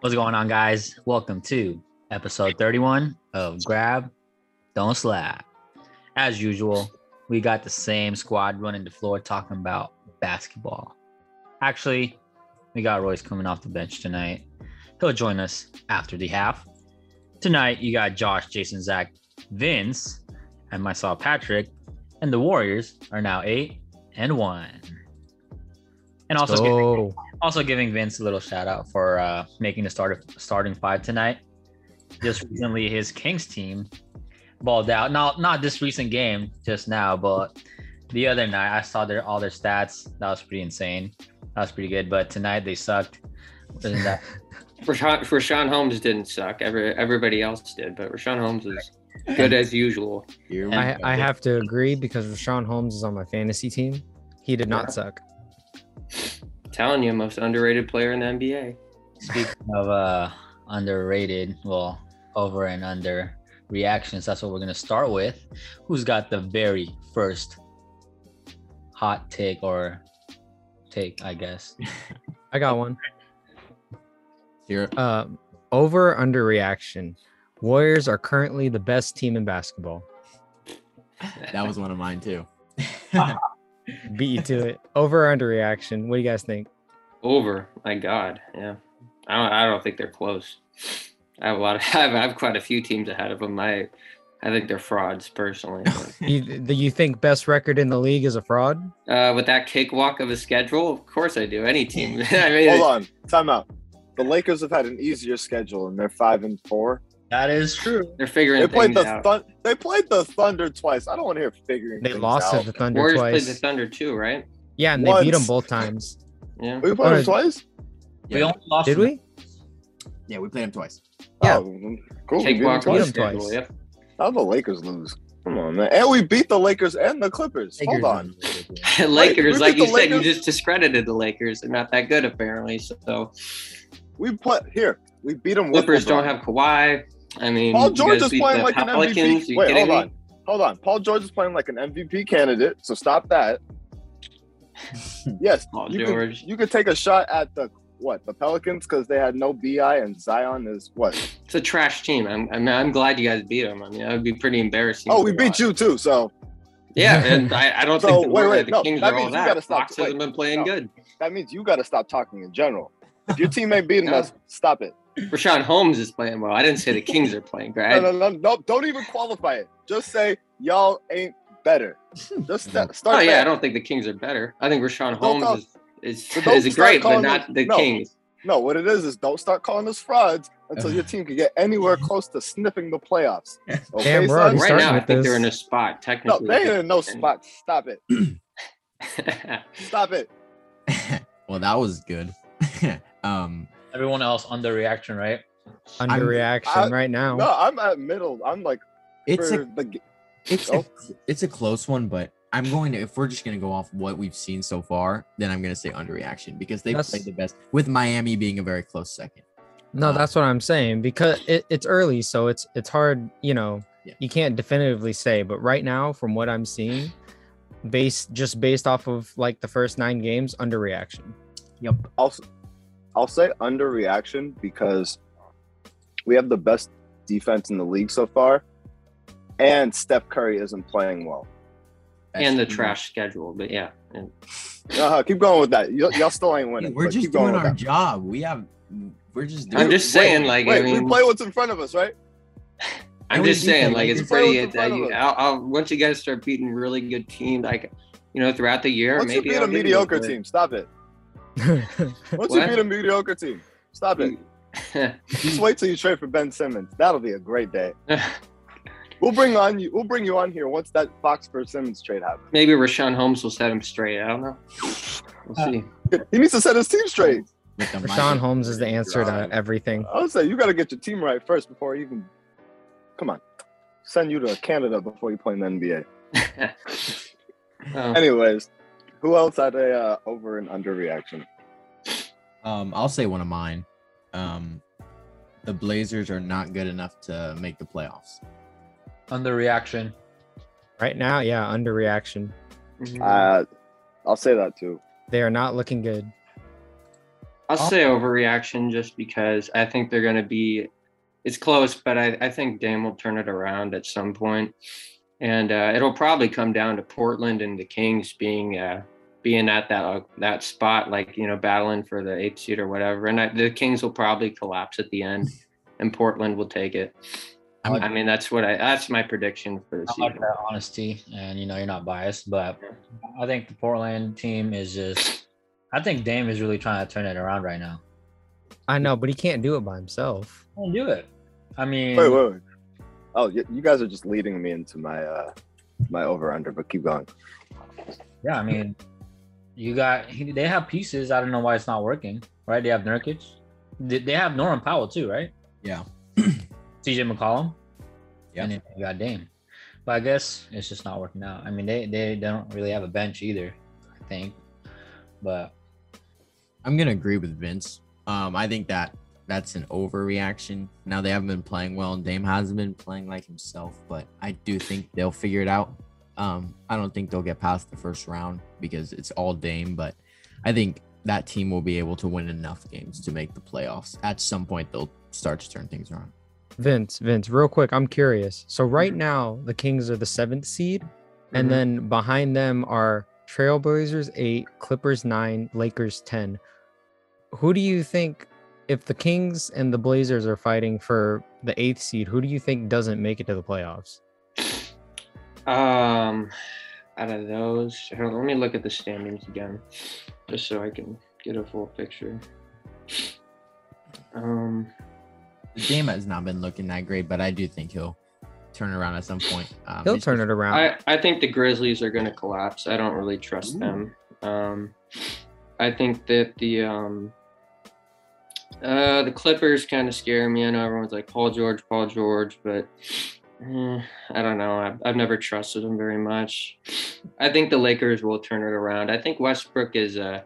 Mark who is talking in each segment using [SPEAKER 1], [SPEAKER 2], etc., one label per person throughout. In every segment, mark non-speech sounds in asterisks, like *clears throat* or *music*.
[SPEAKER 1] What's going on, guys? Welcome to episode 31 of Grab, Don't Slap. As usual, we got the same squad running the floor talking about basketball. Actually, we got Royce coming off the bench tonight. He'll join us after the half. Tonight, you got Josh, Jason, Zach, Vince, and myself, Patrick. And the Warriors are now eight and one. And also,
[SPEAKER 2] oh,
[SPEAKER 1] also giving Vince a little shout out for uh, making the start of starting five tonight. Just recently, his Kings team balled out. Not not this recent game, just now, but the other night I saw their all their stats. That was pretty insane. That was pretty good. But tonight they sucked. Isn't that-
[SPEAKER 3] Rashawn, Rashawn Holmes didn't suck. Every, everybody else did, but Rashawn Holmes is good as usual.
[SPEAKER 4] You're
[SPEAKER 2] I,
[SPEAKER 4] my
[SPEAKER 2] I
[SPEAKER 4] brother.
[SPEAKER 2] have to agree because Rashawn Holmes is on my fantasy team. He did not suck.
[SPEAKER 3] telling you, most underrated player in the NBA.
[SPEAKER 1] Speaking of uh, underrated, well, over and under reactions, that's what we're going to start with. Who's got the very first hot take or take, I guess?
[SPEAKER 2] I got one.
[SPEAKER 4] You're
[SPEAKER 2] Uh, over under reaction. Warriors are currently the best team in basketball.
[SPEAKER 4] that was one of mine *laughs* too.
[SPEAKER 2] Beat you to it. Over under reaction. What do you guys think?
[SPEAKER 3] *laughs* Over, my God, yeah. I don't, I don't think they're close. I have a lot of, *laughs* I have, I have quite a few teams ahead of them. I, I think they're frauds
[SPEAKER 4] *laughs*
[SPEAKER 3] personally. but,
[SPEAKER 2] You, the, you think best record in the league is a fraud?
[SPEAKER 3] uh, with that cakewalk of a schedule, of course I do. Any team. *laughs* I mean,
[SPEAKER 5] Hold on, time out. The Lakers have had an easier schedule, and they're five and four.
[SPEAKER 1] That is true.
[SPEAKER 3] they're figuring
[SPEAKER 5] They played
[SPEAKER 3] things
[SPEAKER 5] the
[SPEAKER 3] out.
[SPEAKER 5] thun- they played the Thunder twice. I don't want to hear figuring.
[SPEAKER 2] They
[SPEAKER 5] things
[SPEAKER 2] lost
[SPEAKER 5] out.
[SPEAKER 2] to the Thunder
[SPEAKER 3] Warriors
[SPEAKER 2] twice.
[SPEAKER 3] played the Thunder too, right?
[SPEAKER 2] yeah, and they beat them
[SPEAKER 5] once.
[SPEAKER 2] both times.
[SPEAKER 3] Yeah.
[SPEAKER 5] We played
[SPEAKER 2] Or-
[SPEAKER 5] them twice.
[SPEAKER 1] We
[SPEAKER 4] Yeah,
[SPEAKER 1] only lost.
[SPEAKER 2] Did we?
[SPEAKER 4] yeah, we played him twice.
[SPEAKER 2] Yeah.
[SPEAKER 5] Oh, mm, cool. We beat them
[SPEAKER 3] Cakewalk
[SPEAKER 2] beat
[SPEAKER 3] of a
[SPEAKER 2] them
[SPEAKER 5] twice.
[SPEAKER 2] twice.
[SPEAKER 3] schedule. Yep.
[SPEAKER 5] How the Lakers lose? Come on, man. And we beat the Lakers and the Clippers. Hold on.
[SPEAKER 3] *laughs* Lakers,
[SPEAKER 5] we
[SPEAKER 3] like
[SPEAKER 5] beat
[SPEAKER 3] you
[SPEAKER 5] the
[SPEAKER 3] said, you
[SPEAKER 5] Lakers.
[SPEAKER 3] just discredited the Lakers. They're not that good apparently. So
[SPEAKER 5] We put here. We beat them. with
[SPEAKER 3] Clippers don't
[SPEAKER 5] LeBron.
[SPEAKER 3] have Kawhi. I mean,
[SPEAKER 5] Paul
[SPEAKER 3] you
[SPEAKER 5] George
[SPEAKER 3] guys
[SPEAKER 5] is
[SPEAKER 3] beat
[SPEAKER 5] playing
[SPEAKER 3] the
[SPEAKER 5] like an
[SPEAKER 3] Pelicans.
[SPEAKER 5] MVP.
[SPEAKER 3] You
[SPEAKER 5] Wait,
[SPEAKER 3] kidding
[SPEAKER 5] hold
[SPEAKER 3] me?
[SPEAKER 5] on. Hold on. Paul George is playing like an MVP candidate. So
[SPEAKER 2] *laughs*
[SPEAKER 5] stop that. yes,
[SPEAKER 3] Paul
[SPEAKER 5] you could-
[SPEAKER 3] George.
[SPEAKER 5] you could take a shot at the what the Pelicans because they had no Bi and Zion is what?
[SPEAKER 3] It's a trash team. I'm, I'm, I'm glad you guys beat them. I mean, that would be pretty embarrassing.
[SPEAKER 5] Oh,
[SPEAKER 3] to
[SPEAKER 5] we beat
[SPEAKER 3] watch.
[SPEAKER 5] you too. So
[SPEAKER 3] Yeah,
[SPEAKER 5] *laughs*
[SPEAKER 3] and I, I don't
[SPEAKER 5] So,
[SPEAKER 3] think the,
[SPEAKER 5] wait,
[SPEAKER 3] Warriors-
[SPEAKER 5] wait,
[SPEAKER 3] the
[SPEAKER 5] no,
[SPEAKER 3] Kings
[SPEAKER 5] that
[SPEAKER 3] are
[SPEAKER 5] means
[SPEAKER 3] all
[SPEAKER 5] you
[SPEAKER 3] that.
[SPEAKER 5] gotta stop.
[SPEAKER 3] Fox hasn't
[SPEAKER 5] Wait,
[SPEAKER 3] been playing
[SPEAKER 5] no.
[SPEAKER 3] good.
[SPEAKER 5] that means you got to stop talking in general. If your team ain't beating us, stop it.
[SPEAKER 3] Rashawn Holmes is playing well. I didn't
[SPEAKER 5] *laughs*
[SPEAKER 3] say the Kings are playing great.
[SPEAKER 5] No, no, no, no, don't even qualify it. Just say y'all ain't better. Just sta- start.
[SPEAKER 3] oh yeah, I
[SPEAKER 5] there.
[SPEAKER 3] don't think the Kings are better. I think Rashawn
[SPEAKER 5] But don't
[SPEAKER 3] Holmes is
[SPEAKER 5] but don't
[SPEAKER 3] is, is
[SPEAKER 5] start
[SPEAKER 3] great, but
[SPEAKER 5] calling
[SPEAKER 3] not
[SPEAKER 5] them-
[SPEAKER 3] the
[SPEAKER 5] no.
[SPEAKER 3] Kings.
[SPEAKER 5] No, what it is is don't start calling us frauds until your team can get anywhere close to sniffing the playoffs. Okay,
[SPEAKER 2] Damn right,
[SPEAKER 5] son?
[SPEAKER 2] he's
[SPEAKER 3] Right
[SPEAKER 2] starting
[SPEAKER 3] now, I
[SPEAKER 2] with
[SPEAKER 3] think they're
[SPEAKER 2] this.
[SPEAKER 3] in a spot
[SPEAKER 5] No,
[SPEAKER 3] technically.
[SPEAKER 5] they ain't in no spot. Stop it.
[SPEAKER 3] *laughs*
[SPEAKER 5] Stop it.
[SPEAKER 4] *laughs* well, that was good. *laughs* um,
[SPEAKER 1] Everyone else under reaction, right?
[SPEAKER 2] Under reaction
[SPEAKER 5] I-
[SPEAKER 2] right now.
[SPEAKER 5] No, I'm at middle. I'm like
[SPEAKER 4] it's
[SPEAKER 5] for
[SPEAKER 4] a
[SPEAKER 5] the g-
[SPEAKER 4] it's
[SPEAKER 5] Oh.
[SPEAKER 4] a it's a close one, but I'm going to if we're just gonna go off what we've seen so far, then I'm gonna say underreaction because they
[SPEAKER 2] That's-
[SPEAKER 4] played the best with Miami being a very close second.
[SPEAKER 2] No,
[SPEAKER 4] Uh,
[SPEAKER 2] that's what I'm saying because it, it's early, so it's it's hard. You know,
[SPEAKER 4] Yeah.
[SPEAKER 2] you can't definitively say. But right now, from what I'm seeing, based just based off of like the first nine games, underreaction.
[SPEAKER 4] Yep.
[SPEAKER 5] I'll I'll say underreaction because we have the best defense in the league so far, and Steph Curry isn't playing well.
[SPEAKER 3] and the trash schedule, but yeah, and
[SPEAKER 5] Uh-huh, keep going with that. Y- y'all still ain't winning.
[SPEAKER 4] We're
[SPEAKER 5] but
[SPEAKER 4] just
[SPEAKER 5] keep going
[SPEAKER 4] doing
[SPEAKER 5] with
[SPEAKER 4] our
[SPEAKER 5] that.
[SPEAKER 4] job. We have we're just doing
[SPEAKER 3] I'm just saying, like,
[SPEAKER 5] Wait,
[SPEAKER 3] I mean,
[SPEAKER 5] we play what's in front of us, right?
[SPEAKER 3] I'm
[SPEAKER 4] And we
[SPEAKER 3] just
[SPEAKER 4] beat
[SPEAKER 3] saying,
[SPEAKER 4] them,
[SPEAKER 3] like,
[SPEAKER 4] like,
[SPEAKER 3] it's
[SPEAKER 5] we play
[SPEAKER 3] pretty.
[SPEAKER 5] with
[SPEAKER 3] It,
[SPEAKER 5] the
[SPEAKER 3] uh,
[SPEAKER 5] front
[SPEAKER 3] you,
[SPEAKER 5] of
[SPEAKER 3] I'll, I'll, once you guys start beating really good teams, like, you know, throughout the year,
[SPEAKER 5] Once you
[SPEAKER 3] maybe
[SPEAKER 5] beat
[SPEAKER 3] I'll
[SPEAKER 5] a
[SPEAKER 3] give you
[SPEAKER 5] mediocre
[SPEAKER 3] but-
[SPEAKER 5] team, stop it. Once
[SPEAKER 3] What?
[SPEAKER 5] you beat a mediocre team, stop it. Just wait till you trade for Ben Simmons. That'll be a great day. We'll bring on you. We'll bring you on here once that Fox for Simmons trade happens.
[SPEAKER 3] *laughs* maybe Rashawn Holmes will set him straight. I don't know. We'll
[SPEAKER 5] Uh,
[SPEAKER 3] see.
[SPEAKER 5] He needs to set his team straight.
[SPEAKER 4] with the
[SPEAKER 2] Rashawn
[SPEAKER 4] Miami
[SPEAKER 2] Holmes is the answer to
[SPEAKER 4] drive.
[SPEAKER 2] everything.
[SPEAKER 5] I would say you got to get your team right first before you can. Come on, send you to Canada before you play in the NBA.
[SPEAKER 3] Um,
[SPEAKER 5] Anyways, who else had a uh, over and under reaction?
[SPEAKER 4] Um, I'll say one of mine. Um, the Blazers are not good enough to make the playoffs.
[SPEAKER 1] Under reaction.
[SPEAKER 2] Right now, yeah, underreaction.
[SPEAKER 3] mhm.
[SPEAKER 5] Uh, I'll say that too.
[SPEAKER 2] They are not looking good.
[SPEAKER 3] I'll say overreaction just because I think they're going to be. It's close, but I, I think Dame will turn it around at some point, and uh, it'll probably come down to Portland and the Kings being uh, being at that uh, that spot, like you know, battling for the eighth seed or whatever. And I, the Kings will probably collapse at the end, and Portland will take it.
[SPEAKER 4] I like-
[SPEAKER 3] I mean, that's what I that's my prediction for the
[SPEAKER 1] I like
[SPEAKER 3] season.
[SPEAKER 1] that honesty, and you know you're not biased, but I think the Portland team is just. I think Dame is really trying to turn it around right now.
[SPEAKER 2] I know, but he can't do it by himself.
[SPEAKER 1] Don't do it. I mean,
[SPEAKER 5] Wait, wait, wait. Oh, y- you guys are just leading me into my uh my over under, but keep going.
[SPEAKER 1] yeah, I mean, you got he- they have pieces. I don't know why it's not working. Right? They have Nurkic. They they have Norman Powell too, right?
[SPEAKER 4] Yeah.
[SPEAKER 1] C.J. McCollum.
[SPEAKER 4] Yep.
[SPEAKER 1] And then you got Dame. But I guess it's just not working out. I mean, they they don't really have a bench either. I think, but
[SPEAKER 4] I'm gonna agree with Vince. Um, I think that that's an overreaction. Now they haven't been playing well, and Dame hasn't been playing like himself. But I do think they'll figure it out. Um, I don't think they'll get past the first round because it's all Dame. But I think that team will be able to win enough games to make the playoffs. At some point, they'll start to turn things around.
[SPEAKER 2] Vince, Vince, real quick, I'm curious. So right now, the Kings are the seventh seed, and
[SPEAKER 3] Mhm.
[SPEAKER 2] then behind them are Trailblazers eight, Clippers nine, Lakers ten. Who do you think, if the Kings and the Blazers are fighting for the eighth seed, who do you think doesn't make it to the playoffs?
[SPEAKER 3] Um, out of those, hold on, let me look at the standings again, just so I can get a full picture. Um,
[SPEAKER 4] Dame has not been looking that great, but I do think he'll turn around at some point. Um,
[SPEAKER 2] He'll
[SPEAKER 4] it's
[SPEAKER 2] turn
[SPEAKER 4] *laughs* just-
[SPEAKER 2] it around.
[SPEAKER 3] I I think the Grizzlies are going to collapse. I don't really trust them. Um, I think that the um. Uh, the Clippers kind of scare me. I know everyone's like Paul George, Paul George, but mm, I don't know. I've, I've never trusted them very much. I think the Lakers will turn it around. I think Westbrook is uh,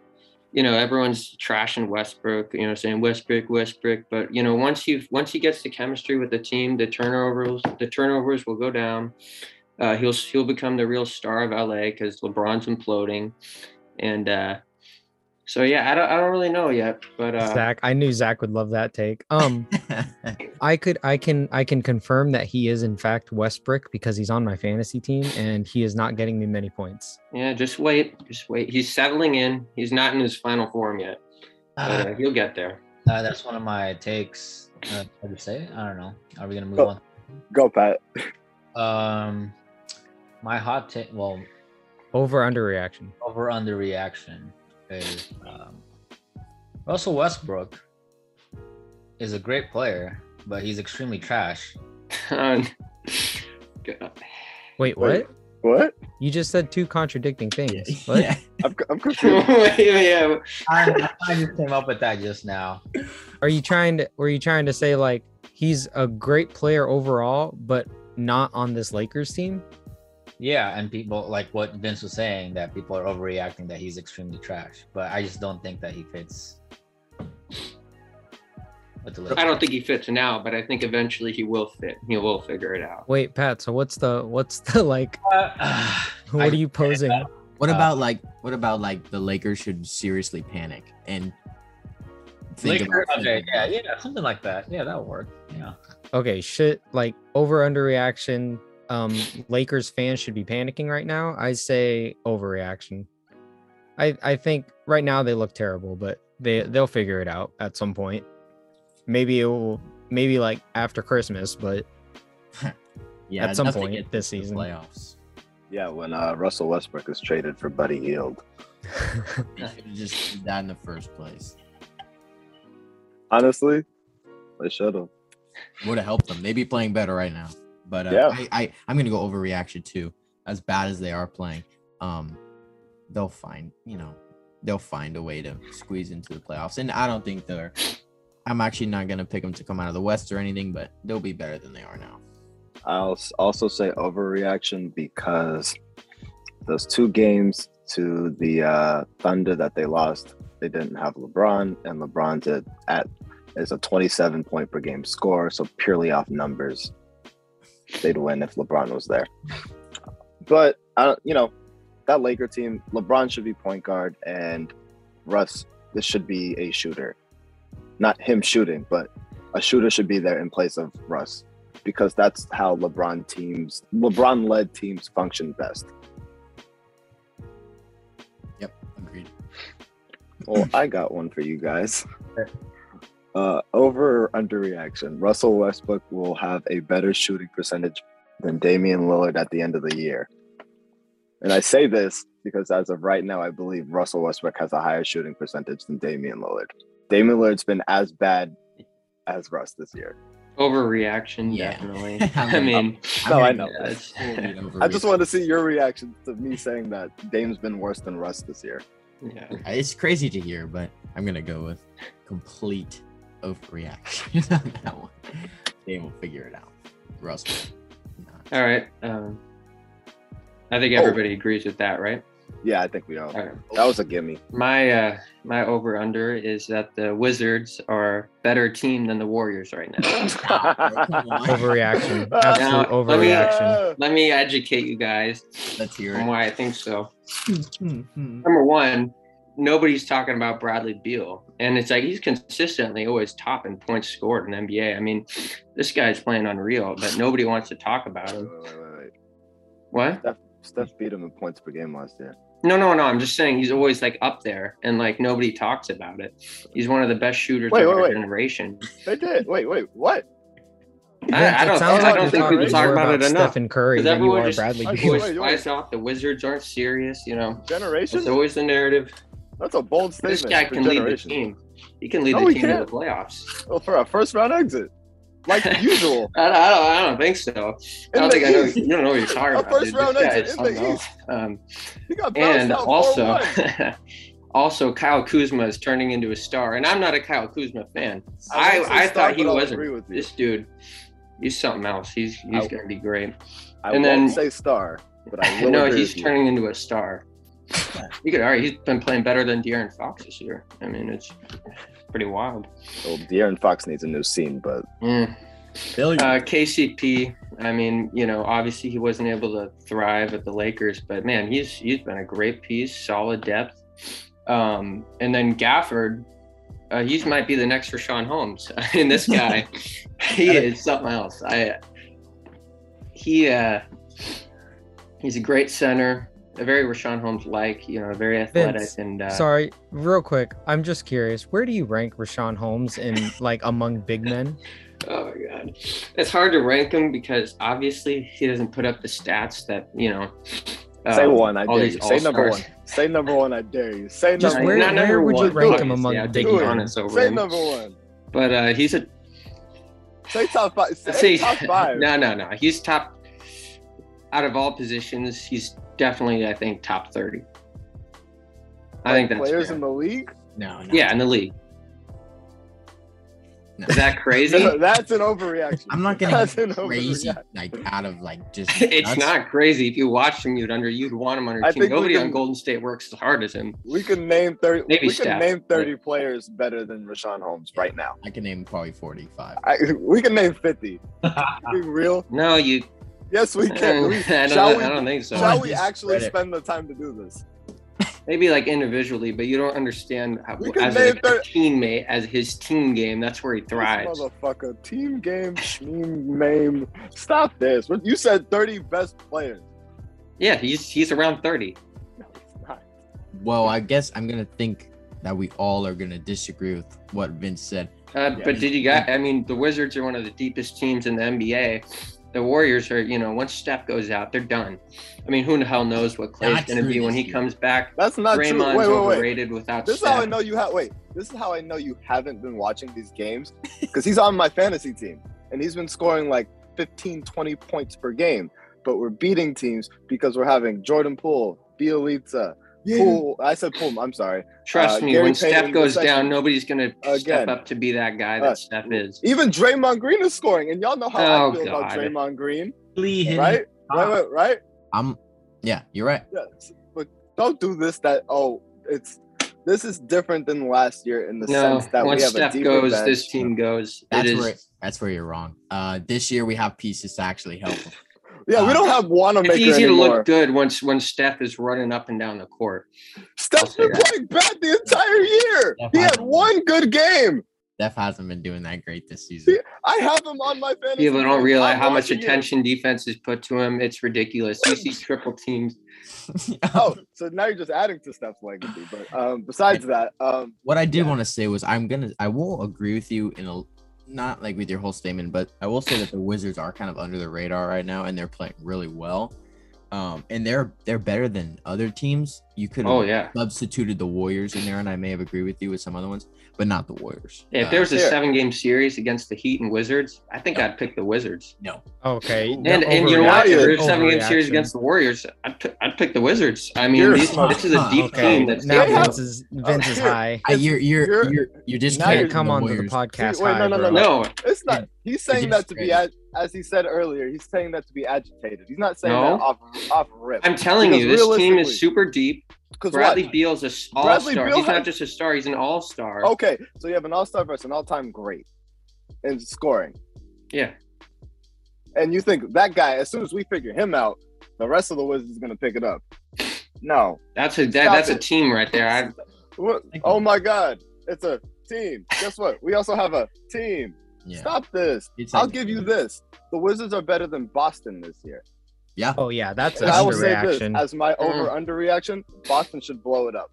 [SPEAKER 3] you know, everyone's trashing Westbrook. You know, saying Westbrook, Westbrook, but you know, once you once he gets the chemistry with the team, the turnovers the turnovers will go down. Uh, he'll he'll become the real star of LA because LeBron's imploding, and uh, so yeah, I don't I don't really know yet, but uh,
[SPEAKER 2] Zach, I knew Zach would love that take. Um, I could, I can, I can confirm that he is in fact Westbrook because he's on my fantasy team and he is not getting me many points.
[SPEAKER 3] yeah, just wait, just wait. He's settling in. He's not in his final form yet, but
[SPEAKER 1] uh,
[SPEAKER 3] uh, he'll get there.
[SPEAKER 1] uh, that's one of my takes. Uh, how to say? it? I don't know. Are we gonna move
[SPEAKER 5] Go.
[SPEAKER 1] on?
[SPEAKER 5] Go, Pat.
[SPEAKER 1] Um, my hot take. Well,
[SPEAKER 2] Over underreaction.
[SPEAKER 1] over under reaction is um, Russell Westbrook is a great player, but he's extremely trash.
[SPEAKER 3] Um,
[SPEAKER 2] Wait, what?
[SPEAKER 5] Wait. What?
[SPEAKER 2] You just said two contradicting things.
[SPEAKER 4] *laughs*
[SPEAKER 2] What?
[SPEAKER 4] yeah.
[SPEAKER 5] I'm, *laughs* I'm confused.
[SPEAKER 3] *laughs* yeah,
[SPEAKER 1] I, I just came up with that just now.
[SPEAKER 2] Are you trying to were you trying to say like he's a great player overall, but not on this Lakers team?
[SPEAKER 1] Yeah, and people like what Vince was saying that people are overreacting that he's extremely trash, but I just don't think that he fits. With the
[SPEAKER 3] I
[SPEAKER 1] *sighs* Lakers.
[SPEAKER 3] don't think he fits now, but I think eventually he will fit. He will figure it out.
[SPEAKER 2] Wait, Pat, so what's the what's the *laughs* like
[SPEAKER 1] Uh,
[SPEAKER 2] what are you posing?
[SPEAKER 4] What
[SPEAKER 1] Uh,
[SPEAKER 4] about like what about like the Lakers should seriously panic and think
[SPEAKER 1] Lakers,
[SPEAKER 4] about
[SPEAKER 1] okay,
[SPEAKER 4] something
[SPEAKER 1] yeah,
[SPEAKER 4] else?
[SPEAKER 1] yeah, something like that. Yeah, that would work. Yeah.
[SPEAKER 2] Okay, shit like over underreaction. Um Lakers fans should be panicking right now. I say overreaction. I I think right now they look terrible, but they they'll figure it out at some point. Maybe it will maybe like after Christmas,
[SPEAKER 3] *laughs*
[SPEAKER 2] but *laughs*
[SPEAKER 4] yeah.
[SPEAKER 2] at some
[SPEAKER 4] nothing
[SPEAKER 2] point
[SPEAKER 4] gets
[SPEAKER 2] this
[SPEAKER 4] to the
[SPEAKER 2] season.
[SPEAKER 4] playoffs.
[SPEAKER 5] Yeah, when uh, Russell Westbrook was traded for Buddy Heald.
[SPEAKER 4] They should've just did that in the first place.
[SPEAKER 5] Honestly, they should have.
[SPEAKER 4] Would have helped them. They'd be playing better right now. But uh,
[SPEAKER 5] Yeah.
[SPEAKER 4] I, I I'm gonna go overreaction too. As bad as they are playing, um, they'll find you know they'll find a way to squeeze into the playoffs. And I don't think they're. I'm actually not gonna pick them to come out of the West or anything, but they'll be better than they are now.
[SPEAKER 5] I'll s- also say overreaction because those two games to the uh, Thunder that they lost, they didn't have LeBron, and LeBron did at is a 27 point per game score, so purely off numbers, they'd win if LeBron was there. But I don't, you know, that Laker team, LeBron should be point guard, and Russ this should be a shooter, not him shooting, but a shooter should be there in place of Russ because that's how LeBron teams, LeBron led teams function best.
[SPEAKER 4] Yep, agreed.
[SPEAKER 5] Well, I got one for you guys. Uh, over or underreaction. Russell Westbrook will have a better shooting percentage than Damian Lillard at the end of the year. And I say this because as of right now, I believe Russell Westbrook has a higher shooting percentage than Damian Lillard. Damian Lillard's been as bad as Russ this year.
[SPEAKER 3] Overreaction,
[SPEAKER 4] Yeah. *laughs*
[SPEAKER 3] definitely.
[SPEAKER 4] I
[SPEAKER 3] I mean,
[SPEAKER 5] No, I
[SPEAKER 4] I'm
[SPEAKER 5] know.
[SPEAKER 4] gonna-
[SPEAKER 3] that's-
[SPEAKER 4] We'll read over
[SPEAKER 5] *laughs* I just
[SPEAKER 4] it.
[SPEAKER 5] want to see your reaction to me saying that Dame's been worse than Russ this year.
[SPEAKER 3] yeah.
[SPEAKER 4] It's crazy to hear, but I'm gonna go with complete overreaction *laughs* on that one. They will figure it out. Russell, not.
[SPEAKER 3] All right. Um, I think
[SPEAKER 5] Oh.
[SPEAKER 3] everybody agrees with that, right?
[SPEAKER 5] Yeah, I think we all.
[SPEAKER 3] All right.
[SPEAKER 5] That was
[SPEAKER 3] *laughs*
[SPEAKER 5] a gimme.
[SPEAKER 3] My uh, my over under is that the Wizards are better team than the Warriors right
[SPEAKER 4] *laughs*
[SPEAKER 3] now. *laughs*
[SPEAKER 2] Overreaction.
[SPEAKER 5] Now,
[SPEAKER 2] Absolute
[SPEAKER 3] let me-
[SPEAKER 2] overreaction.
[SPEAKER 3] Let me educate you guys
[SPEAKER 4] Let's hear
[SPEAKER 3] on
[SPEAKER 4] it.
[SPEAKER 3] why I think so. Number one, nobody's talking about Bradley Beal, and it's like he's consistently always top in points scored in NBA. I mean, this guy's playing unreal, but nobody wants to talk about
[SPEAKER 5] Wait,
[SPEAKER 3] him.
[SPEAKER 5] wait, wait, wait, wait.
[SPEAKER 3] What?
[SPEAKER 5] Steph beat him in points per game last year.
[SPEAKER 3] No, no, no. I'm just saying he's always like up there and like nobody talks about it. He's one of the best shooters
[SPEAKER 5] Wait,
[SPEAKER 3] of
[SPEAKER 5] wait,
[SPEAKER 3] our
[SPEAKER 5] wait.
[SPEAKER 3] generation.
[SPEAKER 5] They did. Wait, wait, what?
[SPEAKER 2] Vince,
[SPEAKER 3] I, I
[SPEAKER 2] it
[SPEAKER 3] don't,
[SPEAKER 2] sounds
[SPEAKER 3] I
[SPEAKER 2] like
[SPEAKER 3] don't
[SPEAKER 2] you're
[SPEAKER 3] think
[SPEAKER 2] talking
[SPEAKER 3] people talk
[SPEAKER 2] more
[SPEAKER 3] about, it enough.
[SPEAKER 2] Stephen Curry
[SPEAKER 3] Because
[SPEAKER 2] than you
[SPEAKER 3] everyone
[SPEAKER 2] are
[SPEAKER 3] just
[SPEAKER 2] Bradley
[SPEAKER 5] I-
[SPEAKER 2] Beal.
[SPEAKER 5] wait, wait.
[SPEAKER 3] always flies off. The Wizards aren't serious, you know. That's
[SPEAKER 5] Generation?
[SPEAKER 3] always the narrative.
[SPEAKER 5] That's a bold statement.
[SPEAKER 3] This guy
[SPEAKER 5] for
[SPEAKER 3] can lead the
[SPEAKER 5] generation.
[SPEAKER 3] team. He can lead
[SPEAKER 5] No,
[SPEAKER 3] the
[SPEAKER 5] he
[SPEAKER 3] team to
[SPEAKER 5] can't.
[SPEAKER 3] the playoffs.
[SPEAKER 5] Well, Oh, for a first round exit,
[SPEAKER 3] *laughs*
[SPEAKER 5] like usual.
[SPEAKER 3] I, I, don't, I don't think so. I
[SPEAKER 5] In
[SPEAKER 3] don't
[SPEAKER 5] the
[SPEAKER 3] think I know.
[SPEAKER 5] East.
[SPEAKER 3] You don't know what you're talking
[SPEAKER 5] A
[SPEAKER 3] about.
[SPEAKER 5] first
[SPEAKER 3] dude. This
[SPEAKER 5] round
[SPEAKER 3] guy
[SPEAKER 5] exit
[SPEAKER 3] is
[SPEAKER 5] in the
[SPEAKER 3] something else.
[SPEAKER 5] East.
[SPEAKER 3] Um,
[SPEAKER 5] He got bounced
[SPEAKER 3] and
[SPEAKER 5] out
[SPEAKER 3] also
[SPEAKER 5] 4-1.
[SPEAKER 3] *laughs* also Kyle Kuzma is turning into a star, and I'm not a Kyle Kuzma fan.
[SPEAKER 5] I
[SPEAKER 3] I
[SPEAKER 5] won't say
[SPEAKER 3] I,
[SPEAKER 5] stop,
[SPEAKER 3] thought he
[SPEAKER 5] but I'll
[SPEAKER 3] wasn't.
[SPEAKER 5] agree with you.
[SPEAKER 3] This dude, he's something else. He's he's
[SPEAKER 5] I-
[SPEAKER 3] gonna be great.
[SPEAKER 5] I
[SPEAKER 3] and
[SPEAKER 5] won't
[SPEAKER 3] then-
[SPEAKER 5] say star, but I
[SPEAKER 3] I *laughs*
[SPEAKER 5] will
[SPEAKER 3] know
[SPEAKER 5] agree
[SPEAKER 3] he's
[SPEAKER 5] with you.
[SPEAKER 3] turning into a star. You could argue he's been playing better than De'Aaron Fox this year. I mean, it's pretty wild.
[SPEAKER 5] Well, Oh, De'Aaron Fox needs a new scene, but
[SPEAKER 3] Mm.
[SPEAKER 4] Billy,
[SPEAKER 3] Uh, KCP, I mean, you know, obviously he wasn't able to thrive at the Lakers, but man, he's he's been a great piece, solid depth. Um, and then Gafford, uh, he's might be the next Rashawn Holmes. *laughs* I mean, this guy, he is something else. I he uh, he's a great center, a very Rashawn Holmes like, you know, very athletic
[SPEAKER 2] Vince,
[SPEAKER 3] and uh,
[SPEAKER 2] Sorry, real quick. I'm just curious. Where do you rank Rashawn Holmes in like among big men?
[SPEAKER 3] Oh my god, it's hard to rank him because obviously he doesn't put up the stats that you know.
[SPEAKER 5] say
[SPEAKER 3] um,
[SPEAKER 5] one, I
[SPEAKER 3] all
[SPEAKER 5] dare
[SPEAKER 3] these
[SPEAKER 5] you. Say number one.
[SPEAKER 3] all-stars-
[SPEAKER 5] Say number one, I dare you. Say
[SPEAKER 2] Just
[SPEAKER 5] number
[SPEAKER 2] where-
[SPEAKER 5] one.
[SPEAKER 3] Not number
[SPEAKER 2] would you
[SPEAKER 3] one,
[SPEAKER 2] rank him
[SPEAKER 3] obviously.
[SPEAKER 2] among
[SPEAKER 3] I'd
[SPEAKER 2] big
[SPEAKER 3] take
[SPEAKER 5] men?
[SPEAKER 3] Giannis over
[SPEAKER 5] Say
[SPEAKER 3] him.
[SPEAKER 5] number one.
[SPEAKER 3] But uh, he's a
[SPEAKER 5] Say top five. Say
[SPEAKER 3] I'd say *laughs*
[SPEAKER 5] top five.
[SPEAKER 3] no, no, no. He's top out of all positions. He's definitely, I think, top thirty. I think
[SPEAKER 5] Like,
[SPEAKER 3] that's
[SPEAKER 5] players
[SPEAKER 3] fair.
[SPEAKER 5] in the league.
[SPEAKER 4] no, no,
[SPEAKER 3] yeah in the league.
[SPEAKER 4] no.
[SPEAKER 3] Is that crazy?
[SPEAKER 5] *laughs* No, that's an overreaction.
[SPEAKER 4] I'm
[SPEAKER 5] *laughs*
[SPEAKER 4] not gonna
[SPEAKER 5] That's
[SPEAKER 4] get
[SPEAKER 5] an
[SPEAKER 4] crazy
[SPEAKER 5] overreaction.
[SPEAKER 4] like out of like just.
[SPEAKER 3] *laughs* it's
[SPEAKER 4] nuts.
[SPEAKER 3] not crazy. If you watch him, you'd under you'd want him on your
[SPEAKER 5] I
[SPEAKER 3] team.
[SPEAKER 5] think we
[SPEAKER 3] Nobody
[SPEAKER 5] can-
[SPEAKER 3] on Golden State works as hard as him.
[SPEAKER 5] We can name thirty.
[SPEAKER 3] Maybe
[SPEAKER 5] we can
[SPEAKER 3] Steph,
[SPEAKER 5] name thirty players better than Rashawn Holmes right now.
[SPEAKER 4] I can name probably 45.
[SPEAKER 5] I, *laughs* we can name
[SPEAKER 3] *laughs*
[SPEAKER 5] fifty. Be real.
[SPEAKER 3] No, you
[SPEAKER 5] Yes, we can.
[SPEAKER 3] *laughs*
[SPEAKER 5] We,
[SPEAKER 3] I,
[SPEAKER 5] shall
[SPEAKER 3] don't,
[SPEAKER 5] we-
[SPEAKER 3] I don't think so.
[SPEAKER 5] shall
[SPEAKER 4] Someone
[SPEAKER 5] we
[SPEAKER 4] just
[SPEAKER 5] actually
[SPEAKER 4] spread it.
[SPEAKER 5] spend the time to do this?
[SPEAKER 3] Maybe like individually, but you don't understand how,
[SPEAKER 5] We could
[SPEAKER 3] as a,
[SPEAKER 5] name thir-
[SPEAKER 3] teammate, as his team game. That's where he
[SPEAKER 5] This
[SPEAKER 3] thrives.
[SPEAKER 5] motherfucker. Team game, team name. Stop this. What- You said 30 best players.
[SPEAKER 3] Yeah, he's he's around thirty.
[SPEAKER 5] No, it's not.
[SPEAKER 4] Well, I guess I'm gonna think that we all are gonna disagree with what Vince said.
[SPEAKER 3] Uh,
[SPEAKER 5] Yeah.
[SPEAKER 3] But did you got? I mean, the Wizards are one of the deepest teams in the NBA. The Warriors are, you know, once Steph goes out, they're done. I mean, who in the hell knows what Clay's
[SPEAKER 4] Not
[SPEAKER 3] going to
[SPEAKER 4] true
[SPEAKER 3] be when
[SPEAKER 4] this
[SPEAKER 3] he
[SPEAKER 4] year.
[SPEAKER 3] comes back?
[SPEAKER 5] That's not
[SPEAKER 3] Draymond's
[SPEAKER 5] true. Wait, wait, wait.
[SPEAKER 3] overrated without
[SPEAKER 5] This is
[SPEAKER 3] Steph.
[SPEAKER 5] how I know you have. Wait, this is how I know you haven't been watching these games because he's on my fantasy team and he's been scoring like 15, 20 points per game. But we're beating teams because we're having Jordan Poole, Bielitsa, Poole. I said Poole. I'm sorry.
[SPEAKER 3] Trust
[SPEAKER 5] Uh,
[SPEAKER 3] me,
[SPEAKER 5] Gary
[SPEAKER 3] when
[SPEAKER 5] Payton
[SPEAKER 3] Steph goes
[SPEAKER 5] II.
[SPEAKER 3] down, nobody's going to
[SPEAKER 5] Again.
[SPEAKER 3] step up to be that guy that
[SPEAKER 5] Uh,
[SPEAKER 3] Steph is.
[SPEAKER 5] Even Draymond Green is scoring, and y'all know how
[SPEAKER 3] Oh,
[SPEAKER 5] I feel about
[SPEAKER 3] God.
[SPEAKER 5] Draymond Green,
[SPEAKER 1] Lee hit
[SPEAKER 5] right? Right, right, right.
[SPEAKER 4] I'm, yeah, you're right.
[SPEAKER 5] Yes, but don't do this. That oh, it's this is different than last year in the
[SPEAKER 3] No,
[SPEAKER 5] sense that we
[SPEAKER 3] once
[SPEAKER 5] have
[SPEAKER 3] Steph
[SPEAKER 5] a deeper
[SPEAKER 3] goes,
[SPEAKER 5] bench.
[SPEAKER 3] this team goes. It
[SPEAKER 4] That's
[SPEAKER 3] is. *laughs*
[SPEAKER 4] where that's where you're wrong. Uh, this year we have pieces to actually help. Him.
[SPEAKER 5] Yeah, we don't have Wanamaker
[SPEAKER 3] It's easy to
[SPEAKER 5] anymore.
[SPEAKER 3] look good once when Steph is running up and down the court.
[SPEAKER 5] Steph's been playing bad the entire year.
[SPEAKER 4] Steph
[SPEAKER 5] He had
[SPEAKER 4] hasn't.
[SPEAKER 5] one good game.
[SPEAKER 4] Steph hasn't been doing that great this season.
[SPEAKER 5] I have him on my fantasy.
[SPEAKER 3] People don't realize
[SPEAKER 5] I'm
[SPEAKER 3] how much
[SPEAKER 5] watching you.
[SPEAKER 3] attention defense is put to him. It's ridiculous. You see triple teams.
[SPEAKER 5] Oh, so now you're just adding to Steph's legacy. But um, besides that, um,
[SPEAKER 4] what I did
[SPEAKER 5] Yeah.
[SPEAKER 4] want to say was I'm gonna I will agree with you in a not like with your whole statement, but I will say that the Wizards are kind of under the radar right now and they're playing really well. Um, and they're they're better than other teams. You could have
[SPEAKER 3] Oh yeah.
[SPEAKER 4] substituted the Warriors in there, and I may have agreed with you with some other ones, but not the Warriors.
[SPEAKER 3] If
[SPEAKER 4] Uh,
[SPEAKER 3] there was a
[SPEAKER 5] Here.
[SPEAKER 3] seven game series against the Heat and Wizards, I think I'd pick the Wizards.
[SPEAKER 4] no,
[SPEAKER 2] Okay.
[SPEAKER 5] And-
[SPEAKER 2] you're
[SPEAKER 3] And, and you know what?
[SPEAKER 5] overreacting.
[SPEAKER 3] If there was a seven game series
[SPEAKER 2] Overreaction.
[SPEAKER 3] against the Warriors, I'd, pi- I'd pick the Wizards. I mean,
[SPEAKER 5] You're
[SPEAKER 3] these,
[SPEAKER 5] smart.
[SPEAKER 3] this is a deep
[SPEAKER 2] Okay.
[SPEAKER 3] team that's
[SPEAKER 2] Now
[SPEAKER 5] They have-
[SPEAKER 2] Vince is Vince is
[SPEAKER 5] here.
[SPEAKER 2] high.
[SPEAKER 4] I, you're, you're
[SPEAKER 5] You're-
[SPEAKER 4] you're you're just
[SPEAKER 5] now
[SPEAKER 2] Can't
[SPEAKER 5] you're-
[SPEAKER 2] come onto the
[SPEAKER 4] podcast.
[SPEAKER 2] podcast
[SPEAKER 5] Wait, wait,
[SPEAKER 2] high,
[SPEAKER 5] no,
[SPEAKER 2] bro.
[SPEAKER 5] no,
[SPEAKER 3] no,
[SPEAKER 5] it's not. He's saying that to be
[SPEAKER 4] Yes.
[SPEAKER 5] as, as he said earlier. He's saying that to be agitated. He's not saying
[SPEAKER 3] No.
[SPEAKER 5] that off off rip.
[SPEAKER 3] I'm telling
[SPEAKER 5] Because
[SPEAKER 3] you, this team
[SPEAKER 5] realistically-
[SPEAKER 3] is super deep.
[SPEAKER 5] Because
[SPEAKER 3] Bradley Beal's a s- all-star.
[SPEAKER 5] Bradley Beal
[SPEAKER 3] he's
[SPEAKER 5] had-
[SPEAKER 3] not just a star; he's an all-star.
[SPEAKER 5] Okay, so you have an all-star versus an all-time great in scoring,
[SPEAKER 3] yeah.
[SPEAKER 5] and you think that guy, as soon as we figure him out, the rest of the Wizards is going to pick it up. No.
[SPEAKER 3] That's a that,
[SPEAKER 5] Stop
[SPEAKER 3] that's a
[SPEAKER 5] it.
[SPEAKER 3] team right there. I,
[SPEAKER 5] What?
[SPEAKER 4] Thank you.
[SPEAKER 5] Oh my God! It's a team. Guess what? We also have a team.
[SPEAKER 4] Yeah,
[SPEAKER 5] Stop this.
[SPEAKER 4] It's
[SPEAKER 5] I'll
[SPEAKER 4] like-
[SPEAKER 5] give you this. The Wizards are better than Boston this year.
[SPEAKER 4] yeah.
[SPEAKER 2] Oh yeah, that's an
[SPEAKER 5] And I will say this
[SPEAKER 2] underreaction.
[SPEAKER 5] as my
[SPEAKER 3] Mm.
[SPEAKER 5] over under reaction, Boston should blow it up.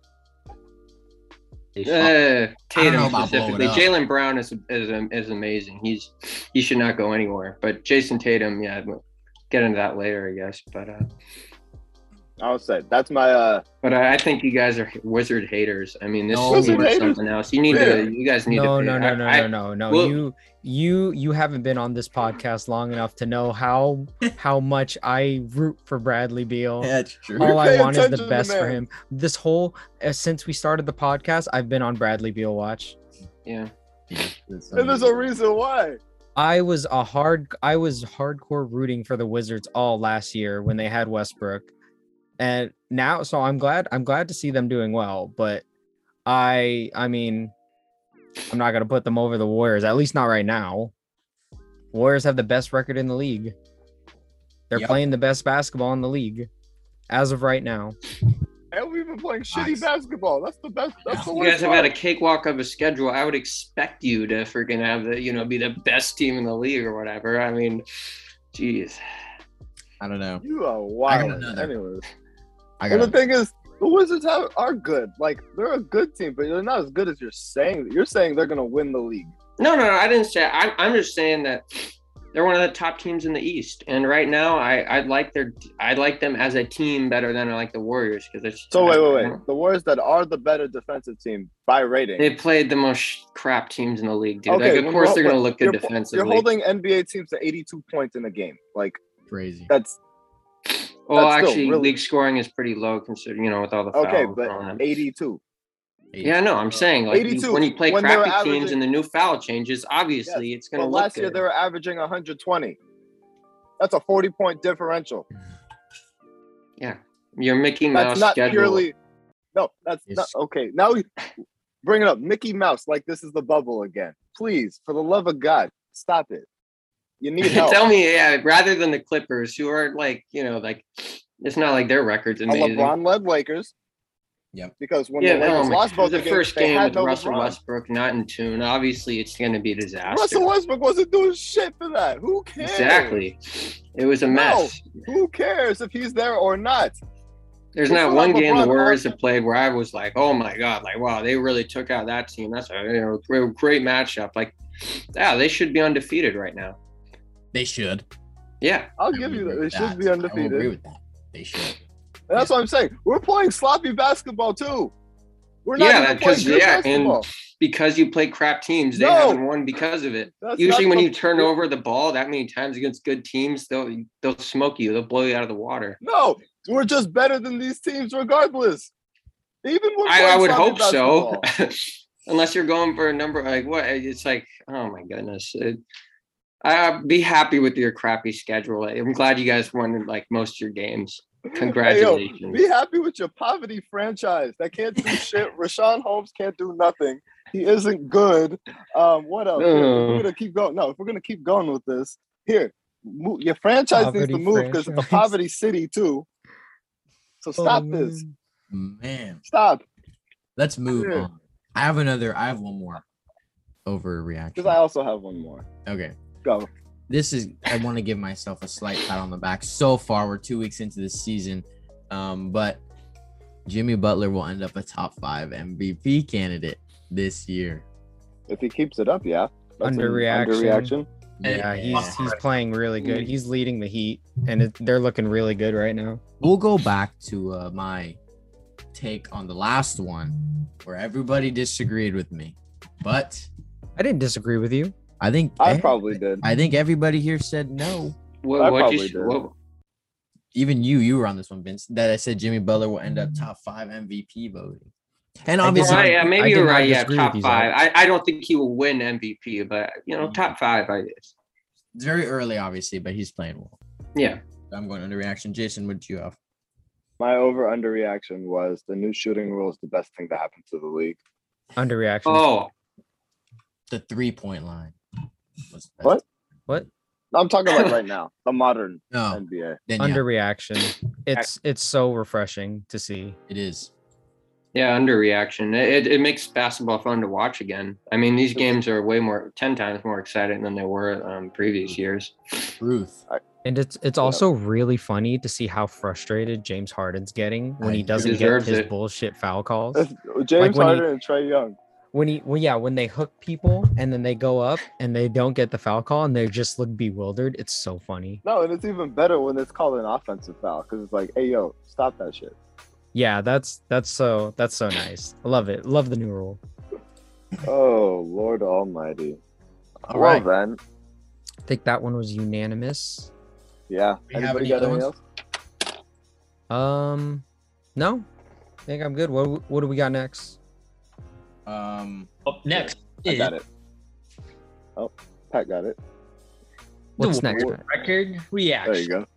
[SPEAKER 3] uh,
[SPEAKER 4] I don't know
[SPEAKER 3] Tatum
[SPEAKER 4] about
[SPEAKER 3] specifically.
[SPEAKER 4] blowing
[SPEAKER 3] Jalen Brown is, is um, is amazing. He's he should not go anywhere. But Jason Tatum, yeah, we'll get into that later, I guess. But uh,
[SPEAKER 5] I'll say that's my uh
[SPEAKER 3] but I, I think you guys are wizard haters. I mean, this
[SPEAKER 4] No.
[SPEAKER 3] is
[SPEAKER 5] Wizard haters?
[SPEAKER 3] something else. You need
[SPEAKER 5] Yeah.
[SPEAKER 3] to. You guys need
[SPEAKER 2] No,
[SPEAKER 3] to.
[SPEAKER 2] no, no,
[SPEAKER 3] I-
[SPEAKER 2] no,
[SPEAKER 3] I-
[SPEAKER 2] no, no, no.
[SPEAKER 3] well-
[SPEAKER 2] you you you haven't been on this podcast long enough to know how how much I root for Bradley Beal.
[SPEAKER 4] Yeah, it's true.
[SPEAKER 5] You're
[SPEAKER 2] All I
[SPEAKER 5] paying
[SPEAKER 2] want is
[SPEAKER 5] attention
[SPEAKER 2] the
[SPEAKER 5] to the
[SPEAKER 2] best for
[SPEAKER 5] man.
[SPEAKER 2] him. This whole uh, since we started the podcast, I've been on Bradley Beal watch.
[SPEAKER 3] Yeah.
[SPEAKER 4] Yeah, it's
[SPEAKER 5] and there's a reason why.
[SPEAKER 2] I was a hard I was hardcore rooting for the Wizards all last year when they had Westbrook. And now so I'm glad I'm glad to see them doing well, but I I mean I'm not going to put them over the Warriors at least not right now. Warriors have the best record in the league. They're
[SPEAKER 4] Yep.
[SPEAKER 2] playing the best basketball in the league as of right now.
[SPEAKER 5] And we've been playing shitty
[SPEAKER 4] Nice.
[SPEAKER 5] basketball. That's the best that's the
[SPEAKER 3] You
[SPEAKER 5] worst
[SPEAKER 3] guys have had a
[SPEAKER 5] part.
[SPEAKER 3] cakewalk of a schedule. I would expect you to freaking have the, you know, be the best team in the league or whatever. I mean, geez.
[SPEAKER 4] I don't know.
[SPEAKER 5] you are wild.
[SPEAKER 4] another.
[SPEAKER 5] Anyways.
[SPEAKER 4] I
[SPEAKER 5] Well,
[SPEAKER 4] got
[SPEAKER 5] the thing is, the Wizards have, are good. Like they're a good team, but they're not as good as you're saying. You're saying they're gonna win the league.
[SPEAKER 3] No, no, no I didn't say. I, I'm just saying that they're one of the top teams in the East, and right now, I, I like their, I like them as a team better than I like the Warriors because it's.
[SPEAKER 5] So wait, wait, wait. The Warriors that are the better defensive team by rating.
[SPEAKER 3] They played the most crap teams in the league, dude.
[SPEAKER 5] Okay,
[SPEAKER 3] like, of
[SPEAKER 5] well,
[SPEAKER 3] course, they're
[SPEAKER 5] well,
[SPEAKER 3] going to look
[SPEAKER 5] you're,
[SPEAKER 3] good defensively.
[SPEAKER 5] you're holding NBA teams to 82 points in a game. Like
[SPEAKER 4] crazy.
[SPEAKER 5] that's
[SPEAKER 3] well,
[SPEAKER 5] that's still
[SPEAKER 3] actually,
[SPEAKER 5] really-
[SPEAKER 3] league scoring is pretty low, considering you know with all the fouls.
[SPEAKER 5] okay,
[SPEAKER 3] thrown in.
[SPEAKER 5] but 82.
[SPEAKER 3] Yeah, no, I'm saying like
[SPEAKER 5] 82,
[SPEAKER 3] when you play
[SPEAKER 5] when they were
[SPEAKER 3] crappy teams
[SPEAKER 5] averaging-
[SPEAKER 3] and the new foul changes, obviously it's going to
[SPEAKER 5] But
[SPEAKER 3] look
[SPEAKER 5] last year
[SPEAKER 3] good.
[SPEAKER 5] they were averaging 120. That's a 40 point differential.
[SPEAKER 3] yeah, your Mickey Mouse
[SPEAKER 5] That's not
[SPEAKER 3] schedule.
[SPEAKER 5] purely. No, that's
[SPEAKER 4] It's-
[SPEAKER 5] not okay. Now we bring it up, Mickey Mouse. Like this is the bubble again. Please, for the love of God, stop it. You need
[SPEAKER 3] *laughs*
[SPEAKER 5] help.
[SPEAKER 3] Tell me, yeah, rather than the Clippers, who are like you know like it's not like their records
[SPEAKER 5] A
[SPEAKER 3] amazing.
[SPEAKER 5] LeBron led Lakers.
[SPEAKER 4] Yep.
[SPEAKER 5] Because when
[SPEAKER 3] yeah,
[SPEAKER 5] the Lakers
[SPEAKER 3] no,
[SPEAKER 5] lost both
[SPEAKER 3] the
[SPEAKER 5] games,
[SPEAKER 3] first
[SPEAKER 5] they
[SPEAKER 3] game
[SPEAKER 5] had
[SPEAKER 3] with
[SPEAKER 5] no
[SPEAKER 3] Russell
[SPEAKER 5] LeBron.
[SPEAKER 3] Westbrook not in tune. Obviously, it's going to be a disaster.
[SPEAKER 5] Russell Westbrook wasn't doing shit for that. Who cares?
[SPEAKER 3] exactly, it was a mess.
[SPEAKER 5] Who cares if he's there or not?
[SPEAKER 3] There's
[SPEAKER 5] It's
[SPEAKER 3] not
[SPEAKER 5] not
[SPEAKER 3] one
[SPEAKER 5] like
[SPEAKER 3] game the
[SPEAKER 5] LeBron
[SPEAKER 3] Warriors
[SPEAKER 5] Austin.
[SPEAKER 3] have played where I was like, oh my god, like wow, they really took out that team. That's a you know, great, great matchup. Like, yeah, they should be undefeated right now.
[SPEAKER 4] They should.
[SPEAKER 3] Yeah,
[SPEAKER 5] I'll
[SPEAKER 4] I
[SPEAKER 5] give
[SPEAKER 4] will agree
[SPEAKER 5] you that. They
[SPEAKER 4] with
[SPEAKER 5] should
[SPEAKER 4] that.
[SPEAKER 5] be
[SPEAKER 4] I will agree
[SPEAKER 5] undefeated.
[SPEAKER 4] with that. They should.
[SPEAKER 5] And that's what I'm saying. We're playing sloppy basketball too. We're not
[SPEAKER 3] Yeah,
[SPEAKER 5] even
[SPEAKER 3] that- 'cause-
[SPEAKER 5] playing good
[SPEAKER 3] yeah, and
[SPEAKER 5] basketball.
[SPEAKER 3] because you play crap teams, they
[SPEAKER 5] No.
[SPEAKER 3] haven't won because of it.
[SPEAKER 5] That's
[SPEAKER 3] Usually,
[SPEAKER 5] not
[SPEAKER 3] when
[SPEAKER 5] the-
[SPEAKER 3] you turn over the ball that many times against good teams, they'll they'll smoke you. They'll blow you out of the water.
[SPEAKER 5] No, we're just better than these teams regardless. Even when
[SPEAKER 3] I, I
[SPEAKER 5] playing
[SPEAKER 3] would
[SPEAKER 5] sloppy
[SPEAKER 3] hope so, *laughs*
[SPEAKER 5] basketball.
[SPEAKER 3] unless you're going for a number like what? It's like, oh my goodness. It- I be happy with your crappy schedule. I'm glad you guys won like most of your games.
[SPEAKER 5] *laughs* Hey, yo,
[SPEAKER 3] Congratulations.
[SPEAKER 5] be happy with your poverty franchise that can't
[SPEAKER 3] *laughs*
[SPEAKER 5] do shit. Rashawn Holmes can't do nothing. He isn't good. Um, what else? Here, if
[SPEAKER 3] Ugh.
[SPEAKER 5] we're gonna keep going. No, if we're gonna keep going with this, here mo- your franchise needs
[SPEAKER 2] Poverty
[SPEAKER 5] to move because it's a
[SPEAKER 2] franchise. Oh,
[SPEAKER 5] poverty city too. So stop this.
[SPEAKER 4] Man,
[SPEAKER 5] Stop.
[SPEAKER 4] let's move
[SPEAKER 5] Yeah.
[SPEAKER 4] on. I have another. I have one more overreaction.
[SPEAKER 5] Because I also have one more.
[SPEAKER 4] okay,
[SPEAKER 5] Go.
[SPEAKER 4] this is. I want to give myself a slight pat on the back. So far, we're two weeks into this season, um, but Jimmy Butler will end up a top five MVP candidate this year.
[SPEAKER 5] If he keeps it up, yeah. That's an
[SPEAKER 2] Underreaction.
[SPEAKER 5] Underreaction.
[SPEAKER 2] Yeah, he's he's playing really good. He's leading the Heat, and it, they're looking really good right now.
[SPEAKER 4] we'll go back to uh, my take on the last one where everybody disagreed with me but
[SPEAKER 2] I didn't disagree with you.
[SPEAKER 4] i think
[SPEAKER 5] I probably did.
[SPEAKER 4] i think everybody here said no
[SPEAKER 5] I
[SPEAKER 3] What, what
[SPEAKER 5] probably
[SPEAKER 3] you
[SPEAKER 5] did.
[SPEAKER 3] should, what,
[SPEAKER 4] even you you were on this one vince that i said jimmy butler will end up top five mvp voting and
[SPEAKER 2] I
[SPEAKER 4] obviously
[SPEAKER 2] did
[SPEAKER 3] Well, yeah, maybe
[SPEAKER 2] I did
[SPEAKER 3] you're
[SPEAKER 2] not
[SPEAKER 3] right. Yeah,
[SPEAKER 2] disagree with
[SPEAKER 3] top
[SPEAKER 2] you,
[SPEAKER 3] five.
[SPEAKER 2] Zach.
[SPEAKER 3] I, I don't think he will win MVP, but you know, top five. I guess.
[SPEAKER 4] it's very early obviously but he's playing well
[SPEAKER 3] Yeah.
[SPEAKER 4] i'm going under reaction jason what do you have
[SPEAKER 5] My over underreaction was the new shooting rule is the best thing to happen to the league.
[SPEAKER 2] Underreaction.
[SPEAKER 3] Oh,
[SPEAKER 4] the three point line was
[SPEAKER 5] What?
[SPEAKER 2] What?
[SPEAKER 5] I'm talking about right now, the modern
[SPEAKER 4] no
[SPEAKER 5] NBA.
[SPEAKER 4] then yeah,
[SPEAKER 2] Underreaction. It's it's so refreshing to see.
[SPEAKER 4] it is
[SPEAKER 3] yeah, underreaction. It, it it makes basketball fun to watch again. I mean, these games are way more, ten times more exciting than they were um, previous years.
[SPEAKER 4] truth
[SPEAKER 2] And it's it's
[SPEAKER 5] Yeah.
[SPEAKER 2] also really funny to see how frustrated James Harden's getting when
[SPEAKER 4] I-
[SPEAKER 2] he
[SPEAKER 4] he
[SPEAKER 2] doesn't get
[SPEAKER 3] deserves
[SPEAKER 2] his
[SPEAKER 3] it.
[SPEAKER 2] bullshit foul calls.
[SPEAKER 5] It's James
[SPEAKER 2] when he-
[SPEAKER 5] Harden and Trey Young.
[SPEAKER 2] When he well yeah, when they hook people and then they go up and they don't get the foul call and they just look bewildered. It's so funny.
[SPEAKER 5] No, and it's even better when it's called an offensive foul because it's like, hey, yo, stop that shit.
[SPEAKER 2] Yeah, that's that's so that's so nice. I love it. Love the new rule.
[SPEAKER 5] Oh, Lord Almighty.
[SPEAKER 4] All
[SPEAKER 5] well,
[SPEAKER 4] right.
[SPEAKER 5] then.
[SPEAKER 2] I think that one was unanimous.
[SPEAKER 5] Yeah.
[SPEAKER 4] We have
[SPEAKER 5] Anybody
[SPEAKER 4] any
[SPEAKER 5] got
[SPEAKER 4] other
[SPEAKER 5] anything
[SPEAKER 4] ones?
[SPEAKER 5] else?
[SPEAKER 2] Um no. I think I'm good. What what do we got next?
[SPEAKER 4] um
[SPEAKER 1] Up oh, next
[SPEAKER 5] I
[SPEAKER 1] is
[SPEAKER 5] got
[SPEAKER 1] the
[SPEAKER 5] it. Oh, Pat got it.
[SPEAKER 2] What's next?
[SPEAKER 1] Warriors
[SPEAKER 2] Matt?
[SPEAKER 1] record reaction.
[SPEAKER 5] There you go.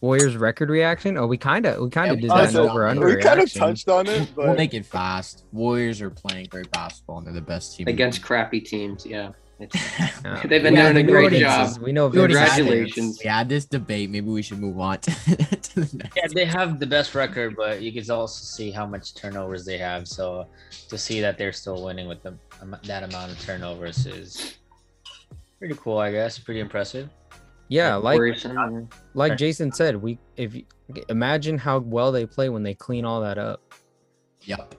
[SPEAKER 2] Warriors record reaction? Oh, we kind of we kind
[SPEAKER 4] Yeah,
[SPEAKER 2] of
[SPEAKER 4] we
[SPEAKER 2] did
[SPEAKER 4] kinda
[SPEAKER 2] that in
[SPEAKER 4] did
[SPEAKER 2] over
[SPEAKER 4] that.
[SPEAKER 2] under
[SPEAKER 5] we kind of
[SPEAKER 2] reaction.
[SPEAKER 5] touched on it,
[SPEAKER 4] we'll
[SPEAKER 5] but
[SPEAKER 4] make it fast. Warriors are playing great basketball, and they're the best team in the
[SPEAKER 3] Against crappy teams. Yeah. It's,
[SPEAKER 4] league.
[SPEAKER 2] Yeah.
[SPEAKER 3] They've been
[SPEAKER 2] We have
[SPEAKER 4] doing a great
[SPEAKER 2] audiences. We
[SPEAKER 4] *laughs*
[SPEAKER 2] know
[SPEAKER 4] We already had this-
[SPEAKER 3] Congratulations.
[SPEAKER 4] We had this debate. Maybe we should move on *laughs* to, to the next.
[SPEAKER 1] Yeah, they have the best record, but you can also see how much turnovers they have. So to see that they're still winning with them that amount of turnovers is pretty cool, I guess. Pretty impressive.
[SPEAKER 2] Yeah, like
[SPEAKER 3] worrisome.
[SPEAKER 2] like Jason said, we if you, imagine how well they play when they clean all that up.
[SPEAKER 4] Yep.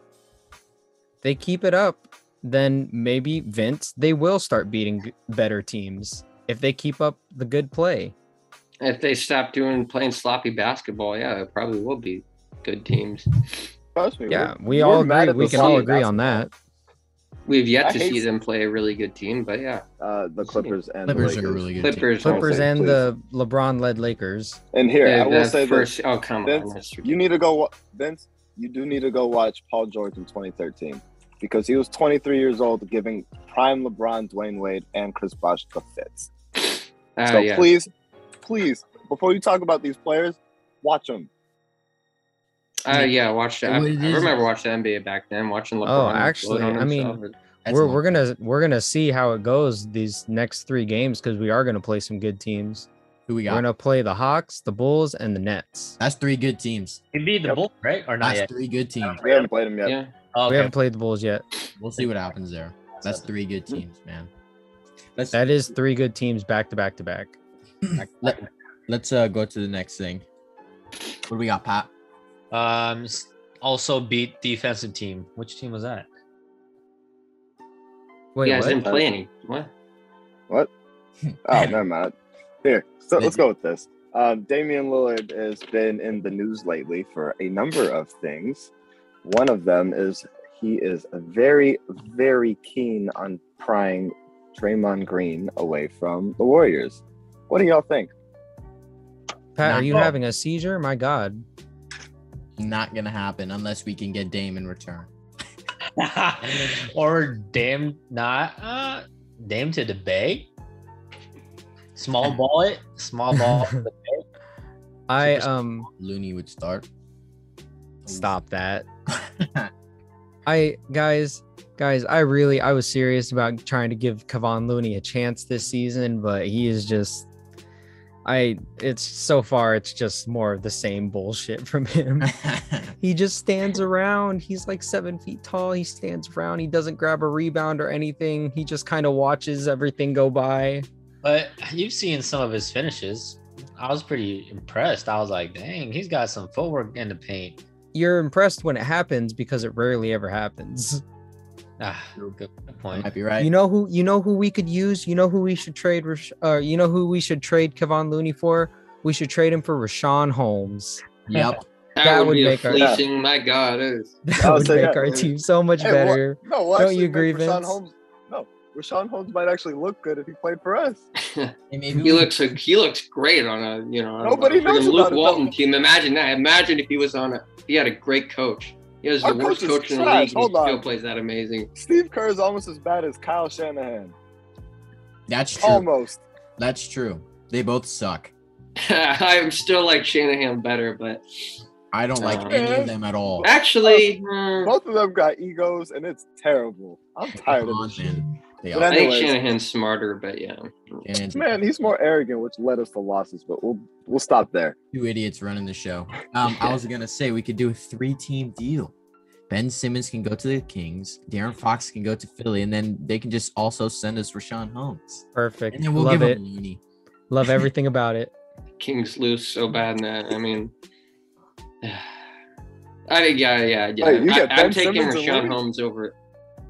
[SPEAKER 2] They keep it up, then maybe Vince they will start beating g- better teams if they keep up the good play.
[SPEAKER 3] if they stop doing playing sloppy basketball, yeah, it probably will be good teams.
[SPEAKER 5] trust me.
[SPEAKER 2] Yeah,
[SPEAKER 5] we're-
[SPEAKER 2] we
[SPEAKER 5] we're
[SPEAKER 2] all agree.
[SPEAKER 5] mad at
[SPEAKER 2] We
[SPEAKER 5] the
[SPEAKER 2] can all
[SPEAKER 5] Suns
[SPEAKER 2] agree on that.
[SPEAKER 3] We've yet
[SPEAKER 5] I
[SPEAKER 3] to
[SPEAKER 5] hate-
[SPEAKER 3] see them play a really good team, but yeah,
[SPEAKER 5] basketball. Uh, the Clippers and the
[SPEAKER 4] Clippers
[SPEAKER 5] Lakers.
[SPEAKER 4] are a really good.
[SPEAKER 3] Clippers.
[SPEAKER 5] Don't
[SPEAKER 2] Clippers
[SPEAKER 5] say
[SPEAKER 2] and the LeBron-led Lakers.
[SPEAKER 5] And here, I will say
[SPEAKER 3] first. Oh come
[SPEAKER 5] Vince,
[SPEAKER 3] on, that's
[SPEAKER 5] this: you need to go, wa- Vince. You do need to go watch Paul George in 2013 because he was 23 years old, giving prime LeBron, Dwayne Wade, and Chris Bosh the fits.
[SPEAKER 3] Uh,
[SPEAKER 5] so
[SPEAKER 3] yeah.
[SPEAKER 5] please, please, before you talk about these players, watch them.
[SPEAKER 3] Uh, yeah, watch that. I,
[SPEAKER 4] What it
[SPEAKER 3] I
[SPEAKER 4] is-
[SPEAKER 3] remember watching the NBA back then, watching LeBron.
[SPEAKER 2] Oh,
[SPEAKER 3] explode
[SPEAKER 2] actually,
[SPEAKER 3] on
[SPEAKER 2] I mean,
[SPEAKER 3] himself.
[SPEAKER 4] That's
[SPEAKER 2] we're
[SPEAKER 4] my-
[SPEAKER 2] we're gonna we're gonna see how it goes these next three games because we are gonna play some good teams.
[SPEAKER 4] who we
[SPEAKER 2] We're
[SPEAKER 4] got.
[SPEAKER 2] gonna play the Hawks, the Bulls, and the Nets.
[SPEAKER 4] That's three good teams.
[SPEAKER 1] You beat the
[SPEAKER 5] Yep.
[SPEAKER 1] Bulls, right? Or not
[SPEAKER 4] That's
[SPEAKER 1] yet?
[SPEAKER 4] three good teams.
[SPEAKER 5] We haven't played them yet.
[SPEAKER 3] yeah.
[SPEAKER 1] Oh,
[SPEAKER 2] We
[SPEAKER 1] okay.
[SPEAKER 2] haven't played the Bulls yet.
[SPEAKER 4] We'll see what happens there. That's three good teams, man. Let's
[SPEAKER 2] That is three good teams back to back to back.
[SPEAKER 4] let, let's uh go to the next thing. What do we got, Pat?
[SPEAKER 1] Um, s- also beat defensive team. Which team was that?
[SPEAKER 2] Wait,
[SPEAKER 3] you guys
[SPEAKER 2] what?
[SPEAKER 3] didn't play any. What?
[SPEAKER 5] What? Oh, never mind. Here, so
[SPEAKER 4] Maybe.
[SPEAKER 5] let's go with this. Um, Damian Lillard has been in the news lately for a number of things. One of them is he is very, very keen on prying Draymond Green away from the Warriors. What do y'all think?
[SPEAKER 2] Pat,
[SPEAKER 4] Nah.
[SPEAKER 2] are you having a seizure? My God.
[SPEAKER 4] Not gonna happen unless we can get Dame in return.
[SPEAKER 1] or damn not uh damn to the bay. Small ball it, small ball. to the bay.
[SPEAKER 2] I
[SPEAKER 1] Super-
[SPEAKER 2] um
[SPEAKER 4] Looney would start. *laughs*
[SPEAKER 2] stop that. I guys, guys, I really I was serious about trying to give Kevon Looney a chance this season, but he is just I it's so far it's just more of the same bullshit *laughs* from
[SPEAKER 4] *laughs*
[SPEAKER 2] him. He just stands around. He's like seven feet tall. He stands around. He doesn't grab a rebound or anything. He just kind of watches everything go by.
[SPEAKER 1] But you've seen some of his finishes. I was pretty impressed. I was like, dang, he's got some footwork in the paint.
[SPEAKER 2] You're impressed when it happens because it rarely ever happens.
[SPEAKER 1] Ah, good point.
[SPEAKER 4] Might be right.
[SPEAKER 2] You know who you know who we could use. You know who we should trade. Rash- Uh, you know who we should trade Kevon Looney for. We should trade him for Rashawn Holmes. *laughs*
[SPEAKER 4] yep.
[SPEAKER 3] That,
[SPEAKER 2] That
[SPEAKER 3] would,
[SPEAKER 2] would
[SPEAKER 3] be
[SPEAKER 2] make
[SPEAKER 3] a
[SPEAKER 2] our-
[SPEAKER 3] fleecing. My God, it is.
[SPEAKER 2] That
[SPEAKER 5] I'll
[SPEAKER 2] would
[SPEAKER 5] say
[SPEAKER 2] make
[SPEAKER 5] that.
[SPEAKER 2] our team so much
[SPEAKER 5] Hey, what-
[SPEAKER 2] better.
[SPEAKER 5] No, well,
[SPEAKER 2] Don't
[SPEAKER 5] actually,
[SPEAKER 2] you
[SPEAKER 5] make
[SPEAKER 2] agree,
[SPEAKER 5] Rashawn
[SPEAKER 2] Vince?
[SPEAKER 5] Holmes, no, Rashawn Holmes might actually look good if he played for us.
[SPEAKER 4] And maybe
[SPEAKER 3] He
[SPEAKER 4] we-
[SPEAKER 3] looks like he looks great on a you know on a-
[SPEAKER 5] Nobody
[SPEAKER 3] on a
[SPEAKER 5] knows
[SPEAKER 3] Luke
[SPEAKER 5] about it,
[SPEAKER 3] Walton
[SPEAKER 5] though.
[SPEAKER 3] team. Imagine that. Imagine if he was on a he had a great coach. He was
[SPEAKER 5] Our
[SPEAKER 3] the worst
[SPEAKER 5] coach is
[SPEAKER 3] coach in the
[SPEAKER 5] trash.
[SPEAKER 3] league. and
[SPEAKER 5] Hold
[SPEAKER 3] he still
[SPEAKER 5] on.
[SPEAKER 3] plays that amazing. *laughs*
[SPEAKER 5] Steve Kerr is almost as bad as Kyle Shanahan.
[SPEAKER 4] That's true.
[SPEAKER 5] Almost.
[SPEAKER 4] That's true. They both suck.
[SPEAKER 3] I'm still like Shanahan better, but
[SPEAKER 4] I don't like
[SPEAKER 3] Uh,
[SPEAKER 4] any of them at all.
[SPEAKER 3] actually, hmm,
[SPEAKER 5] Both of them got egos, and it's terrible. I'm tired
[SPEAKER 4] Come
[SPEAKER 5] of
[SPEAKER 4] on,
[SPEAKER 5] this. shit.
[SPEAKER 4] man. They
[SPEAKER 5] But
[SPEAKER 4] all
[SPEAKER 3] I think
[SPEAKER 5] anyways.
[SPEAKER 3] Shanahan's smarter. But yeah,
[SPEAKER 4] and
[SPEAKER 5] Man, he's more arrogant, which led us to losses. But we'll we'll stop there.
[SPEAKER 4] two idiots running the show. Um, I was gonna say we could do a three-team deal. Ben Simmons can go to the Kings. Darren Fox can go to Philly, and then they can just also send us Rashawn Holmes,
[SPEAKER 2] Perfect.
[SPEAKER 4] and then we'll
[SPEAKER 2] Love
[SPEAKER 4] give
[SPEAKER 2] it.
[SPEAKER 4] him Looney.
[SPEAKER 2] Love everything about it.
[SPEAKER 3] Kings lose so bad in that. I mean, *sighs* I mean, yeah, yeah, yeah.
[SPEAKER 5] Hey, you
[SPEAKER 3] I,
[SPEAKER 5] got
[SPEAKER 3] I'm
[SPEAKER 5] Ben
[SPEAKER 3] taking
[SPEAKER 5] Simmons and
[SPEAKER 3] Rashawn
[SPEAKER 5] Looney?
[SPEAKER 3] Holmes over.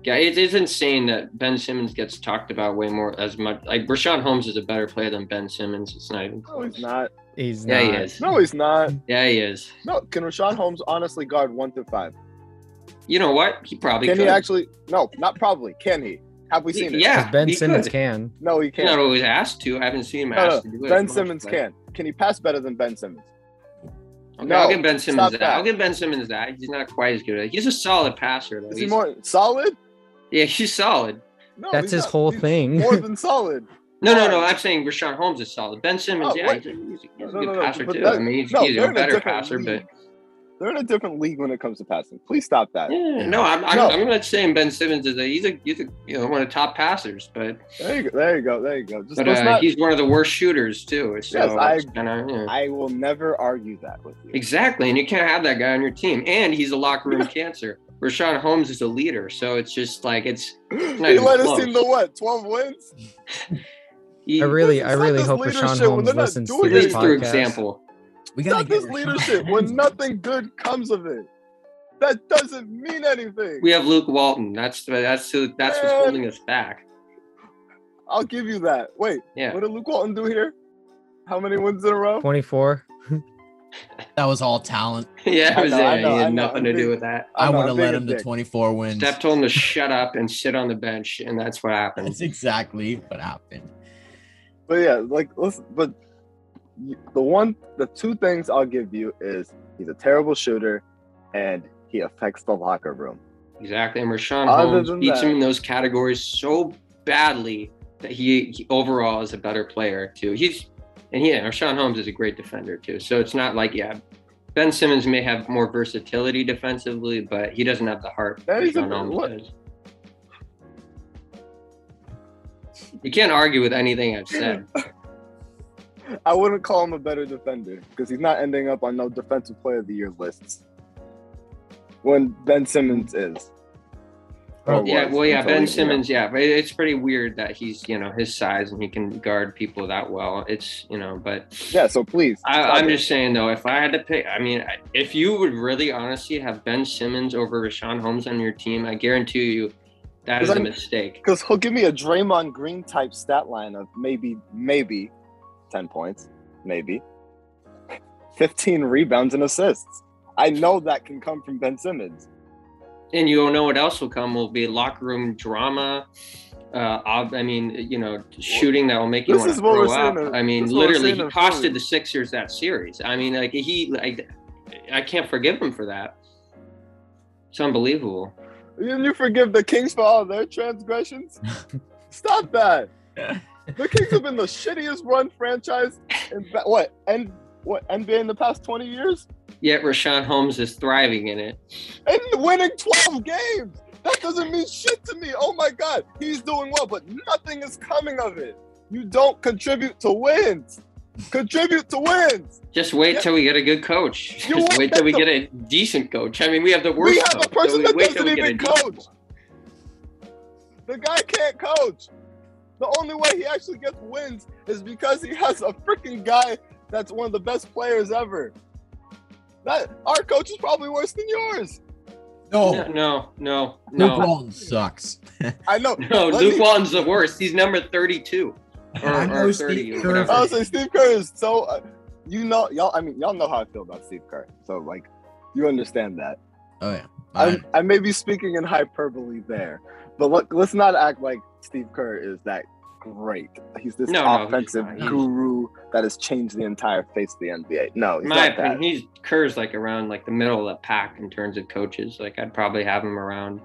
[SPEAKER 3] Yeah, it, it's insane that Ben Simmons gets talked about way more as much. Like Rashawn Holmes is a better player than Ben Simmons. It's not even
[SPEAKER 5] No,
[SPEAKER 3] close.
[SPEAKER 5] he's not.
[SPEAKER 2] Oh, He's
[SPEAKER 3] Yeah,
[SPEAKER 2] not.
[SPEAKER 3] he is.
[SPEAKER 5] No, he's not.
[SPEAKER 3] Yeah, he is.
[SPEAKER 5] No, can Rashawn Holmes honestly guard one through five?
[SPEAKER 3] You know what? He probably
[SPEAKER 5] Can
[SPEAKER 3] could.
[SPEAKER 5] he actually? No, not probably. Can he? Have we
[SPEAKER 3] He-
[SPEAKER 5] seen it?
[SPEAKER 3] yeah,
[SPEAKER 2] 'Cause Ben
[SPEAKER 3] he
[SPEAKER 2] Simmons
[SPEAKER 3] could.
[SPEAKER 2] can.
[SPEAKER 5] No, he
[SPEAKER 3] He's not
[SPEAKER 5] can't.
[SPEAKER 3] always asked to. I haven't seen him
[SPEAKER 5] No, no,
[SPEAKER 3] asked to do it.
[SPEAKER 5] Ben
[SPEAKER 3] as much,
[SPEAKER 5] Simmons
[SPEAKER 3] but-
[SPEAKER 5] can. Can he pass better than Ben Simmons?
[SPEAKER 3] Okay,
[SPEAKER 5] No,
[SPEAKER 3] I'll give Ben Simmons
[SPEAKER 5] stop
[SPEAKER 3] that.
[SPEAKER 5] that.
[SPEAKER 3] I'll give Ben Simmons that. He's not quite as good. at He's a solid passer. Though.
[SPEAKER 5] Is he
[SPEAKER 3] He's-
[SPEAKER 5] more solid?
[SPEAKER 3] yeah, he's solid.
[SPEAKER 5] No,
[SPEAKER 2] That's
[SPEAKER 5] he's
[SPEAKER 2] his
[SPEAKER 5] not.
[SPEAKER 2] whole
[SPEAKER 5] He's
[SPEAKER 2] thing. *laughs*
[SPEAKER 5] More than solid.
[SPEAKER 3] No, no,
[SPEAKER 5] Yeah.
[SPEAKER 3] no. I'm saying Rashawn Holmes is solid. Ben Simmons,
[SPEAKER 5] Oh,
[SPEAKER 3] yeah,
[SPEAKER 5] what?
[SPEAKER 3] he's a, he's a- he's a
[SPEAKER 5] No,
[SPEAKER 3] good
[SPEAKER 5] no, no,
[SPEAKER 3] passer
[SPEAKER 5] but
[SPEAKER 3] too.
[SPEAKER 5] that-
[SPEAKER 3] I mean, he's,
[SPEAKER 5] no,
[SPEAKER 3] he's
[SPEAKER 5] they're
[SPEAKER 3] a
[SPEAKER 5] in a
[SPEAKER 3] better
[SPEAKER 5] different
[SPEAKER 3] passer,
[SPEAKER 5] league.
[SPEAKER 3] but
[SPEAKER 5] They're in a different league when it comes to passing. Please stop that.
[SPEAKER 3] yeah, no, I'm, I'm,
[SPEAKER 5] No.
[SPEAKER 3] I'm not saying Ben Simmons is a he's a he's a you know one of the top passers, but
[SPEAKER 5] There you go. There you go. There you go. Just
[SPEAKER 3] but
[SPEAKER 5] let's
[SPEAKER 3] uh,
[SPEAKER 5] not.
[SPEAKER 3] he's one of the worst shooters too. So
[SPEAKER 5] Yes, I-
[SPEAKER 3] it's kinda, you know.
[SPEAKER 5] I will never argue that with you.
[SPEAKER 3] exactly, and you can't have that guy on your team, and he's a locker room cancer. Rashawn Holmes is a leader, so it's just like it's not
[SPEAKER 5] *gasps* he
[SPEAKER 3] even
[SPEAKER 5] led
[SPEAKER 3] close.
[SPEAKER 5] his team to what? Twelve wins.
[SPEAKER 3] he
[SPEAKER 2] I really,
[SPEAKER 5] This
[SPEAKER 2] I
[SPEAKER 5] is not
[SPEAKER 2] really
[SPEAKER 5] just
[SPEAKER 2] hope
[SPEAKER 5] leadership
[SPEAKER 2] Rashawn
[SPEAKER 5] when
[SPEAKER 2] Holmes
[SPEAKER 5] they're not
[SPEAKER 2] listens to
[SPEAKER 5] doing
[SPEAKER 2] this
[SPEAKER 3] leads
[SPEAKER 5] anything.
[SPEAKER 3] through
[SPEAKER 2] podcast.
[SPEAKER 3] example.
[SPEAKER 4] We gotta
[SPEAKER 5] Stop
[SPEAKER 4] get
[SPEAKER 5] this
[SPEAKER 4] Rashawn
[SPEAKER 5] leadership
[SPEAKER 4] Holmes. *laughs*
[SPEAKER 5] when nothing good comes of it. That doesn't mean anything.
[SPEAKER 3] We have Luke Walton. That's that's who, that's what's
[SPEAKER 5] Man.
[SPEAKER 3] holding us back. *laughs*
[SPEAKER 5] I'll give you that. Wait,
[SPEAKER 3] Yeah.
[SPEAKER 5] what did Luke Walton do here? How many wins in a row?
[SPEAKER 2] 24.
[SPEAKER 4] That was all talent.
[SPEAKER 3] Yeah,
[SPEAKER 5] I
[SPEAKER 3] it was
[SPEAKER 5] know,
[SPEAKER 3] it.
[SPEAKER 5] I know,
[SPEAKER 3] he
[SPEAKER 5] I
[SPEAKER 3] had
[SPEAKER 5] know.
[SPEAKER 3] nothing
[SPEAKER 5] I'm
[SPEAKER 3] to do
[SPEAKER 5] being-
[SPEAKER 3] with that.
[SPEAKER 4] I,
[SPEAKER 5] know,
[SPEAKER 4] would
[SPEAKER 5] I'm
[SPEAKER 4] have
[SPEAKER 5] being
[SPEAKER 4] led
[SPEAKER 5] a
[SPEAKER 4] him to
[SPEAKER 5] dick.
[SPEAKER 4] 24 wins.
[SPEAKER 3] Steph told him to shut up and sit on the bench, and that's what happened.
[SPEAKER 4] *laughs* That's exactly what happened.
[SPEAKER 5] But yeah, like listen, but y- the one, the two things I'll give you is he's a terrible shooter, and he affects the locker room.
[SPEAKER 3] Exactly. And Rashawn
[SPEAKER 5] Other
[SPEAKER 3] Holmes
[SPEAKER 5] than
[SPEAKER 3] beats him
[SPEAKER 5] that-
[SPEAKER 3] in those categories so badly that he, he overall is a better player too. He's and yeah, Rashawn Holmes is a great defender too. So it's not like yeah, Ben Simmons may have more versatility defensively, but he doesn't have the heart.
[SPEAKER 5] That is a-
[SPEAKER 3] Rashawn Holmes
[SPEAKER 5] what-
[SPEAKER 3] does. You can't argue with anything I've said.
[SPEAKER 5] I wouldn't call him a better defender because he's not ending up on no defensive player of the year lists. When Ben Simmons is. Or
[SPEAKER 3] Yeah,
[SPEAKER 5] was
[SPEAKER 3] well, yeah,
[SPEAKER 5] until he-
[SPEAKER 3] Ben Simmons, yeah, but it's pretty weird that he's, you know, his size and he can guard people that well. It's, you know, but
[SPEAKER 5] Yeah, so please.
[SPEAKER 3] I,
[SPEAKER 5] stop
[SPEAKER 3] I'm
[SPEAKER 5] it.
[SPEAKER 3] just saying though, if I had to pick, I mean, I- if you would really honestly have Ben Simmons over Rashawn Holmes on your team, I guarantee you that is
[SPEAKER 5] Because
[SPEAKER 3] a
[SPEAKER 5] I'm-
[SPEAKER 3] mistake.
[SPEAKER 5] Because he'll give me a Draymond Green type stat line of maybe, maybe 10 points, maybe 15 rebounds and assists. I know that can come from Ben Simmons.
[SPEAKER 3] And you don't know what else will come will be locker room drama. Uh, ob- I mean, you know, shooting that will make you
[SPEAKER 5] This
[SPEAKER 3] want
[SPEAKER 5] is
[SPEAKER 3] to
[SPEAKER 5] what we're
[SPEAKER 3] throw up.
[SPEAKER 5] seeing in-
[SPEAKER 3] I mean,
[SPEAKER 5] this is what we're
[SPEAKER 3] literally,
[SPEAKER 5] seeing
[SPEAKER 3] he
[SPEAKER 5] in Philly.
[SPEAKER 3] costed the Sixers that series. I mean, like he, like, I can't forgive him for that. It's unbelievable.
[SPEAKER 5] Didn't you forgive the Kings for all
[SPEAKER 3] *laughs*
[SPEAKER 5] their transgressions? Stop that. The Kings
[SPEAKER 3] *laughs*
[SPEAKER 5] have been the shittiest run franchise in ba- what and what NBA in the past 20 years?
[SPEAKER 3] Yet Rashawn Holmes is thriving in it.
[SPEAKER 5] And winning 12 games. That doesn't mean shit to me. Oh my god, he's doing well, but nothing is coming of it. You don't contribute to wins. Contribute to wins.
[SPEAKER 3] Just wait till we get a good coach.
[SPEAKER 5] You
[SPEAKER 3] Just
[SPEAKER 5] won't
[SPEAKER 3] wait
[SPEAKER 5] get
[SPEAKER 3] till we
[SPEAKER 5] the-
[SPEAKER 3] get a decent coach. I mean, we have the worst.
[SPEAKER 5] We have
[SPEAKER 3] coach,
[SPEAKER 5] a
[SPEAKER 3] so
[SPEAKER 5] person
[SPEAKER 3] we
[SPEAKER 5] that
[SPEAKER 3] wait till
[SPEAKER 5] doesn't
[SPEAKER 3] we get a
[SPEAKER 5] even
[SPEAKER 3] decent
[SPEAKER 5] coach. The guy can't coach. The only way he actually gets wins is because he has a freaking guy that's one of the best players ever. That our coach is probably worse than yours.
[SPEAKER 4] No,
[SPEAKER 3] one. No, no,
[SPEAKER 4] Luke
[SPEAKER 3] no,
[SPEAKER 4] Walton sucks.
[SPEAKER 5] I know.
[SPEAKER 3] no. *laughs* no
[SPEAKER 5] Let
[SPEAKER 3] Luke
[SPEAKER 5] me-
[SPEAKER 3] Walton's the worst. He's number thirty-two
[SPEAKER 4] *laughs* I
[SPEAKER 3] or,
[SPEAKER 4] know
[SPEAKER 3] or
[SPEAKER 4] Steve
[SPEAKER 3] thirty. Or
[SPEAKER 4] Kerr.
[SPEAKER 3] whatever.
[SPEAKER 5] Honestly, Steve Kerr is so. Uh, you know, y'all. I mean, y'all know how I feel about Steve Kerr. So like, you understand that.
[SPEAKER 4] Oh yeah,
[SPEAKER 5] I,
[SPEAKER 4] I,
[SPEAKER 5] I may be speaking in hyperbole there, but look, let's not act like Steve Kerr is that great. He's this
[SPEAKER 3] No, no, he's
[SPEAKER 5] offensive
[SPEAKER 3] not. He's-
[SPEAKER 5] guru that has changed the entire face of the NBA. No, he's
[SPEAKER 3] In my
[SPEAKER 5] not that.
[SPEAKER 3] opinion, he's Kerr's like around like the middle of the pack in terms of coaches. Like I'd probably have him around,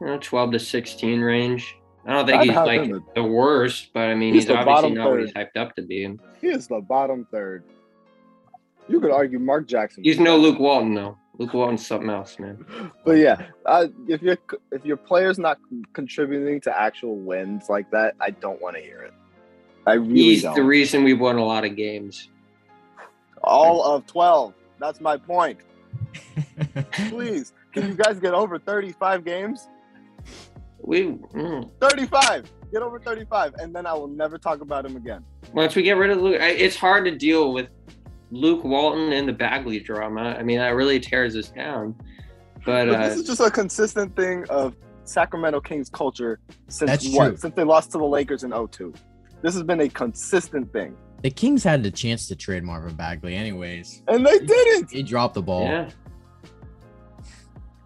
[SPEAKER 3] you know, twelve to sixteen range. I don't think
[SPEAKER 5] I'd
[SPEAKER 3] he's
[SPEAKER 5] have
[SPEAKER 3] like
[SPEAKER 5] him
[SPEAKER 3] the worst, but I mean,
[SPEAKER 5] He's
[SPEAKER 3] he's,
[SPEAKER 5] the
[SPEAKER 3] obviously
[SPEAKER 5] bottom
[SPEAKER 3] not what he's
[SPEAKER 5] third.
[SPEAKER 3] hyped up to be.
[SPEAKER 5] He is the bottom third. You could argue Mark Jackson,
[SPEAKER 3] He's no Luke Walton though. Luke Walton's something else, man.
[SPEAKER 5] but yeah, uh, if your if your player's not contributing to actual wins like that, I don't want to hear it. I really
[SPEAKER 3] He's
[SPEAKER 5] don't.
[SPEAKER 3] the reason we've won a lot of games.
[SPEAKER 5] All of twelve. That's my point.
[SPEAKER 4] *laughs*
[SPEAKER 5] Please, can you guys get over thirty-five games?
[SPEAKER 3] We mm.
[SPEAKER 5] 35. Get over 35, and then I will never talk about him again.
[SPEAKER 3] once we get rid of Luke, I, it's hard to deal with Luke Walton and the Bagley drama. I mean, that really tears us down. But,
[SPEAKER 5] But
[SPEAKER 3] uh,
[SPEAKER 5] this is just a consistent thing of Sacramento Kings culture since
[SPEAKER 4] That's true.
[SPEAKER 5] what? Since they lost to the Lakers in 02. This has been a consistent thing.
[SPEAKER 4] the Kings had the chance to trade Marvin Bagley, anyways.
[SPEAKER 5] And they didn't.
[SPEAKER 4] He dropped the ball.
[SPEAKER 3] Yeah.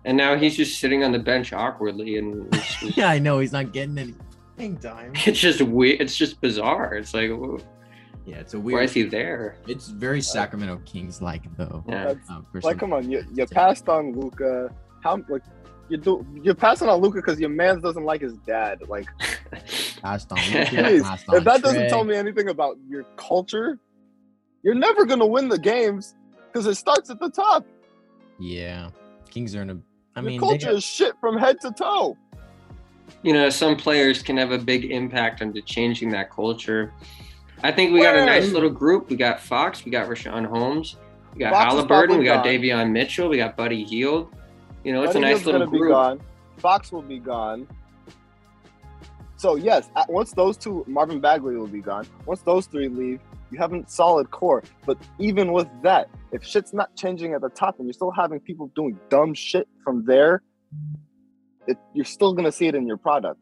[SPEAKER 3] And now he's just sitting on the bench awkwardly, and
[SPEAKER 4] *laughs*
[SPEAKER 3] it's just,
[SPEAKER 4] Yeah, I know he's not getting any playing time.
[SPEAKER 3] it's just weird. It's just bizarre. It's like, wh-
[SPEAKER 4] *laughs* Yeah, it's a
[SPEAKER 3] why
[SPEAKER 4] weird.
[SPEAKER 3] is he there? *laughs*
[SPEAKER 4] It's very Sacramento Kings like though.
[SPEAKER 3] Yeah.
[SPEAKER 5] That's-
[SPEAKER 4] Um,
[SPEAKER 5] Like, come on, you, you passed on Luca. How like you do? You're passing on Luca because your man doesn't like his dad. Like,
[SPEAKER 3] *laughs*
[SPEAKER 4] passed on.
[SPEAKER 5] please,
[SPEAKER 4] passed on
[SPEAKER 5] if that doesn't
[SPEAKER 4] Trey.
[SPEAKER 5] tell me anything about your culture, you're never gonna win the games because it starts at the top.
[SPEAKER 4] yeah, Kings are in a. I
[SPEAKER 5] your
[SPEAKER 4] mean, they
[SPEAKER 5] culture
[SPEAKER 4] got-
[SPEAKER 5] is shit from head to toe.
[SPEAKER 3] You know, some players can have a big impact into changing that culture. I think we got a nice
[SPEAKER 5] Where?
[SPEAKER 3] little group. We got Fox. We got Rashawn Holmes. We got
[SPEAKER 5] Fox is
[SPEAKER 3] Halliburton. We got
[SPEAKER 5] probably
[SPEAKER 3] Davion Mitchell. We got Buddy Heald. You know, it's
[SPEAKER 5] Buddy
[SPEAKER 3] a nice
[SPEAKER 5] Hield's
[SPEAKER 3] little
[SPEAKER 5] gonna Be
[SPEAKER 3] group.
[SPEAKER 5] gone. Fox will be gone. So yes, at- once those two, Marvin Bagley will be gone. Once those three leave, you have a solid core. But even with that, if shit's not changing at the top and you're still having people doing dumb shit from there, it, you're still gonna see it in your product.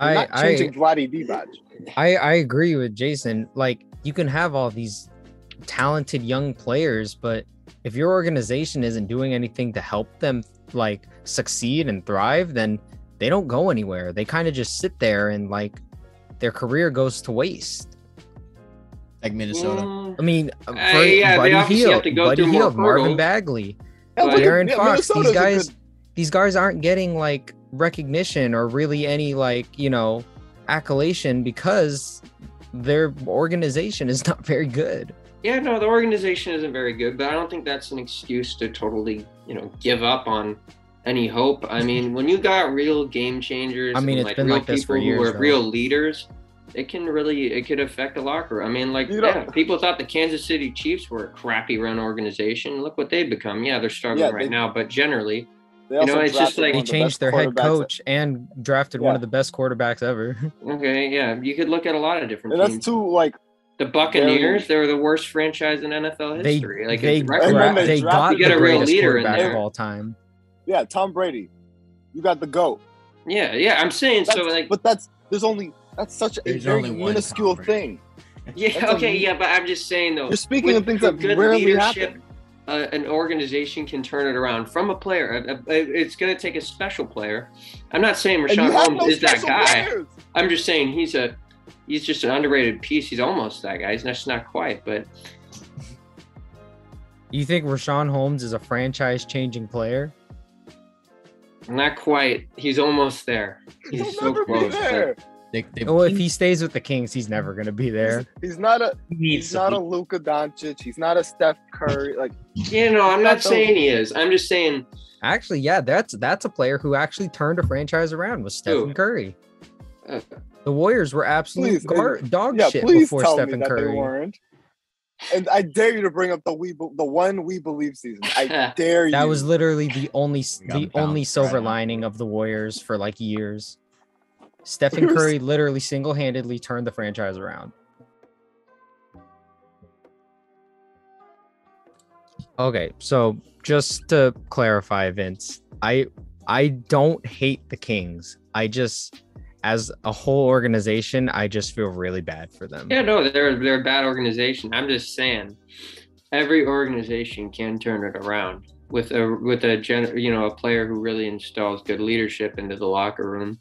[SPEAKER 5] You're
[SPEAKER 2] I,
[SPEAKER 5] not
[SPEAKER 2] I,
[SPEAKER 5] changing Vladdy Divac.
[SPEAKER 2] I, I agree with Jason. Like you can have all these talented young players, but if your organization isn't doing anything to help them like succeed and thrive, then they don't go anywhere. They kind of just sit there and like their career goes to waste.
[SPEAKER 4] like Minnesota.
[SPEAKER 3] Mm,
[SPEAKER 2] I mean, for
[SPEAKER 3] Uh, yeah, they
[SPEAKER 2] Buddy
[SPEAKER 3] obviously have
[SPEAKER 2] Hield,
[SPEAKER 3] to go
[SPEAKER 2] Buddy
[SPEAKER 3] through more
[SPEAKER 2] Hield, Marvin
[SPEAKER 3] hurdles.
[SPEAKER 2] Bagley,
[SPEAKER 5] Yeah, look at-
[SPEAKER 2] Darren
[SPEAKER 5] yeah,
[SPEAKER 2] Fox.
[SPEAKER 5] Minnesota's a
[SPEAKER 2] These guys,
[SPEAKER 5] good-
[SPEAKER 2] these guys aren't getting like recognition or really any like you know accolation because their organization is *laughs* not very good.
[SPEAKER 3] Yeah, no, the organization isn't very good, but I don't think that's an excuse to totally, you know, give up on any hope. I mean, when you got real game changers,
[SPEAKER 2] *laughs* I mean,
[SPEAKER 3] and,
[SPEAKER 2] it's been
[SPEAKER 3] real
[SPEAKER 2] like this for
[SPEAKER 3] people who
[SPEAKER 2] years,
[SPEAKER 3] are
[SPEAKER 2] though.
[SPEAKER 3] real leaders, it can really it could affect the locker. room. I mean, like
[SPEAKER 5] You don't-
[SPEAKER 3] yeah, people thought the Kansas City Chiefs were a crappy run organization. Look what they've become. Yeah, they're struggling
[SPEAKER 5] Yeah,
[SPEAKER 3] right
[SPEAKER 5] they-
[SPEAKER 3] now, but generally,
[SPEAKER 5] they
[SPEAKER 3] you
[SPEAKER 5] also
[SPEAKER 3] know, it's just
[SPEAKER 5] drafted
[SPEAKER 3] like-
[SPEAKER 5] one
[SPEAKER 2] They
[SPEAKER 5] of the
[SPEAKER 2] changed
[SPEAKER 5] best
[SPEAKER 2] their head
[SPEAKER 5] quarterbacks.
[SPEAKER 2] coach and drafted one
[SPEAKER 5] Yeah.
[SPEAKER 2] of the best quarterbacks ever. *laughs*
[SPEAKER 3] okay, yeah, you could look at a lot of different
[SPEAKER 5] And that's
[SPEAKER 3] teams.
[SPEAKER 5] two like
[SPEAKER 3] the Buccaneers, they were the worst franchise in NFL
[SPEAKER 2] They
[SPEAKER 3] history. like
[SPEAKER 2] they,
[SPEAKER 3] it's record-
[SPEAKER 5] And
[SPEAKER 2] gra-
[SPEAKER 5] then they
[SPEAKER 2] they
[SPEAKER 5] drafted-
[SPEAKER 2] got
[SPEAKER 5] You get
[SPEAKER 2] the
[SPEAKER 5] a real
[SPEAKER 2] greatest
[SPEAKER 3] leader in
[SPEAKER 2] quarterback
[SPEAKER 3] there.
[SPEAKER 2] of all time.
[SPEAKER 5] yeah, Tom Brady. You got the goat.
[SPEAKER 3] yeah, yeah, I'm saying so
[SPEAKER 5] That's-
[SPEAKER 3] like
[SPEAKER 5] but that's there's only that's such a
[SPEAKER 4] There's
[SPEAKER 5] very
[SPEAKER 4] only one
[SPEAKER 5] minuscule
[SPEAKER 4] Tom Brady.
[SPEAKER 5] thing.
[SPEAKER 3] Yeah.
[SPEAKER 5] That's a
[SPEAKER 3] Okay.
[SPEAKER 5] mean-
[SPEAKER 3] Yeah, but I'm just saying though.
[SPEAKER 5] You're speaking
[SPEAKER 3] Oh, with-
[SPEAKER 5] of things
[SPEAKER 3] with
[SPEAKER 5] that
[SPEAKER 3] good
[SPEAKER 5] rarely
[SPEAKER 3] leadership,
[SPEAKER 5] happen.
[SPEAKER 3] Uh, an organization can turn it around from a player. A- a- a- It's going to take a special player. I'm not saying
[SPEAKER 5] And you
[SPEAKER 3] Rashawn
[SPEAKER 5] have
[SPEAKER 3] Holmes
[SPEAKER 5] no
[SPEAKER 3] is that
[SPEAKER 5] special
[SPEAKER 3] guy.
[SPEAKER 5] players.
[SPEAKER 3] I'm just saying he's a he's just an underrated piece. He's almost that guy. He's just not quite, but
[SPEAKER 2] You think Rashawn Holmes is a franchise changing player?
[SPEAKER 3] not quite. He's almost there. He's
[SPEAKER 5] He'll
[SPEAKER 3] so
[SPEAKER 5] never be
[SPEAKER 3] close, but-
[SPEAKER 5] there.
[SPEAKER 4] They, they,
[SPEAKER 2] Well, Oh, if he stays with the Kings, he's never going to be there.
[SPEAKER 5] He's not a
[SPEAKER 1] He needs
[SPEAKER 5] he's not a Luka Doncic. He's not a Steph Curry. Like
[SPEAKER 3] You know, I'm not
[SPEAKER 5] Not those-
[SPEAKER 3] saying he is. I'm just saying
[SPEAKER 2] Actually, yeah, that's that's a player who actually turned a franchise around was Stephen
[SPEAKER 3] Who?
[SPEAKER 2] Curry.
[SPEAKER 3] uh,
[SPEAKER 2] The Warriors were absolute
[SPEAKER 5] Please,
[SPEAKER 2] gar- dog
[SPEAKER 5] yeah,
[SPEAKER 2] shit
[SPEAKER 5] please
[SPEAKER 2] before
[SPEAKER 5] tell
[SPEAKER 2] Stephen
[SPEAKER 5] me that they
[SPEAKER 2] Curry.
[SPEAKER 5] weren't. And I dare you to bring up the we Be- the one we believe season.
[SPEAKER 3] *laughs*
[SPEAKER 5] I dare you.
[SPEAKER 2] That was literally the only
[SPEAKER 4] We got
[SPEAKER 2] the
[SPEAKER 4] bounced
[SPEAKER 2] only
[SPEAKER 4] right
[SPEAKER 2] silver
[SPEAKER 4] out.
[SPEAKER 2] lining of the Warriors for like years. Stephen
[SPEAKER 5] Who's-
[SPEAKER 2] Curry literally single handedly turned the franchise around. Okay, so just to clarify, Vince, I I don't hate the Kings. I just as a whole organization, I just feel really bad for them.
[SPEAKER 3] Yeah, no, they're they're a bad organization. I'm just saying, every organization can turn it around with a with a gen, you know a player who really installs good leadership into the locker room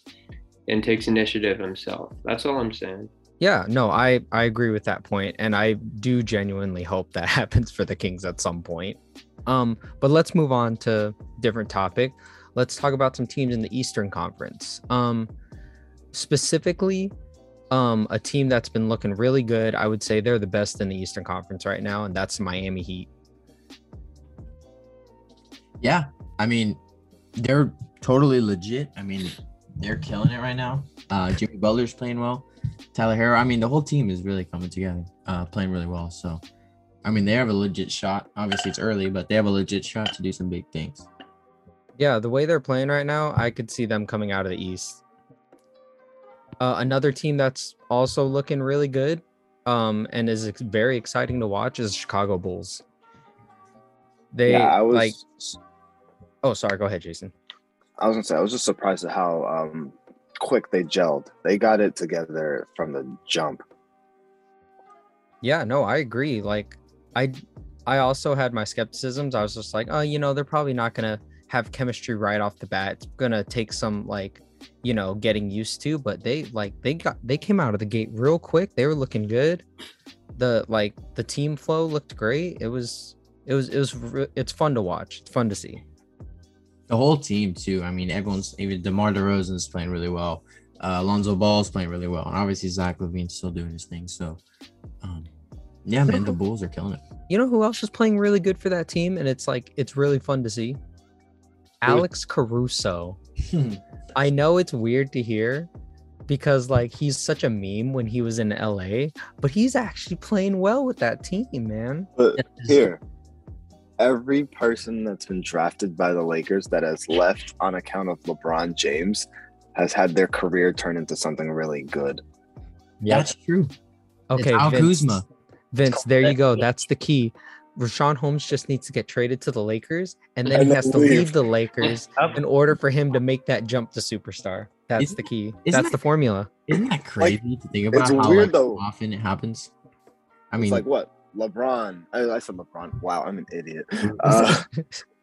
[SPEAKER 3] and takes initiative himself. That's all I'm saying.
[SPEAKER 2] Yeah, no, I I agree with that point, and I do genuinely hope that *laughs* happens for the Kings at some point. Um, but let's move on to different topic. Let's talk about some teams in the Eastern Conference. Um, specifically, um, a team that's been looking really good. I would say they're the best in the Eastern Conference right now, and that's the Miami Heat.
[SPEAKER 4] Yeah, I mean, they're totally legit. I mean, they're killing it right now. Uh, Jimmy Butler's playing well. Tyler Hero. I mean, the whole team is really coming together, uh, playing really well. So, I mean, they have a legit shot. Obviously, it's early, but they have a legit shot to do some big things.
[SPEAKER 2] Yeah, the way they're playing right now, I could see them coming out of the East. Uh, another team that's also looking really good um, and is ex- very exciting to watch is Chicago Bulls. They
[SPEAKER 5] yeah, I was.
[SPEAKER 2] like. Oh, sorry. Go ahead, Jason.
[SPEAKER 5] I was gonna say I was just surprised at how um, quick they gelled. They got it together from the jump.
[SPEAKER 2] Yeah, no, I agree. Like, I, I also had my skepticisms. I was just like, oh, you know, they're probably not gonna have chemistry right off the bat. It's gonna take some like, you know, getting used to. But they like they got they came out of the gate real quick. They were looking good. The like the team flow looked great. It was it was it was re- it's fun to watch. It's fun to see.
[SPEAKER 4] The whole team too. I mean, everyone's even DeMar DeRozan's playing really well. Uh, Alonzo Ball's playing really well, and obviously Zach Levine's still doing his thing. So, um, yeah, man, the Bulls are killing it.
[SPEAKER 2] You know who else is playing really good for that team? And it's like it's really fun to see. Alex Caruso.
[SPEAKER 3] *laughs*
[SPEAKER 2] I know it's weird to hear because like he's such a meme when he was in LA, but he's actually playing well with that team, man.
[SPEAKER 5] But here, every person that's been drafted by the Lakers that has left on account of LeBron James has had their career turn into something really good.
[SPEAKER 4] That's true. It's
[SPEAKER 2] Okay,
[SPEAKER 4] Al
[SPEAKER 2] Vince,
[SPEAKER 4] Kuzma.
[SPEAKER 2] Vince, there you go. That's the key. Rashawn Holmes just needs to get traded to the Lakers, and then
[SPEAKER 5] And
[SPEAKER 2] he
[SPEAKER 5] then
[SPEAKER 2] has to
[SPEAKER 5] leave.
[SPEAKER 2] leave the Lakers in order for him to make that jump to superstar. That's
[SPEAKER 4] Isn't-
[SPEAKER 2] the key.
[SPEAKER 4] isn't
[SPEAKER 2] That's
[SPEAKER 4] it-
[SPEAKER 2] the formula.
[SPEAKER 4] Isn't that crazy to think about?
[SPEAKER 5] it's
[SPEAKER 4] how
[SPEAKER 5] weird,
[SPEAKER 4] like,
[SPEAKER 5] though.
[SPEAKER 4] Often it happens. I
[SPEAKER 5] It's
[SPEAKER 4] mean,
[SPEAKER 5] like what LeBron. I, I said LeBron. Wow, I'm an
[SPEAKER 4] *laughs*
[SPEAKER 5] idiot. Uh,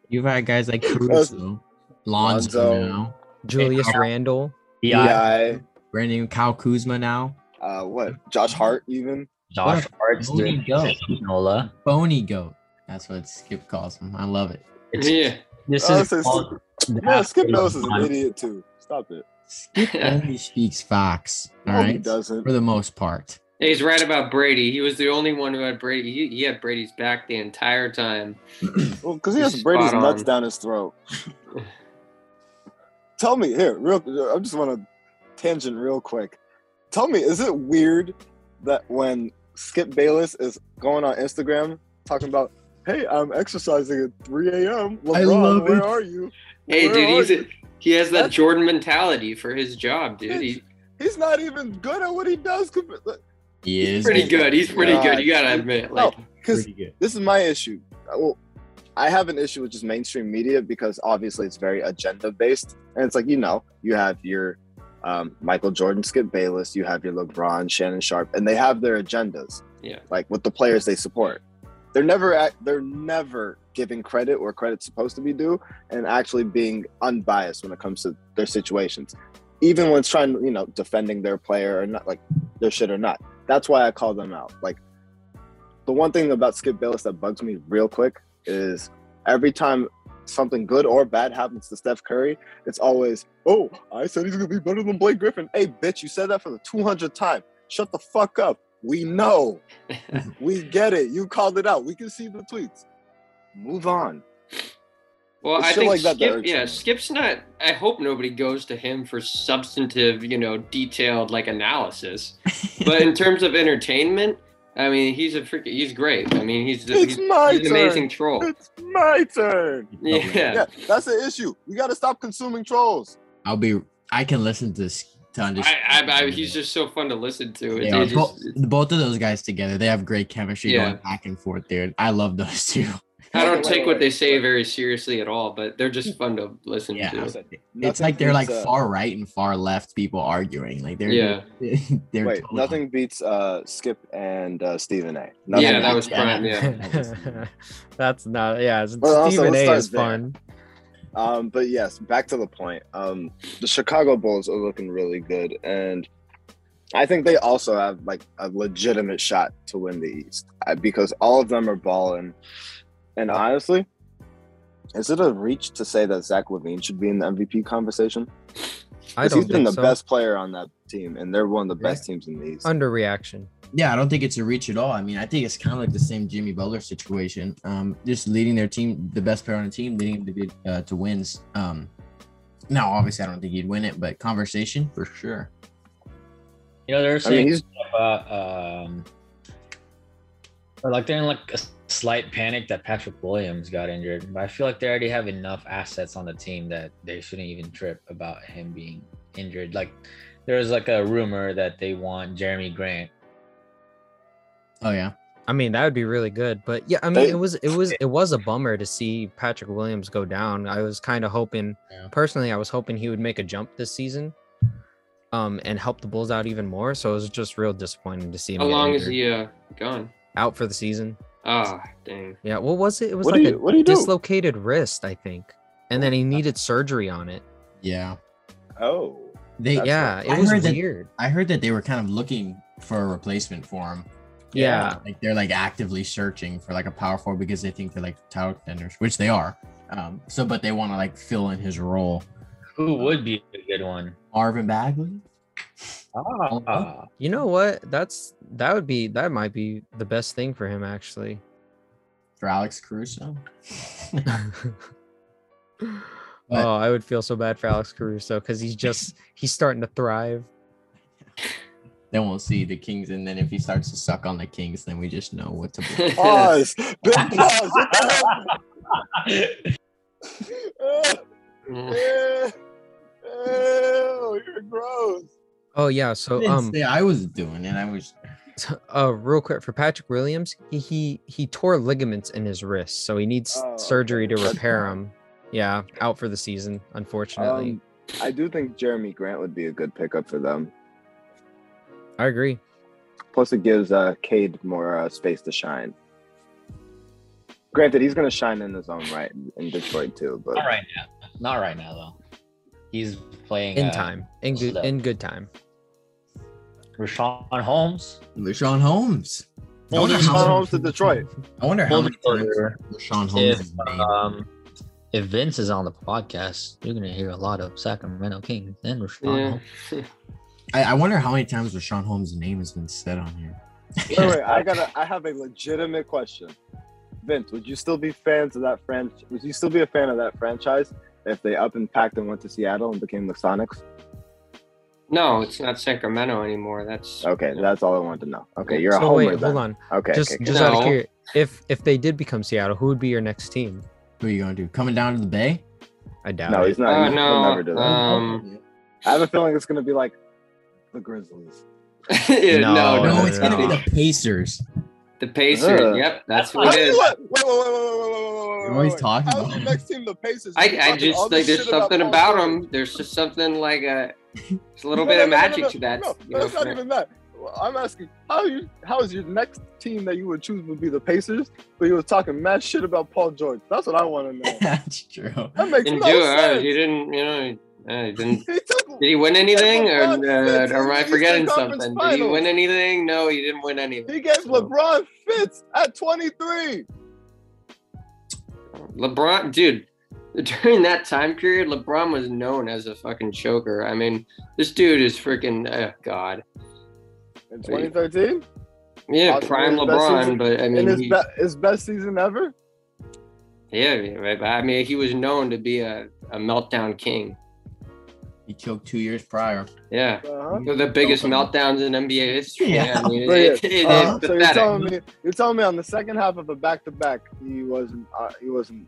[SPEAKER 4] you've had guys
[SPEAKER 5] *laughs*
[SPEAKER 4] like Caruso, Lonzo,
[SPEAKER 5] Lonzo.
[SPEAKER 4] now,
[SPEAKER 2] Julius
[SPEAKER 1] Al-
[SPEAKER 2] Randle.
[SPEAKER 1] Yeah,
[SPEAKER 5] Bi,
[SPEAKER 4] Brandon Kyle Kuzma now,
[SPEAKER 5] uh, what Josh Hart
[SPEAKER 4] *laughs*
[SPEAKER 5] even.
[SPEAKER 1] Josh
[SPEAKER 4] What?
[SPEAKER 1] Hart's
[SPEAKER 4] Who do you
[SPEAKER 1] dude,
[SPEAKER 4] go?
[SPEAKER 1] Nola.
[SPEAKER 4] Bony Goat. That's what Skip calls him. I love it.
[SPEAKER 3] yeah,
[SPEAKER 1] This
[SPEAKER 5] Oh,
[SPEAKER 1] is
[SPEAKER 5] so-
[SPEAKER 1] all-
[SPEAKER 5] No, Skip Nose is an
[SPEAKER 1] That's-
[SPEAKER 5] idiot too. Stop it.
[SPEAKER 4] Skip only speaks facts. All
[SPEAKER 5] No, he
[SPEAKER 4] right,
[SPEAKER 5] doesn't.
[SPEAKER 4] for the most part.
[SPEAKER 3] *laughs* he's right about Brady. He was the only one who had Brady. He, he had Brady's back the entire time.
[SPEAKER 5] Well, because he has
[SPEAKER 3] Spot
[SPEAKER 5] Brady's nuts
[SPEAKER 3] on.
[SPEAKER 5] down his throat. Tell me here, real. I just want to tangent real quick. Tell me, is it weird that when Skip Bayless is going on Instagram talking about, "Hey, I'm exercising at 3 a.m.
[SPEAKER 4] I
[SPEAKER 5] LeBron,
[SPEAKER 4] love
[SPEAKER 5] where
[SPEAKER 4] it.
[SPEAKER 5] are you?"
[SPEAKER 3] Hey,
[SPEAKER 5] Where
[SPEAKER 3] dude,
[SPEAKER 5] are
[SPEAKER 3] he's a,
[SPEAKER 5] you?
[SPEAKER 3] he has that
[SPEAKER 5] That's-
[SPEAKER 3] Jordan mentality for his job, dude. He's
[SPEAKER 5] He's not even good at what he does.
[SPEAKER 4] He is
[SPEAKER 3] pretty good. He's pretty
[SPEAKER 5] Yeah.
[SPEAKER 3] good. You gotta admit, like,
[SPEAKER 5] Because
[SPEAKER 4] good.
[SPEAKER 5] this is my issue. Well, I have an issue with just mainstream media because obviously it's very agenda based, and it's like you know you have your um, Michael Jordan, Skip Bayless, you have your LeBron, Shannon Sharp, and they have their agendas.
[SPEAKER 3] Yeah.
[SPEAKER 5] like with the players they support. They're never at, they're never giving credit where credit's supposed to be due, and actually being unbiased when it comes to their situations, even when it's trying to you know defending their player or not like their shit or not. That's why I call them out. Like the one thing about Skip Bayless that bugs me real quick is every time something good or bad happens to Steph Curry, it's always, oh, I said he's gonna be better than Blake Griffin. Hey, bitch, you said that for the 200th time. Shut the fuck up.
[SPEAKER 3] *laughs*
[SPEAKER 5] We know. we get it. You called it out. We can see the tweets. Move on.
[SPEAKER 3] Well,
[SPEAKER 5] It's
[SPEAKER 3] I
[SPEAKER 5] shit
[SPEAKER 3] think
[SPEAKER 5] like that that
[SPEAKER 3] Skip,
[SPEAKER 5] irks
[SPEAKER 3] yeah,
[SPEAKER 5] me.
[SPEAKER 3] Skip's not. I hope nobody goes to him for substantive, you know, detailed like analysis. But in terms of entertainment, I mean, he's a freaking. He's great. I mean, he's
[SPEAKER 5] It's
[SPEAKER 3] he's,
[SPEAKER 5] my
[SPEAKER 3] he's an
[SPEAKER 5] turn.
[SPEAKER 3] amazing troll.
[SPEAKER 5] It's my turn.
[SPEAKER 3] *laughs* Yeah.
[SPEAKER 5] Yeah, that's the issue. We got to stop consuming trolls.
[SPEAKER 4] I'll be. I can listen to s- to
[SPEAKER 3] I,
[SPEAKER 4] understand.
[SPEAKER 3] I, I, he's just so fun to listen to. It,
[SPEAKER 4] They are-
[SPEAKER 3] it just,
[SPEAKER 4] bo- both of those guys together, they have great chemistry
[SPEAKER 3] Yeah.
[SPEAKER 4] going back and forth, dude. I love those two.
[SPEAKER 3] I don't
[SPEAKER 5] Wait,
[SPEAKER 3] take
[SPEAKER 5] wait,
[SPEAKER 3] what they
[SPEAKER 5] wait.
[SPEAKER 3] say very seriously at all, but they're just fun to listen
[SPEAKER 4] Yeah.
[SPEAKER 3] to.
[SPEAKER 4] it's
[SPEAKER 5] Nothing
[SPEAKER 4] like they're like
[SPEAKER 5] beats, uh,
[SPEAKER 4] far right and far left people arguing. Like they're
[SPEAKER 3] Yeah.
[SPEAKER 4] *laughs* they're totally-
[SPEAKER 5] Wait, nothing beats uh, Skip and uh, Stephen A. Nothing
[SPEAKER 3] Yeah, that was
[SPEAKER 5] beats
[SPEAKER 3] prime. Yeah.
[SPEAKER 2] *laughs* That's not yeah. it's-
[SPEAKER 5] Well, also,
[SPEAKER 2] Stephen
[SPEAKER 5] let's
[SPEAKER 2] A
[SPEAKER 5] start
[SPEAKER 2] is
[SPEAKER 5] there.
[SPEAKER 2] fun.
[SPEAKER 5] Um, but yes, back to the point. Um, the Chicago Bulls are looking really good, and I think they also have like a legitimate shot to win the East uh, because all of them are balling. And honestly, is it a reach to say that Zach Levine should be in the MVP conversation?
[SPEAKER 2] I
[SPEAKER 5] 'Cause he's
[SPEAKER 2] don't
[SPEAKER 5] been
[SPEAKER 2] think
[SPEAKER 5] the
[SPEAKER 2] so.
[SPEAKER 5] best player on that team, and they're one of the
[SPEAKER 2] Yeah.
[SPEAKER 5] best teams in the East.
[SPEAKER 2] underreaction.
[SPEAKER 4] *laughs* Yeah, I don't think it's a reach at all. I mean, I think it's kind of like the same Jimmy Butler situation. Um, just leading their team, the best player on the team, leading them to get uh, to wins. Um, now obviously, I don't think he'd win it, but conversation for sure.
[SPEAKER 1] You know, they're
[SPEAKER 5] I mean,
[SPEAKER 1] saying
[SPEAKER 5] he's
[SPEAKER 1] about um, or like they're in like a slight panic that Patrick Williams got injured, but I feel like they already have enough assets on the team that they shouldn't even trip about him being injured. Like there was like a rumor that they want Jeremy Grant.
[SPEAKER 4] Oh yeah,
[SPEAKER 2] I mean, that would be really good. But yeah, I mean,
[SPEAKER 5] They-
[SPEAKER 2] it was it
[SPEAKER 5] *laughs*
[SPEAKER 2] was it was a bummer to see Patrick Williams go down. I was kind of hoping,
[SPEAKER 4] Yeah.
[SPEAKER 2] personally, I was hoping he would make a jump this season, um, and help the Bulls out even more. So it was just real disappointing to see him
[SPEAKER 3] How
[SPEAKER 2] get
[SPEAKER 3] long is
[SPEAKER 2] injured.
[SPEAKER 3] he uh, gone?
[SPEAKER 2] out for the season.
[SPEAKER 3] Ah, dang.
[SPEAKER 2] Yeah, what was it? It was
[SPEAKER 5] what do
[SPEAKER 2] like
[SPEAKER 5] you
[SPEAKER 2] a
[SPEAKER 5] what do Oh, you do?
[SPEAKER 2] dislocated wrist, I think, and then he needed surgery on it.
[SPEAKER 4] yeah.
[SPEAKER 5] oh,
[SPEAKER 4] They
[SPEAKER 5] That's
[SPEAKER 2] yeah,
[SPEAKER 5] right.
[SPEAKER 2] it
[SPEAKER 4] I
[SPEAKER 2] was
[SPEAKER 4] heard that-
[SPEAKER 2] weird.
[SPEAKER 4] I heard that they were kind of looking for a replacement for him.
[SPEAKER 2] Yeah.
[SPEAKER 4] Like they're like actively searching for like a power forward because they think they're like tower contenders, which they are. Um, so but they want to like fill in his role.
[SPEAKER 1] Who would be a good one?
[SPEAKER 4] Marvin Bagley?
[SPEAKER 1] Ah,
[SPEAKER 2] You know what? That's that would be that might be the best thing for him actually.
[SPEAKER 4] For Alex Caruso? *laughs*
[SPEAKER 2] oh, I would feel so bad for Alex Caruso because he's just he's starting to thrive.
[SPEAKER 4] then we'll see the Kings, and then if he starts to suck on the Kings, then we just know what to believe.
[SPEAKER 5] pause, *laughs* big pause. What the hell?
[SPEAKER 3] Mm.
[SPEAKER 5] Eh, ew, you're gross.
[SPEAKER 2] Oh yeah, so um,
[SPEAKER 4] yeah, I was doing it. I was
[SPEAKER 2] t- uh, real quick for Patrick Williams, he he he tore ligaments in his wrist, so he needs
[SPEAKER 5] Oh,
[SPEAKER 2] surgery
[SPEAKER 5] okay.
[SPEAKER 2] to repair them. Yeah, out for the season, unfortunately.
[SPEAKER 5] Um, I do think Jeremy Grant would be a good pickup for them.
[SPEAKER 2] I agree.
[SPEAKER 5] Plus, it gives uh, Cade more uh, space to shine. Granted, he's going to shine in his own right in- in Detroit too, but
[SPEAKER 1] not right now. Not right now though. He's playing
[SPEAKER 2] In
[SPEAKER 1] uh,
[SPEAKER 2] time, in good,
[SPEAKER 1] slow.
[SPEAKER 2] in good time.
[SPEAKER 1] Rashawn Holmes.
[SPEAKER 4] LaShawn Holmes. I
[SPEAKER 5] Well,
[SPEAKER 4] wonder
[SPEAKER 5] Rashawn
[SPEAKER 4] how,
[SPEAKER 5] Holmes to Detroit.
[SPEAKER 4] I wonder how many times
[SPEAKER 1] Holder.
[SPEAKER 4] LaShawn Holmes
[SPEAKER 1] if
[SPEAKER 4] is named.
[SPEAKER 1] um if Vince is on the podcast, you're gonna hear a lot of Sacramento Kings and
[SPEAKER 3] Yeah.
[SPEAKER 1] Rashawn.
[SPEAKER 4] I, I wonder how many times LaShawn Holmes' name has been said on here.
[SPEAKER 5] Wait, wait, I got I have a legitimate question. Vince, would you still be fans of that franchise? Would you still be a fan of that franchise if they up and packed and went to Seattle and became the Sonics?
[SPEAKER 3] No, it's not Sacramento anymore. That's
[SPEAKER 5] Okay, that's all I wanted to know. Okay, you're a
[SPEAKER 2] So
[SPEAKER 5] homer.
[SPEAKER 2] wait,
[SPEAKER 5] then.
[SPEAKER 2] hold on.
[SPEAKER 5] Okay,
[SPEAKER 2] just
[SPEAKER 5] okay,
[SPEAKER 2] just out of
[SPEAKER 3] No.
[SPEAKER 2] curiosity, if if they did become Seattle, who would be your next team?
[SPEAKER 4] Who are you going to do? Coming down to the Bay?
[SPEAKER 2] I doubt
[SPEAKER 5] no,
[SPEAKER 2] it.
[SPEAKER 5] he's not.
[SPEAKER 3] Uh,
[SPEAKER 5] he'll
[SPEAKER 3] no,
[SPEAKER 5] never do that.
[SPEAKER 3] Um,
[SPEAKER 5] I have a feeling it's going to be like the Grizzlies.
[SPEAKER 3] *laughs*
[SPEAKER 2] *laughs*
[SPEAKER 3] Yeah,
[SPEAKER 2] No,
[SPEAKER 3] no,
[SPEAKER 2] no,
[SPEAKER 4] no,
[SPEAKER 2] no,
[SPEAKER 4] it's going to
[SPEAKER 2] no.
[SPEAKER 4] be the Pacers.
[SPEAKER 3] The Pacers.
[SPEAKER 5] Ugh.
[SPEAKER 3] Yep, that's
[SPEAKER 5] Wait,
[SPEAKER 3] what it
[SPEAKER 5] wait,
[SPEAKER 3] is.
[SPEAKER 5] wait, wait, wait, wait, wait, wait, wait,
[SPEAKER 4] You're always
[SPEAKER 5] wait.
[SPEAKER 4] talking
[SPEAKER 5] How's
[SPEAKER 4] about
[SPEAKER 5] the
[SPEAKER 4] him.
[SPEAKER 5] next team the Pacers?
[SPEAKER 3] I,
[SPEAKER 5] You're
[SPEAKER 3] I
[SPEAKER 5] talking all
[SPEAKER 3] just
[SPEAKER 5] this
[SPEAKER 3] like there's
[SPEAKER 5] shit about
[SPEAKER 3] something
[SPEAKER 5] Paul
[SPEAKER 3] about
[SPEAKER 5] George.
[SPEAKER 3] him. There's just something like a.
[SPEAKER 5] *laughs*
[SPEAKER 3] There's a little
[SPEAKER 5] No,
[SPEAKER 3] bit
[SPEAKER 5] no,
[SPEAKER 3] of
[SPEAKER 5] no, no,
[SPEAKER 3] magic
[SPEAKER 5] no,
[SPEAKER 3] to that.
[SPEAKER 5] No,
[SPEAKER 3] you
[SPEAKER 5] no,
[SPEAKER 3] know,
[SPEAKER 5] it's not
[SPEAKER 3] for-
[SPEAKER 5] even that. Well, I'm asking how you how is your next team that you would choose would be the Pacers, but you were talking mad shit about Paul George. That's what I want to know.
[SPEAKER 4] *laughs* That's true.
[SPEAKER 5] That makes
[SPEAKER 3] didn't
[SPEAKER 5] no
[SPEAKER 3] do it. huh?
[SPEAKER 5] sense.
[SPEAKER 3] You didn't. You know. uh, you
[SPEAKER 5] *laughs*
[SPEAKER 3] didn't.
[SPEAKER 5] He took
[SPEAKER 3] Did he win anything, or,
[SPEAKER 5] LeBron
[SPEAKER 3] uh,
[SPEAKER 5] fits
[SPEAKER 3] or am
[SPEAKER 5] in
[SPEAKER 3] I
[SPEAKER 5] the
[SPEAKER 3] forgetting
[SPEAKER 5] Eastern Conference
[SPEAKER 3] something? Did he
[SPEAKER 5] Finals.
[SPEAKER 3] win anything? No, he didn't win anything.
[SPEAKER 5] he gave
[SPEAKER 3] So-
[SPEAKER 5] LeBron fits at 23.
[SPEAKER 3] LeBron, dude, *laughs* during that time period, LeBron was known as a fucking choker. I mean, this dude is freaking oh god.
[SPEAKER 5] In 2013,
[SPEAKER 3] Yeah,
[SPEAKER 5] Possibly
[SPEAKER 3] prime
[SPEAKER 5] his best
[SPEAKER 3] LeBron,
[SPEAKER 5] season-
[SPEAKER 3] but I
[SPEAKER 5] in
[SPEAKER 3] mean,
[SPEAKER 5] his
[SPEAKER 3] he-
[SPEAKER 5] be- his best season ever.
[SPEAKER 3] Yeah, right. I mean, he was known to be a, a meltdown king.
[SPEAKER 4] He choked two years prior.
[SPEAKER 3] Yeah.
[SPEAKER 5] Uh-huh.
[SPEAKER 3] One of the biggest meltdowns in NBA history.
[SPEAKER 4] Yeah.
[SPEAKER 3] I
[SPEAKER 5] *laughs*
[SPEAKER 3] mean,
[SPEAKER 5] Right here.
[SPEAKER 3] it- it- it
[SPEAKER 5] Uh,
[SPEAKER 3] is
[SPEAKER 5] so you're telling
[SPEAKER 3] pathetic.
[SPEAKER 5] me you're telling me on the second half of a back to back he wasn't uh, he wasn't.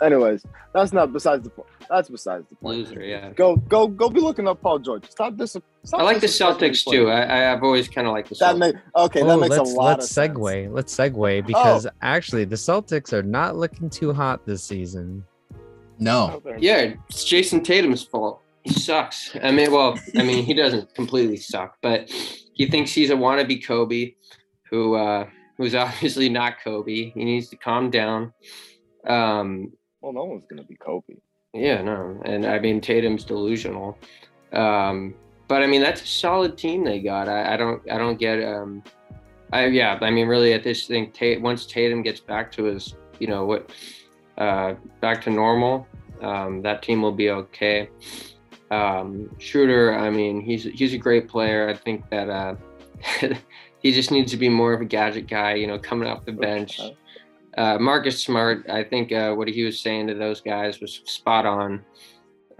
[SPEAKER 5] Anyways, that's not besides the point. That's besides the point.
[SPEAKER 3] Loser, yeah.
[SPEAKER 5] Go go go! Be looking up Paul George. Stop this. Stop
[SPEAKER 3] I like the
[SPEAKER 5] disrespecting
[SPEAKER 3] Celtics
[SPEAKER 5] these
[SPEAKER 3] too.
[SPEAKER 5] players.
[SPEAKER 3] I, I- I've always kind of liked the
[SPEAKER 5] That
[SPEAKER 3] Celtics.
[SPEAKER 5] make okay.
[SPEAKER 2] oh,
[SPEAKER 5] that makes
[SPEAKER 2] let's
[SPEAKER 5] a lot.
[SPEAKER 2] let's
[SPEAKER 5] of sense. Oh.
[SPEAKER 2] segue. Let's segue because actually the Celtics are not looking too hot this season.
[SPEAKER 5] Oh,
[SPEAKER 4] No.
[SPEAKER 3] Yeah, it's Jason Tatum's fault. He sucks. I mean, well, I mean, he doesn't completely suck, but he thinks he's a wannabe Kobe, who uh, who's *laughs* obviously not Kobe. He needs to calm down. Um,
[SPEAKER 5] Well, no one's gonna be Kobe.
[SPEAKER 3] yeah, no, and I mean Tatum's delusional. Um, but I mean that's a solid team they got. I, I don't I don't get um I yeah, I mean really at this thing Tate, once Tatum gets back to his, you know, what uh back to normal, um that team will be okay. Um Shooter, I mean, he's he's a great player. I think that uh *laughs* he just needs to be more of a gadget guy, you know, coming off the bench. Uh, Marcus Smart, I think uh, what he was saying to those guys was spot on.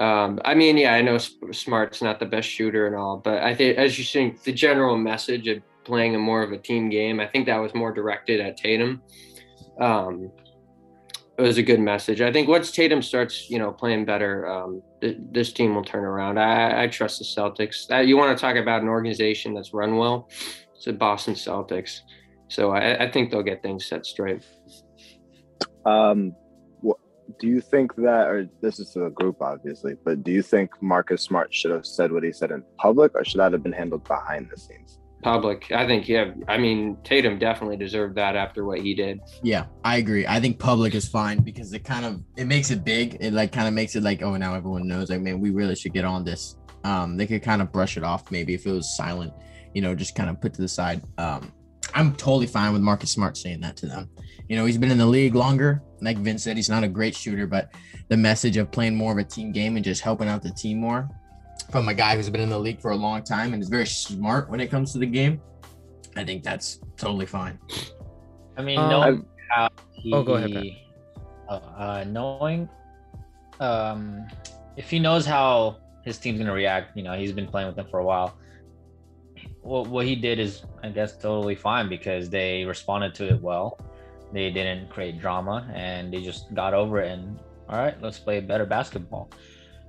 [SPEAKER 3] Um, I mean, yeah, I know S- Smart's not the best shooter and all, but I think, as you think, the general message of playing a more of a team game, I think that was more directed at Tatum. Um, it was a good message. I think once Tatum starts, you know, playing better, um, th- this team will turn around. I, I trust the Celtics. Uh, you want to talk about an organization that's run well? It's the Boston Celtics. So I, I think they'll get things set straight.
[SPEAKER 5] Um, wha do you think that, or this is to the group, obviously, but do you think Marcus Smart should have said what he said in public, or should that have been handled behind the scenes?
[SPEAKER 3] public. I think yeah. I mean, Tatum definitely deserved that after what he did.
[SPEAKER 4] Yeah, I agree. I think public is fine because it kind of it makes it big. It like kind of makes it like, oh, now everyone knows. Like, man, we really should get on this. Um, they could kind of brush it off maybe if it was silent, you know, just kind of put to the side. Um, I'm totally fine with Marcus Smart saying that to them. You know, he's been in the league longer. Like Vince said, he's not a great shooter, but the message of playing more of a team game and just helping out the team more from a guy who's been in the league for a long time and is very smart when it comes to the game, I think that's totally fine.
[SPEAKER 1] I mean,
[SPEAKER 2] Um,
[SPEAKER 1] knowing how he,
[SPEAKER 2] oh, go ahead, Pat.
[SPEAKER 1] uh, uh, knowing, um, if he knows how his team's gonna react, you know, he's been playing with them for a while. What what he did is, I guess, totally fine because they responded to it well. They didn't create drama, and they just got over it. And all right, let's play better basketball.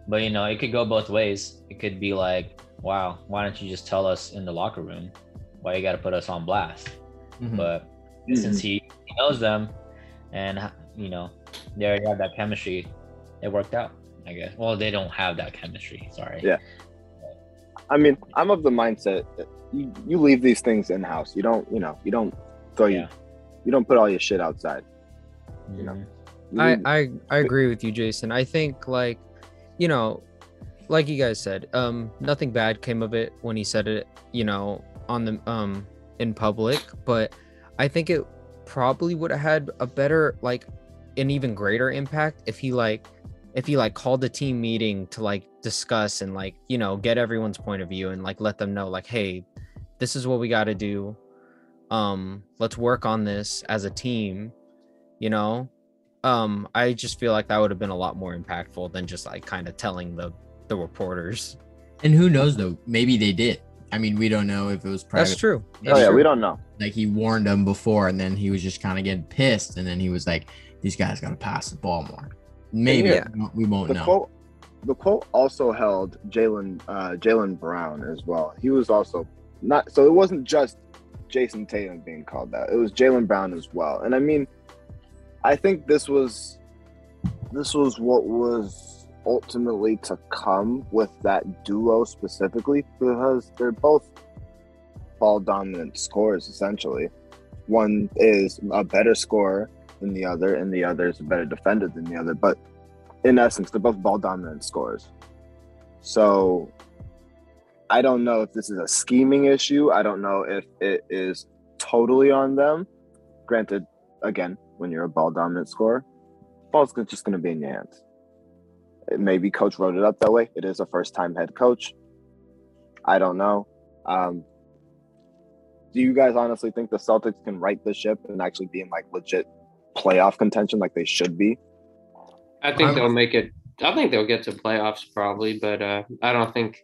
[SPEAKER 1] But you know, it could go both ways. It could be like, wow, why don't you just tell us in the locker room? Why you got to put us on blast?
[SPEAKER 2] Hmm.
[SPEAKER 4] Mhm.
[SPEAKER 1] but since he he knows them and h- you know they already have that chemistry it worked out i guess well they don't have that chemistry sorry
[SPEAKER 5] Yeah. I mean, I'm of the mindset that you, you leave these things in house. You don't, you know, you don't throw
[SPEAKER 1] Yeah.
[SPEAKER 5] you, you don't put all your shit outside.
[SPEAKER 1] Mhm.
[SPEAKER 6] Mm-hmm.
[SPEAKER 5] know. You
[SPEAKER 2] I,
[SPEAKER 5] leave-
[SPEAKER 2] I I agree with you, Jason. I think like, you know, like you guys said, um, nothing bad came of it when he said it, you know, on the um in public, but I think it probably would have had a better like an even greater impact if he like if he like called a team meeting to like discuss and like, you know, get everyone's point of view and like let them know like, hey, this is what we gotta do. Um, let's work on this as a team, you know, um i just feel like that would have been a lot more impactful than just like kind of telling the the reporters
[SPEAKER 4] And who knows though? Maybe they did. I mean, we don't know if it was private.
[SPEAKER 2] that's true
[SPEAKER 5] oh yeah,
[SPEAKER 4] Sure.
[SPEAKER 5] we don't know.
[SPEAKER 4] Like he warned them before, and then he was just kind of getting pissed, and then he was like, "These guys gotta pass the ball more." Maybe
[SPEAKER 5] Yeah.
[SPEAKER 4] we won't- we won't
[SPEAKER 5] The
[SPEAKER 4] know.
[SPEAKER 5] quote, the quote also held Jalen, uh, Jalen Brown as well. He was also not. So it wasn't just Jason Tatum being called out. It was Jalen Brown as well. And I mean, I think this was this was what was ultimately to come with that duo specifically because they're both ball dominant scorers essentially. One is a better scorer than the other, and the other is a better defender than the other. But in essence, they're both ball dominant scorers. So I don't know if this is a scheming issue. I don't know if it is totally on them. Granted, again, when you're a ball dominant scorer, ball's go- just going to be in your hands. It- Maybe coach wrote it up that way. It is a first time head coach. I don't know. Um, do you guys honestly think the Celtics can right the ship and actually be in like legit playoff contention like they should be.
[SPEAKER 3] I think
[SPEAKER 4] I'm-
[SPEAKER 3] they'll make it. I think they'll get to playoffs probably, but uh, I don't think.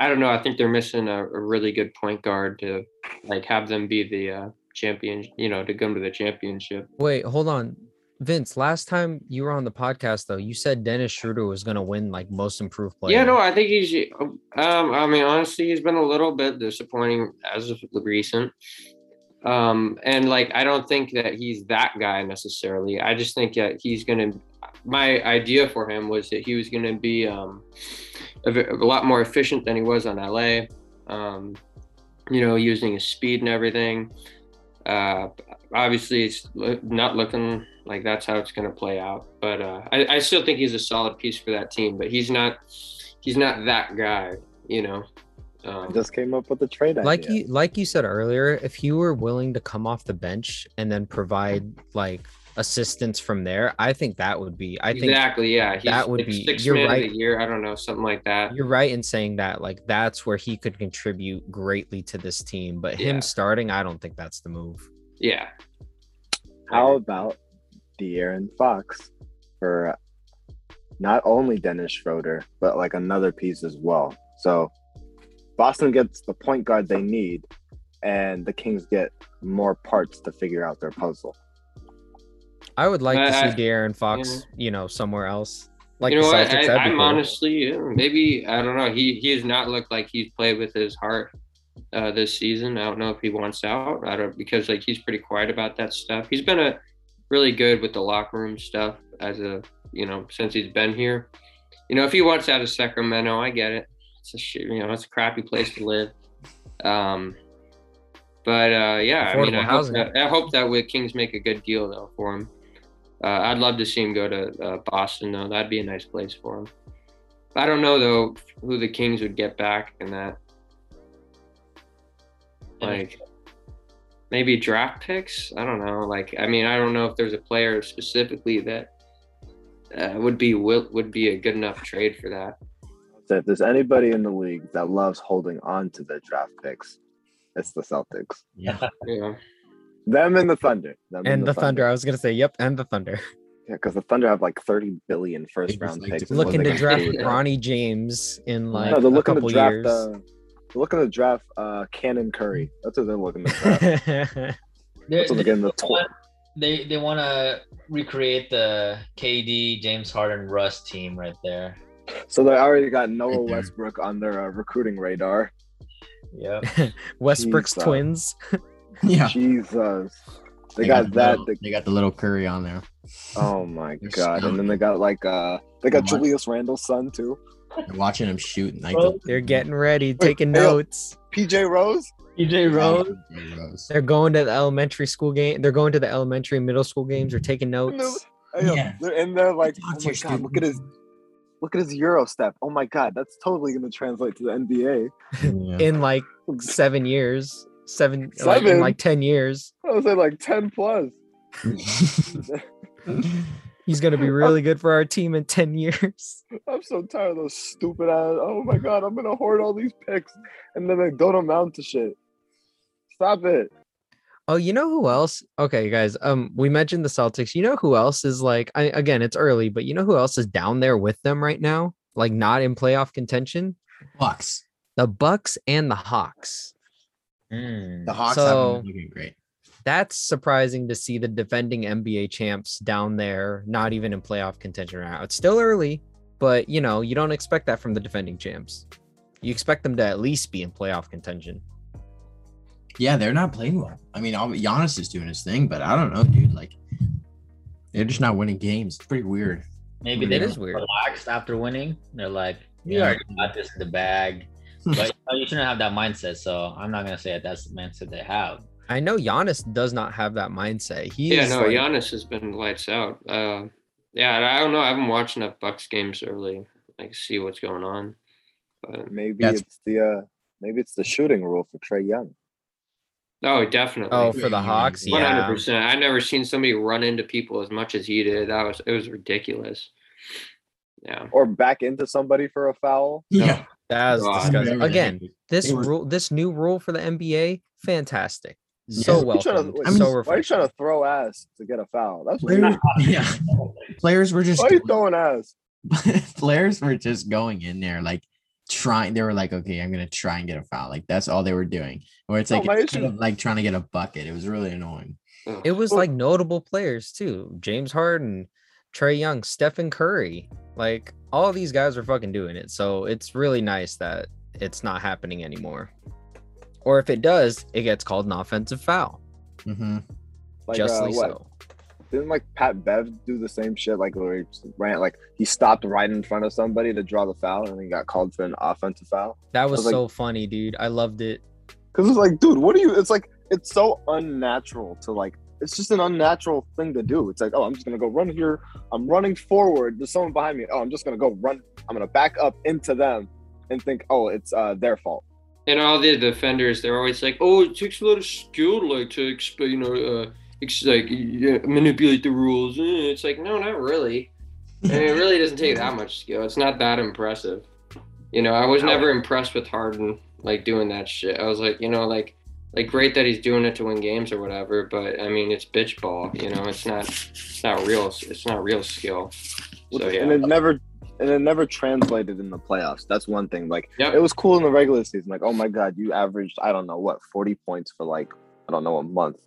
[SPEAKER 3] I don't know. I think they're missing a, a really good point guard to like have them be the uh, champion. You know, to come to the championship.
[SPEAKER 2] Wait, hold on. Vince, last time you were on the podcast though, you said Dennis Schroeder was gonna win like most improved player.
[SPEAKER 3] Yeah, no, I think he's. Um, I mean, honestly, he's been a little bit disappointing as of recent. Um, and like, I don't think that he's that guy necessarily. I just think that he's gonna. My idea for him was that he was gonna be um, a, ve- a lot more efficient than he was on LA. Um, you know, using his speed and everything. Uh, obviously, it's lo- not looking like that's how it's going to play out. But uh, I, I still think he's a solid piece for that team. But he's not he's not that guy, you know.
[SPEAKER 5] I
[SPEAKER 3] Um,
[SPEAKER 5] just came up with a trade
[SPEAKER 2] like
[SPEAKER 5] idea.
[SPEAKER 2] you like you said earlier, if you were willing to come off the bench and then provide like assistance from there, I think that would be I think
[SPEAKER 3] exactly, yeah. He's
[SPEAKER 2] that would
[SPEAKER 3] like
[SPEAKER 2] be-
[SPEAKER 3] 6
[SPEAKER 2] you're
[SPEAKER 3] man
[SPEAKER 2] right.
[SPEAKER 3] of the year. I don't know, something like that.
[SPEAKER 2] you're right in saying that like that's where he could contribute greatly to this team, but
[SPEAKER 3] Yeah.
[SPEAKER 2] him starting, I don't think that's the move.
[SPEAKER 3] Yeah.
[SPEAKER 5] How about De'Aaron Fox for not only Dennis Schroeder, but like another piece as well? So Boston gets the point guard they need, and the Kings get more parts to figure out their puzzle.
[SPEAKER 2] I would like to
[SPEAKER 3] I- I-
[SPEAKER 2] see De'Aaron Fox, you know, somewhere else. Like
[SPEAKER 3] you know
[SPEAKER 2] the
[SPEAKER 3] what?
[SPEAKER 2] Celtics,
[SPEAKER 3] I,
[SPEAKER 2] that'd be
[SPEAKER 3] I'm
[SPEAKER 2] cool.
[SPEAKER 3] honestly yeah, maybe I don't know. He he has not looked like he's played with his heart uh, this season. I don't know if he wants out. I don't because like he's pretty quiet about that stuff. He's been a really good with the locker room stuff as a you know since he's been here. You know if he wants out of Sacramento, I get it. It's a shit, you know it's a crappy place to live. Um, but uh, yeah, I mean
[SPEAKER 2] Affordable
[SPEAKER 3] I hope,
[SPEAKER 2] housing.
[SPEAKER 3] that, I hope that the Kings make a good deal though for him. Uh, I'd love to see him go to uh, Boston though. That'd be a nice place for him. I don't know though who the Kings would get back in that. Like maybe draft picks. I don't know. Like I mean, I don't know if there's a player specifically that uh, would be will, would be a good enough trade for that.
[SPEAKER 5] So if there's anybody in the league that loves holding on to their draft picks, it's the Celtics.
[SPEAKER 4] Yeah.
[SPEAKER 3] You know?
[SPEAKER 5] Them and the Thunder. Them
[SPEAKER 2] And the Thunder. I was gonna say, yep, and the Thunder.
[SPEAKER 5] Yeah, because the Thunder have like 30 billion first
[SPEAKER 4] just
[SPEAKER 5] round
[SPEAKER 4] like
[SPEAKER 5] picks.
[SPEAKER 4] to-
[SPEAKER 5] and what
[SPEAKER 2] looking to
[SPEAKER 5] they can
[SPEAKER 2] draft
[SPEAKER 5] do with it.
[SPEAKER 2] Bronny James in like
[SPEAKER 5] no, uh, they're
[SPEAKER 2] a
[SPEAKER 5] looking
[SPEAKER 2] couple
[SPEAKER 5] to draft.
[SPEAKER 2] years.
[SPEAKER 5] Uh, they're looking to draft uh, Cannon Curry. That's what they're
[SPEAKER 2] *laughs*
[SPEAKER 5] looking to draft. uh,
[SPEAKER 6] They,
[SPEAKER 5] That's what they're getting the tw-
[SPEAKER 6] want- they, they want to recreate the KD, James Harden, Russ team right there.
[SPEAKER 5] So they already got Noah
[SPEAKER 4] Right there.
[SPEAKER 5] Westbrook on their uh, recruiting radar.
[SPEAKER 6] *laughs* Yep.
[SPEAKER 2] Westbrook's
[SPEAKER 5] He's, uh,
[SPEAKER 2] twins.
[SPEAKER 4] *laughs* Yeah.
[SPEAKER 5] Jesus, they, got,
[SPEAKER 4] The,
[SPEAKER 5] that. They,
[SPEAKER 4] little- they got the little curry on there.
[SPEAKER 5] oh my
[SPEAKER 4] They're
[SPEAKER 5] god! And then they got like uh, they got
[SPEAKER 4] What?
[SPEAKER 5] Julius Randle's son too.
[SPEAKER 4] They're watching him shoot. and, Like
[SPEAKER 6] Bro,
[SPEAKER 2] They're getting ready, taking
[SPEAKER 5] Bill.
[SPEAKER 2] notes.
[SPEAKER 5] PJ Rose.
[SPEAKER 6] EJ Rose.
[SPEAKER 4] Rose.
[SPEAKER 2] They're going to the elementary school game. They're going to the elementary and middle school games. They're taking notes.
[SPEAKER 5] Hey, yo,
[SPEAKER 4] Yeah.
[SPEAKER 5] They're in there like, oh
[SPEAKER 4] Talk to
[SPEAKER 5] my
[SPEAKER 4] your
[SPEAKER 5] god! Look at his,
[SPEAKER 4] student.
[SPEAKER 5] look at his Euro step. Oh my god, that's totally gonna translate to the NBA.
[SPEAKER 4] Yeah.
[SPEAKER 2] In like seven years, seven, Like, in
[SPEAKER 5] Seven?
[SPEAKER 2] like ten years,
[SPEAKER 5] I was at like ten plus.
[SPEAKER 2] he's gonna
[SPEAKER 5] *laughs*
[SPEAKER 2] be really good for our team in ten *laughs* years.
[SPEAKER 5] I'm so tired of those stupid ass. Oh my god, I'm gonna hoard all these picks, and then they don't amount to shit. Stop it.
[SPEAKER 2] Oh, you know who else? Okay, guys. Um, we mentioned the Celtics. You know who else is like? I again, it's early, but you know who else is down there with them right now? Like not in playoff contention.
[SPEAKER 4] *laughs* Bucks.
[SPEAKER 2] The Bucks and the Hawks.
[SPEAKER 6] Mm.
[SPEAKER 4] The Hawks
[SPEAKER 2] So-
[SPEAKER 4] have been looking great.
[SPEAKER 2] That's surprising to see the defending NBA champs down there, not even in playoff contention right now. It's still early, but you know you don't expect that from the defending champs. You expect them to at least be in playoff contention.
[SPEAKER 4] Yeah, they're not playing well. I mean, ob- Giannis is doing his thing, but I don't know, dude. Like, they're just not winning games. It's pretty weird.
[SPEAKER 6] Maybe
[SPEAKER 2] It
[SPEAKER 6] they
[SPEAKER 2] is
[SPEAKER 6] just
[SPEAKER 2] weird.
[SPEAKER 6] relaxed after winning. They're like, we
[SPEAKER 4] Yeah.
[SPEAKER 6] already got this in the bag. But uh, you shouldn't have that mindset. So I'm not gonna say that that's the mindset they have.
[SPEAKER 2] I know Giannis does not have that mindset. He
[SPEAKER 3] Yeah,
[SPEAKER 2] is
[SPEAKER 3] no,
[SPEAKER 2] like-
[SPEAKER 3] Giannis has been lights out. Uh, yeah, and I don't know. I haven't watched enough Bucks games early, like see what's going on. But
[SPEAKER 5] Maybe
[SPEAKER 4] That's-
[SPEAKER 5] it's the uh, maybe it's the shooting rule for Trey Young.
[SPEAKER 3] oh, definitely.
[SPEAKER 2] Oh, for the Hawks,
[SPEAKER 3] One hundred
[SPEAKER 2] yeah.
[SPEAKER 3] percent. I've never seen somebody run into people as much as he did. That was it was ridiculous. Yeah.
[SPEAKER 5] Or back into somebody for a foul.
[SPEAKER 4] Yeah.
[SPEAKER 2] That was
[SPEAKER 3] God.
[SPEAKER 2] disgusting.
[SPEAKER 4] Remember that.
[SPEAKER 2] Again, this
[SPEAKER 4] They were-
[SPEAKER 2] rule, this new rule for the NBA, fantastic. so well.
[SPEAKER 4] Yeah.
[SPEAKER 5] You're trying to-
[SPEAKER 2] filmed,
[SPEAKER 5] wait,
[SPEAKER 4] I mean,
[SPEAKER 2] so
[SPEAKER 5] why are you
[SPEAKER 2] refreshing.
[SPEAKER 5] trying to throw ass to get a foul? That's
[SPEAKER 4] Players,
[SPEAKER 5] weird.
[SPEAKER 4] yeah, players were just
[SPEAKER 5] Why are you throwing ass?
[SPEAKER 4] *laughs* players were just going in there like trying. They were like, okay, I'm gonna try and get a foul. Like that's all they were doing. Where it's
[SPEAKER 5] No,
[SPEAKER 4] like
[SPEAKER 5] my
[SPEAKER 4] instead
[SPEAKER 5] issue-
[SPEAKER 4] of, like trying to get a bucket. It was really annoying.
[SPEAKER 2] It was
[SPEAKER 5] Well-
[SPEAKER 2] like notable players too: James Harden, Trey Young, Stephen Curry. Like all these guys are fucking doing it. So it's really nice that it's not happening anymore. Or if it does, it gets called an offensive foul,
[SPEAKER 4] Mm-hmm.
[SPEAKER 5] Like, uh,
[SPEAKER 2] justly
[SPEAKER 5] what?
[SPEAKER 2] so.
[SPEAKER 5] Didn't like Pat Bev do the same shit? Like where he just ran, like he stopped right in front of somebody to draw the foul, and he got called for an offensive foul.
[SPEAKER 2] That was,
[SPEAKER 5] was like-
[SPEAKER 2] so funny, dude. I loved it.
[SPEAKER 5] Because it's like, dude, what do you? It's like it's so unnatural to like. It's just an unnatural thing to do. It's like, oh, I'm just gonna go run here. I'm running forward. There's someone behind me. Oh, I'm just gonna go run. I'm gonna back up into them and think, oh, it's uh, their fault.
[SPEAKER 3] And all the defenders, they're always like, "Oh, it takes a lot of skill, like to exp- you know, uh, ex- like yeah, manipulate the rules." Eh, It's like, no, not really. I mean, it really doesn't take that much skill. It's not that impressive. You know, I was never impressed with Harden like doing that shit. I was like, you know, like, like great that he's doing it to win games or whatever, but I mean, it's bitch ball. You know, it's not, it's not real. It's not real skill. So
[SPEAKER 5] And
[SPEAKER 3] yeah,
[SPEAKER 5] it never, and it never translated in the playoffs. That's one thing. Like
[SPEAKER 3] Yep.
[SPEAKER 5] it was cool in the regular season. Like, oh my god, you averaged I don't know what 40 points for like I don't know a month,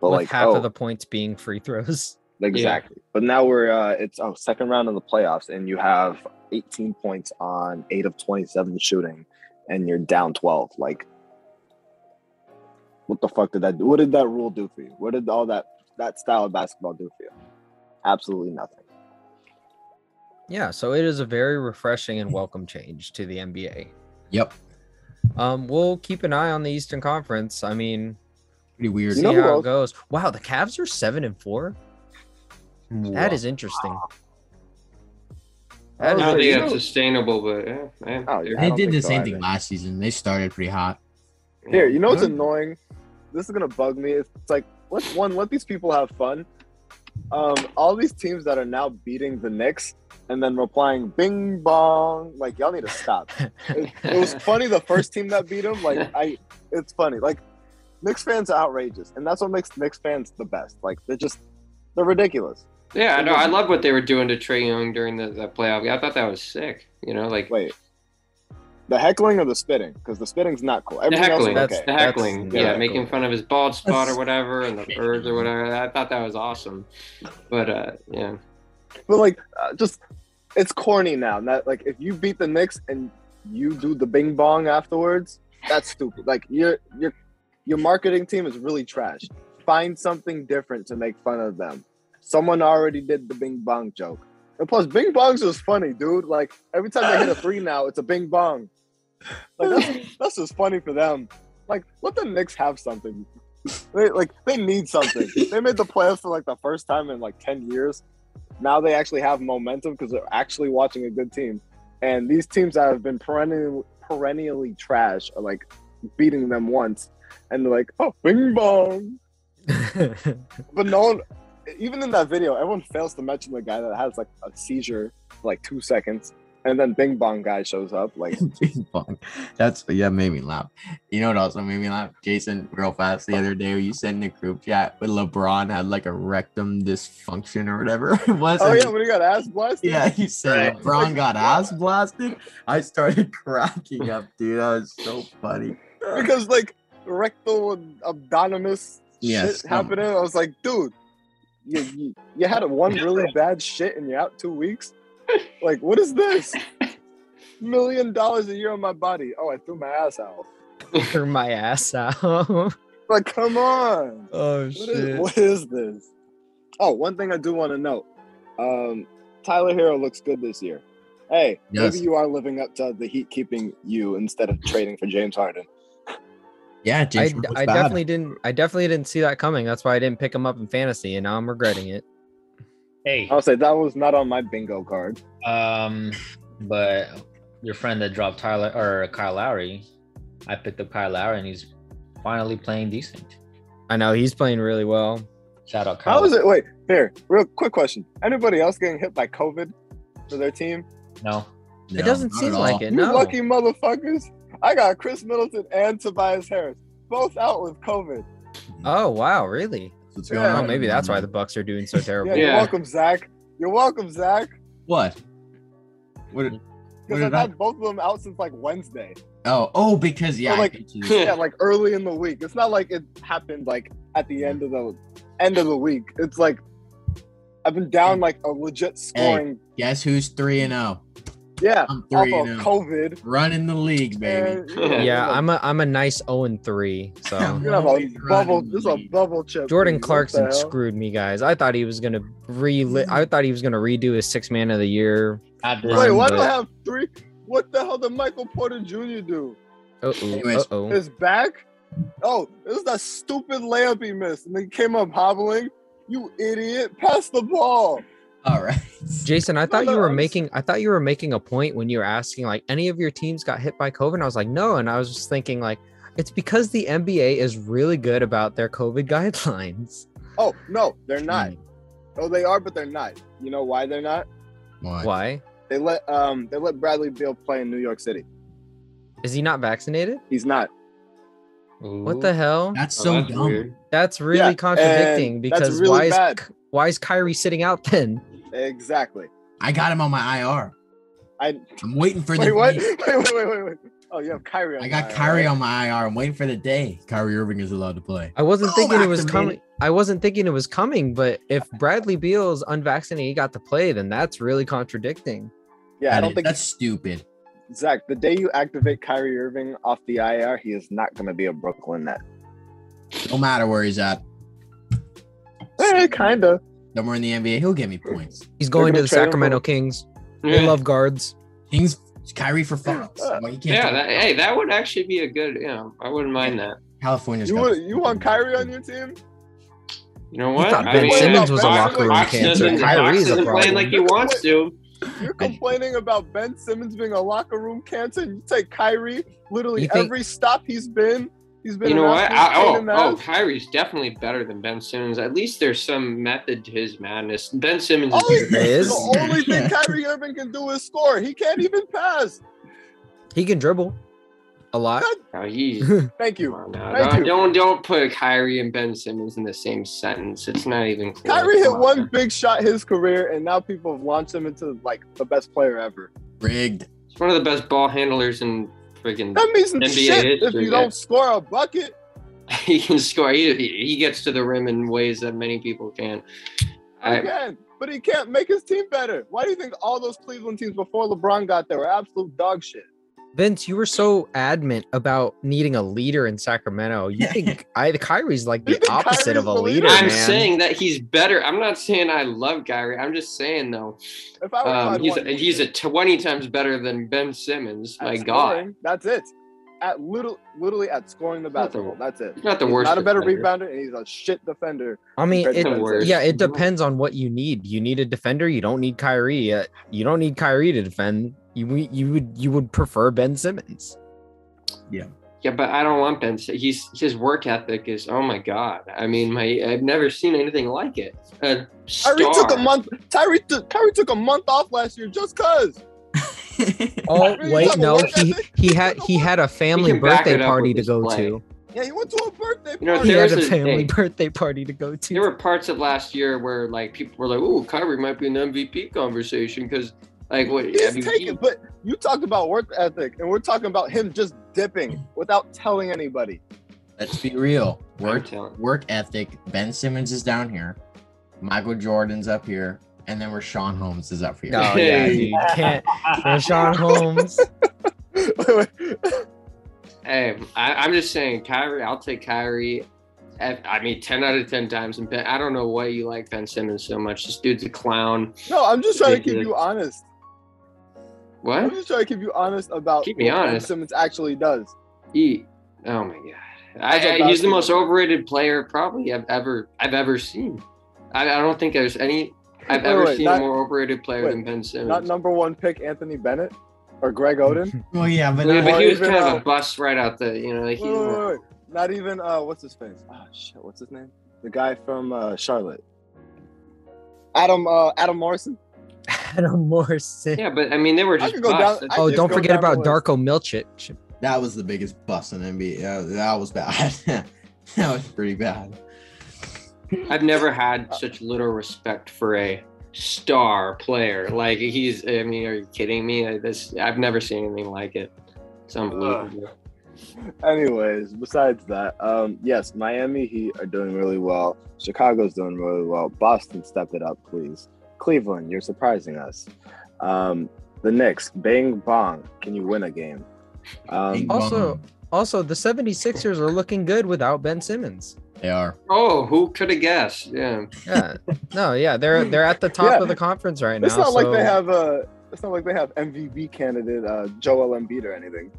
[SPEAKER 5] but
[SPEAKER 2] with
[SPEAKER 5] like
[SPEAKER 2] half
[SPEAKER 5] oh,
[SPEAKER 2] of the points being free throws. *laughs*
[SPEAKER 5] Exactly. But now we're uh it's oh second round of the playoffs and you have 18 points on 8 of 27 shooting and you're down 12 like what the fuck did that do? What did that rule do for you? What did all that that style of basketball do for you? Absolutely nothing.
[SPEAKER 2] Yeah, so it is a very refreshing and welcome change to the NBA.
[SPEAKER 4] Yep.
[SPEAKER 2] Um, we'll keep an eye on the Eastern Conference. I mean,
[SPEAKER 4] Pretty weird.
[SPEAKER 2] see
[SPEAKER 5] know who
[SPEAKER 2] how it
[SPEAKER 5] else-
[SPEAKER 2] goes. Wow, the Cavs are seven and four. That is interesting. That
[SPEAKER 5] Oh,
[SPEAKER 3] I
[SPEAKER 2] is
[SPEAKER 3] don't
[SPEAKER 5] you
[SPEAKER 3] think
[SPEAKER 5] know-
[SPEAKER 3] that's sustainable, but yeah, man.
[SPEAKER 5] Oh, yeah. I
[SPEAKER 4] They did
[SPEAKER 5] don't think
[SPEAKER 4] the
[SPEAKER 5] so
[SPEAKER 4] same
[SPEAKER 5] either.
[SPEAKER 4] thing last season. They started pretty hot. *laughs*
[SPEAKER 5] Here, you know what's
[SPEAKER 4] Good.
[SPEAKER 5] annoying? This is gonna bug me. It's like let one let these people have fun. Um, all these teams that are now beating the Knicks and then replying "Bing Bong," like y'all need to stop. it, it was funny the first team that beat them. Like I, it's funny. Like Knicks fans are outrageous, and that's what makes Knicks fans the best. Like they're just they're ridiculous.
[SPEAKER 3] Yeah, I
[SPEAKER 5] It
[SPEAKER 3] know. I
[SPEAKER 5] was-
[SPEAKER 3] love what they were doing to Trey Young during the, the playoff. I thought that was sick. You know, like
[SPEAKER 5] Wait, the heckling or the spitting? Because the spitting's not cool. Everything else is
[SPEAKER 3] heckling.
[SPEAKER 2] That's-
[SPEAKER 5] okay.
[SPEAKER 3] the heckling,
[SPEAKER 2] that's-
[SPEAKER 3] yeah,
[SPEAKER 5] yeah,
[SPEAKER 3] making fun of his bald spot or whatever, and the birds or whatever. I thought that was awesome. But uh, yeah,
[SPEAKER 5] But like, uh, just it's corny now. Not like if you beat the Knicks and you do the Bing Bong afterwards, that's stupid. Like your your your marketing team is really trash. Find something different to make fun of them. Someone already did the Bing Bong joke. And plus, Bing Bongs is funny, dude. Like every time they hit a three now, it's a Bing Bong. Like that's that's just funny for them. Like let the Knicks have something. They, like they need something. they made the playoffs for like the first time in like ten years now they actually have momentum because they're actually watching a good team. And these teams that have been perennially, perennially trash are like beating them once, and they're like, "Oh, bing bong." But no one, even in that video, everyone fails to mention the guy that has like a seizure for like two seconds, and then bing bong guy shows
[SPEAKER 4] *laughs*
[SPEAKER 5] up. Like,
[SPEAKER 4] Bing bong. That's yeah, made me laugh. You know what also made me laugh? Jason, real fast the other day, you said in the group chat when LeBron had like a rectum dysfunction or whatever *laughs* it was.
[SPEAKER 5] oh
[SPEAKER 4] and-
[SPEAKER 5] yeah, when he got ass blasted. *laughs*
[SPEAKER 4] yeah, you said LeBron got ass blasted. I started *laughs* cracking up, dude. That was so funny.
[SPEAKER 5] because like rectal and abdominous
[SPEAKER 4] Yes, um,
[SPEAKER 5] shit
[SPEAKER 4] come on.
[SPEAKER 5] happening. I was like, dude, you, you, you had one really bad shit and you're out two weeks. Like, what is this? Million dollars a year on my body. Oh, I threw my ass out.
[SPEAKER 2] *laughs* Turn my ass out. *laughs*
[SPEAKER 5] Like, come on.
[SPEAKER 2] oh
[SPEAKER 5] What is, what is this? Oh, one thing I do want to note. Um, Tyler Hero looks good this year. Hey,
[SPEAKER 4] Yes.
[SPEAKER 5] maybe you are living up to the Heat keeping you instead of trading for James Harden.
[SPEAKER 4] Yeah,
[SPEAKER 2] I,
[SPEAKER 4] Jason was
[SPEAKER 2] I
[SPEAKER 4] bad.
[SPEAKER 2] definitely didn't. I definitely didn't see that coming. That's why I didn't pick him up in fantasy, and now I'm regretting it.
[SPEAKER 6] Hey,
[SPEAKER 5] I'll say that was not on my bingo card.
[SPEAKER 6] um, but your friend that dropped Tyler or Kyle Lowry, I picked up Kyle Lowry and he's finally playing decent.
[SPEAKER 2] I know he's playing really well.
[SPEAKER 6] Shout out Kyle.
[SPEAKER 5] How is it? Wait, here, real quick question. Anybody else getting hit by COVID for their team?
[SPEAKER 6] No.
[SPEAKER 4] No,
[SPEAKER 2] it doesn't
[SPEAKER 4] not
[SPEAKER 2] seem
[SPEAKER 4] at all.
[SPEAKER 2] like it.
[SPEAKER 5] You
[SPEAKER 2] No.
[SPEAKER 5] lucky motherfuckers. I got Chris Middleton and Tobias Harris, both out with COVID.
[SPEAKER 2] Oh wow, really?
[SPEAKER 4] That's what's
[SPEAKER 5] Yeah.
[SPEAKER 2] Oh, maybe that's
[SPEAKER 4] Mm-hmm.
[SPEAKER 2] why the Bucks are doing so
[SPEAKER 5] Yeah,
[SPEAKER 2] terrible.
[SPEAKER 5] you're
[SPEAKER 3] Yeah.
[SPEAKER 5] welcome, Zach. You're welcome, Zach.
[SPEAKER 4] What? What? did- What
[SPEAKER 5] Because
[SPEAKER 4] did
[SPEAKER 5] I've
[SPEAKER 4] I?
[SPEAKER 5] had both of them out since like Wednesday.
[SPEAKER 4] Oh, oh, because yeah,
[SPEAKER 5] Oh,
[SPEAKER 4] I
[SPEAKER 5] like-
[SPEAKER 4] get you.
[SPEAKER 5] *laughs* Yeah, like early in the week. It's not like it happened like at the end of the end of the week. It's like I've been down like a legit scoring.
[SPEAKER 4] guess who's three and zero?
[SPEAKER 5] yeah,
[SPEAKER 4] I'm
[SPEAKER 5] off
[SPEAKER 4] three
[SPEAKER 5] of
[SPEAKER 4] and zero.
[SPEAKER 5] COVID.
[SPEAKER 4] Running the league, baby.
[SPEAKER 5] And,
[SPEAKER 3] Yeah,
[SPEAKER 2] Yeah,
[SPEAKER 5] like,
[SPEAKER 2] I'm a I'm a nice 0 and 3. So
[SPEAKER 4] *laughs*
[SPEAKER 5] You're gonna have
[SPEAKER 4] Always
[SPEAKER 5] a bubble.
[SPEAKER 4] running
[SPEAKER 5] This is a
[SPEAKER 4] lead.
[SPEAKER 5] bubble chip.
[SPEAKER 2] Jordan
[SPEAKER 5] please. What
[SPEAKER 2] Clarkson
[SPEAKER 5] the hell? Mm.
[SPEAKER 2] screwed me, guys. I thought he was gonna re I thought he was gonna redo his six man of the year.
[SPEAKER 6] Not this
[SPEAKER 5] Wait,
[SPEAKER 2] run,
[SPEAKER 5] why
[SPEAKER 2] but-
[SPEAKER 5] do I have three? What the hell did Michael Porter Jr. do?
[SPEAKER 2] Uh
[SPEAKER 4] Anyways.
[SPEAKER 2] oh.
[SPEAKER 5] His back? Oh, it was that stupid layup he missed, and then he came up hobbling. You idiot! Pass the ball.
[SPEAKER 4] All right. *laughs*
[SPEAKER 2] Jason, I thought
[SPEAKER 5] no,
[SPEAKER 2] you were
[SPEAKER 5] I'm s-
[SPEAKER 2] making I thought you were making a point when you were asking like any of your teams got hit by COVID. And I was like, no. And I was just thinking like it's because the NBA is really good about their COVID *laughs* guidelines.
[SPEAKER 5] Oh no, they're not. Oh, they are, but they're not. You know why they're not?
[SPEAKER 4] Why?
[SPEAKER 2] Why?
[SPEAKER 5] They let um they let Bradley Beal play in New York City.
[SPEAKER 2] Is he not vaccinated?
[SPEAKER 5] He's not.
[SPEAKER 2] What the hell?
[SPEAKER 4] That's
[SPEAKER 3] Oh,
[SPEAKER 4] so
[SPEAKER 3] that's
[SPEAKER 4] dumb.
[SPEAKER 3] weird.
[SPEAKER 2] That's really
[SPEAKER 5] and
[SPEAKER 2] contradicting
[SPEAKER 5] that's
[SPEAKER 2] because
[SPEAKER 5] really
[SPEAKER 2] why is
[SPEAKER 5] bad.
[SPEAKER 2] K- why is Kyrie sitting out then?
[SPEAKER 5] Exactly.
[SPEAKER 4] I got him on my IR.
[SPEAKER 5] I
[SPEAKER 4] I'm waiting for the
[SPEAKER 5] wait. What?
[SPEAKER 4] day.
[SPEAKER 5] *laughs* Wait, wait, wait, wait, wait. Oh, you have Kyrie. On
[SPEAKER 4] I got
[SPEAKER 5] your
[SPEAKER 4] Kyrie
[SPEAKER 5] IR.
[SPEAKER 4] on my IR. I'm waiting for the day Kyrie Irving is allowed to play.
[SPEAKER 2] I wasn't
[SPEAKER 4] Oh,
[SPEAKER 2] thinking it was
[SPEAKER 4] activated.
[SPEAKER 2] coming. I wasn't thinking it was coming, but if Bradley Beal's unvaccinated, he got to play, then that's really contradicting.
[SPEAKER 5] Yeah, I
[SPEAKER 4] That
[SPEAKER 5] don't
[SPEAKER 4] is-
[SPEAKER 5] think
[SPEAKER 4] that's stupid.
[SPEAKER 5] Zach. The day you activate Kyrie Irving off the IR, he is not going to be a Brooklyn Net.
[SPEAKER 4] No matter where he's at,
[SPEAKER 5] Eh, kinda.
[SPEAKER 4] somewhere in the NBA, he'll give me points.
[SPEAKER 2] He's going
[SPEAKER 5] gonna
[SPEAKER 2] to the
[SPEAKER 5] trade him for-
[SPEAKER 2] Sacramento Kings. They
[SPEAKER 3] Yeah,
[SPEAKER 2] love guards.
[SPEAKER 4] Things Kyrie for
[SPEAKER 5] *laughs*
[SPEAKER 4] Fox. Why you
[SPEAKER 3] *laughs*
[SPEAKER 4] can't
[SPEAKER 3] yeah
[SPEAKER 4] do
[SPEAKER 3] that, hey, that would actually be a good. You know, I wouldn't mind that.
[SPEAKER 4] California's
[SPEAKER 5] You
[SPEAKER 4] got
[SPEAKER 5] want
[SPEAKER 4] this.
[SPEAKER 5] you want Kyrie on your team?
[SPEAKER 3] You know
[SPEAKER 2] You
[SPEAKER 3] what?
[SPEAKER 2] thought
[SPEAKER 3] I
[SPEAKER 2] Ben
[SPEAKER 3] mean,
[SPEAKER 5] Simmons was a
[SPEAKER 3] Fox-
[SPEAKER 5] locker room
[SPEAKER 3] Fox
[SPEAKER 5] cancer.
[SPEAKER 3] doesn't-
[SPEAKER 2] Kyrie
[SPEAKER 3] Fox
[SPEAKER 2] is a
[SPEAKER 3] isn't playing
[SPEAKER 2] problem.
[SPEAKER 3] like he wants to.
[SPEAKER 5] You're
[SPEAKER 4] I-
[SPEAKER 5] complaining about Ben Simmons being a locker room cancer, and you take Kyrie. Literally
[SPEAKER 2] You think-
[SPEAKER 5] every stop he's been, he's been.
[SPEAKER 3] You know
[SPEAKER 5] an
[SPEAKER 3] what?
[SPEAKER 5] absolute
[SPEAKER 3] I,
[SPEAKER 5] pain
[SPEAKER 3] oh,
[SPEAKER 5] in the
[SPEAKER 3] oh,
[SPEAKER 5] ass.
[SPEAKER 3] Kyrie's definitely better than Ben Simmons. At least there's some method to his madness. Ben Simmons
[SPEAKER 5] All he-
[SPEAKER 3] is.
[SPEAKER 2] There is.
[SPEAKER 5] The only thing
[SPEAKER 3] *laughs*
[SPEAKER 5] Kyrie Irving can do is score. He can't even pass.
[SPEAKER 2] He can dribble a lot.
[SPEAKER 3] Oh, he's Come
[SPEAKER 5] Thank you.
[SPEAKER 3] on now.
[SPEAKER 5] Thank
[SPEAKER 3] Don't-
[SPEAKER 5] you.
[SPEAKER 3] Don't don't put Kyrie and Ben Simmons in the same sentence. It's not even close.
[SPEAKER 5] Kyrie
[SPEAKER 3] Come
[SPEAKER 5] hit
[SPEAKER 3] on.
[SPEAKER 5] one big shot his career, and now people have launched him into like the best player ever. *laughs*
[SPEAKER 4] rigged.
[SPEAKER 3] He's one of the best ball handlers in freaking. *laughs*
[SPEAKER 5] That means
[SPEAKER 3] NBA
[SPEAKER 5] shit if
[SPEAKER 3] history,
[SPEAKER 5] you
[SPEAKER 3] yeah.
[SPEAKER 5] don't score a bucket.
[SPEAKER 3] he can score. He, he he gets to the rim in ways that many people can.
[SPEAKER 5] Again,
[SPEAKER 3] I,
[SPEAKER 5] but he can't make his team better. Why do you think all those Cleveland teams before LeBron got there were absolute dog shit?
[SPEAKER 2] Vince, you were so adamant about needing a leader in Sacramento.
[SPEAKER 5] *laughs*
[SPEAKER 2] You think I Kyrie's like
[SPEAKER 5] You
[SPEAKER 2] the
[SPEAKER 5] think
[SPEAKER 2] opposite of a
[SPEAKER 5] Kyrie's the
[SPEAKER 2] leader,
[SPEAKER 5] leader?
[SPEAKER 3] I'm
[SPEAKER 2] man.
[SPEAKER 3] saying that he's better. I'm not saying I love Kyrie. I'm just saying though,
[SPEAKER 5] If I were you,
[SPEAKER 3] um,
[SPEAKER 5] I'd
[SPEAKER 3] he's
[SPEAKER 5] want
[SPEAKER 3] he's
[SPEAKER 5] Luka
[SPEAKER 3] a 20 times better than Ben Simmons.
[SPEAKER 5] at
[SPEAKER 3] My God,
[SPEAKER 5] scoring. that's it. At little, literally at scoring the
[SPEAKER 3] Not the-
[SPEAKER 5] basketball. That's it.
[SPEAKER 3] he's not the
[SPEAKER 5] He's
[SPEAKER 3] worst.
[SPEAKER 5] not a better
[SPEAKER 3] defender.
[SPEAKER 5] rebounder, and he's a shit defender.
[SPEAKER 2] I mean,
[SPEAKER 5] Compared
[SPEAKER 2] it,
[SPEAKER 5] to
[SPEAKER 3] the worst.
[SPEAKER 2] yeah, it
[SPEAKER 3] Mhm.
[SPEAKER 2] depends on what you need. You need a defender. You don't need Kyrie. Uh, You don't need Kyrie to defend. You we- you would you would prefer Ben Simmons.
[SPEAKER 3] Yeah, but I don't want Ben. Sim- He's his work ethic is oh my god. I mean, my I've never seen anything like it. A star.
[SPEAKER 5] Kyrie took a month. Tyree took Kyrie took a month off last year just cause.
[SPEAKER 2] Oh
[SPEAKER 5] Kyrie,
[SPEAKER 2] wait,
[SPEAKER 5] you
[SPEAKER 2] no,
[SPEAKER 5] have a
[SPEAKER 2] he
[SPEAKER 5] work
[SPEAKER 2] he had he had a family
[SPEAKER 3] can back it
[SPEAKER 2] birthday
[SPEAKER 3] up
[SPEAKER 2] party
[SPEAKER 3] with
[SPEAKER 2] to
[SPEAKER 3] his
[SPEAKER 2] go
[SPEAKER 3] play.
[SPEAKER 2] to.
[SPEAKER 5] Yeah, you went to a birthday
[SPEAKER 3] You know,
[SPEAKER 5] party.
[SPEAKER 2] He had
[SPEAKER 3] There's
[SPEAKER 2] a
[SPEAKER 3] a
[SPEAKER 2] family
[SPEAKER 3] thing.
[SPEAKER 2] birthday party to go to. *laughs*
[SPEAKER 3] There were parts of last year where like people were like, "Oh, Kyrie might be in the MVP conversation," because like what? I
[SPEAKER 5] He's
[SPEAKER 3] mean,
[SPEAKER 5] taking, but you talked about work ethic, and we're talking about him just dipping without telling anybody. *laughs*
[SPEAKER 4] Let's be real.
[SPEAKER 3] I'm
[SPEAKER 4] Work
[SPEAKER 3] telling you.
[SPEAKER 4] work ethic. Ben Simmons is down here. Michael Jordan's up here. And then Rashawn Holmes is up here.
[SPEAKER 2] Oh yeah,
[SPEAKER 3] Hey.
[SPEAKER 2] dude, you
[SPEAKER 3] *laughs*
[SPEAKER 2] can't. Rashawn Holmes.
[SPEAKER 3] Hey, I, I'm just saying, Kyrie. I'll take Kyrie. at- I mean, ten out of ten times. And Ben, I don't know why you like Ben Simmons so much. This dude's a clown.
[SPEAKER 5] no, I'm just trying to keep
[SPEAKER 3] Ridiculous.
[SPEAKER 5] you honest. I'm
[SPEAKER 3] What?
[SPEAKER 5] just trying to keep you honest about
[SPEAKER 3] Keep me
[SPEAKER 5] what Ben
[SPEAKER 3] honest.
[SPEAKER 5] Simmons actually does.
[SPEAKER 3] He, oh my god,
[SPEAKER 5] As
[SPEAKER 3] I,
[SPEAKER 5] a
[SPEAKER 3] I, he's the
[SPEAKER 5] basketball-
[SPEAKER 3] most overrated player probably I've ever I've ever seen. I, I don't think there's any I've
[SPEAKER 5] Wait,
[SPEAKER 3] ever
[SPEAKER 5] wait,
[SPEAKER 3] seen
[SPEAKER 5] not-
[SPEAKER 3] a more overrated player
[SPEAKER 5] wait,
[SPEAKER 3] than Ben Simmons.
[SPEAKER 5] Not number one pick Anthony Bennett or
[SPEAKER 3] *laughs*
[SPEAKER 5] Greg Oden.
[SPEAKER 4] Well, yeah, but
[SPEAKER 3] yeah,
[SPEAKER 5] Or
[SPEAKER 3] but he was
[SPEAKER 5] even,
[SPEAKER 3] kind of
[SPEAKER 5] uh,
[SPEAKER 3] a bust right out the you know. Like he,
[SPEAKER 5] Wait, wait, wait, wait. Not even uh, what's his face? Oh shit, what's his name? The guy from uh, Charlotte. Adam uh, Adam Morrison.
[SPEAKER 2] Adam Morrison.
[SPEAKER 3] Yeah, but I mean they were
[SPEAKER 5] I
[SPEAKER 3] just
[SPEAKER 5] could go down.
[SPEAKER 3] busts.
[SPEAKER 5] I
[SPEAKER 2] *laughs* oh,
[SPEAKER 5] could
[SPEAKER 2] don't
[SPEAKER 5] go
[SPEAKER 2] forget
[SPEAKER 5] down the
[SPEAKER 2] about
[SPEAKER 5] list.
[SPEAKER 2] Darko Milicic.
[SPEAKER 4] that was the biggest bust in NBA. That, that was bad. *laughs* that was pretty bad.
[SPEAKER 3] I've never
[SPEAKER 5] Uh,
[SPEAKER 3] had such little respect for a star player. Like he's, I mean, are you kidding me? I, this, I've never seen anything like it. It's unbelievable.
[SPEAKER 5] Anyways, besides that, um, yes, Miami Heat are doing really well. Chicago's doing really well. Boston, step it up, please. Cleveland, you're surprising us. Um, the Knicks, bang bong, can you win a game? Um,
[SPEAKER 4] Bing
[SPEAKER 2] Also-
[SPEAKER 4] bong.
[SPEAKER 2] Also, the 76ers are looking good without Ben Simmons.
[SPEAKER 4] they are.
[SPEAKER 3] Oh, who could have guessed? Yeah.
[SPEAKER 2] *laughs* Yeah. No, yeah, they're they're at the top
[SPEAKER 5] Yeah.
[SPEAKER 2] of the conference right now.
[SPEAKER 5] it's not like they
[SPEAKER 2] so
[SPEAKER 5] have a. It's not like they have MVP candidate uh, Joel Embiid or anything.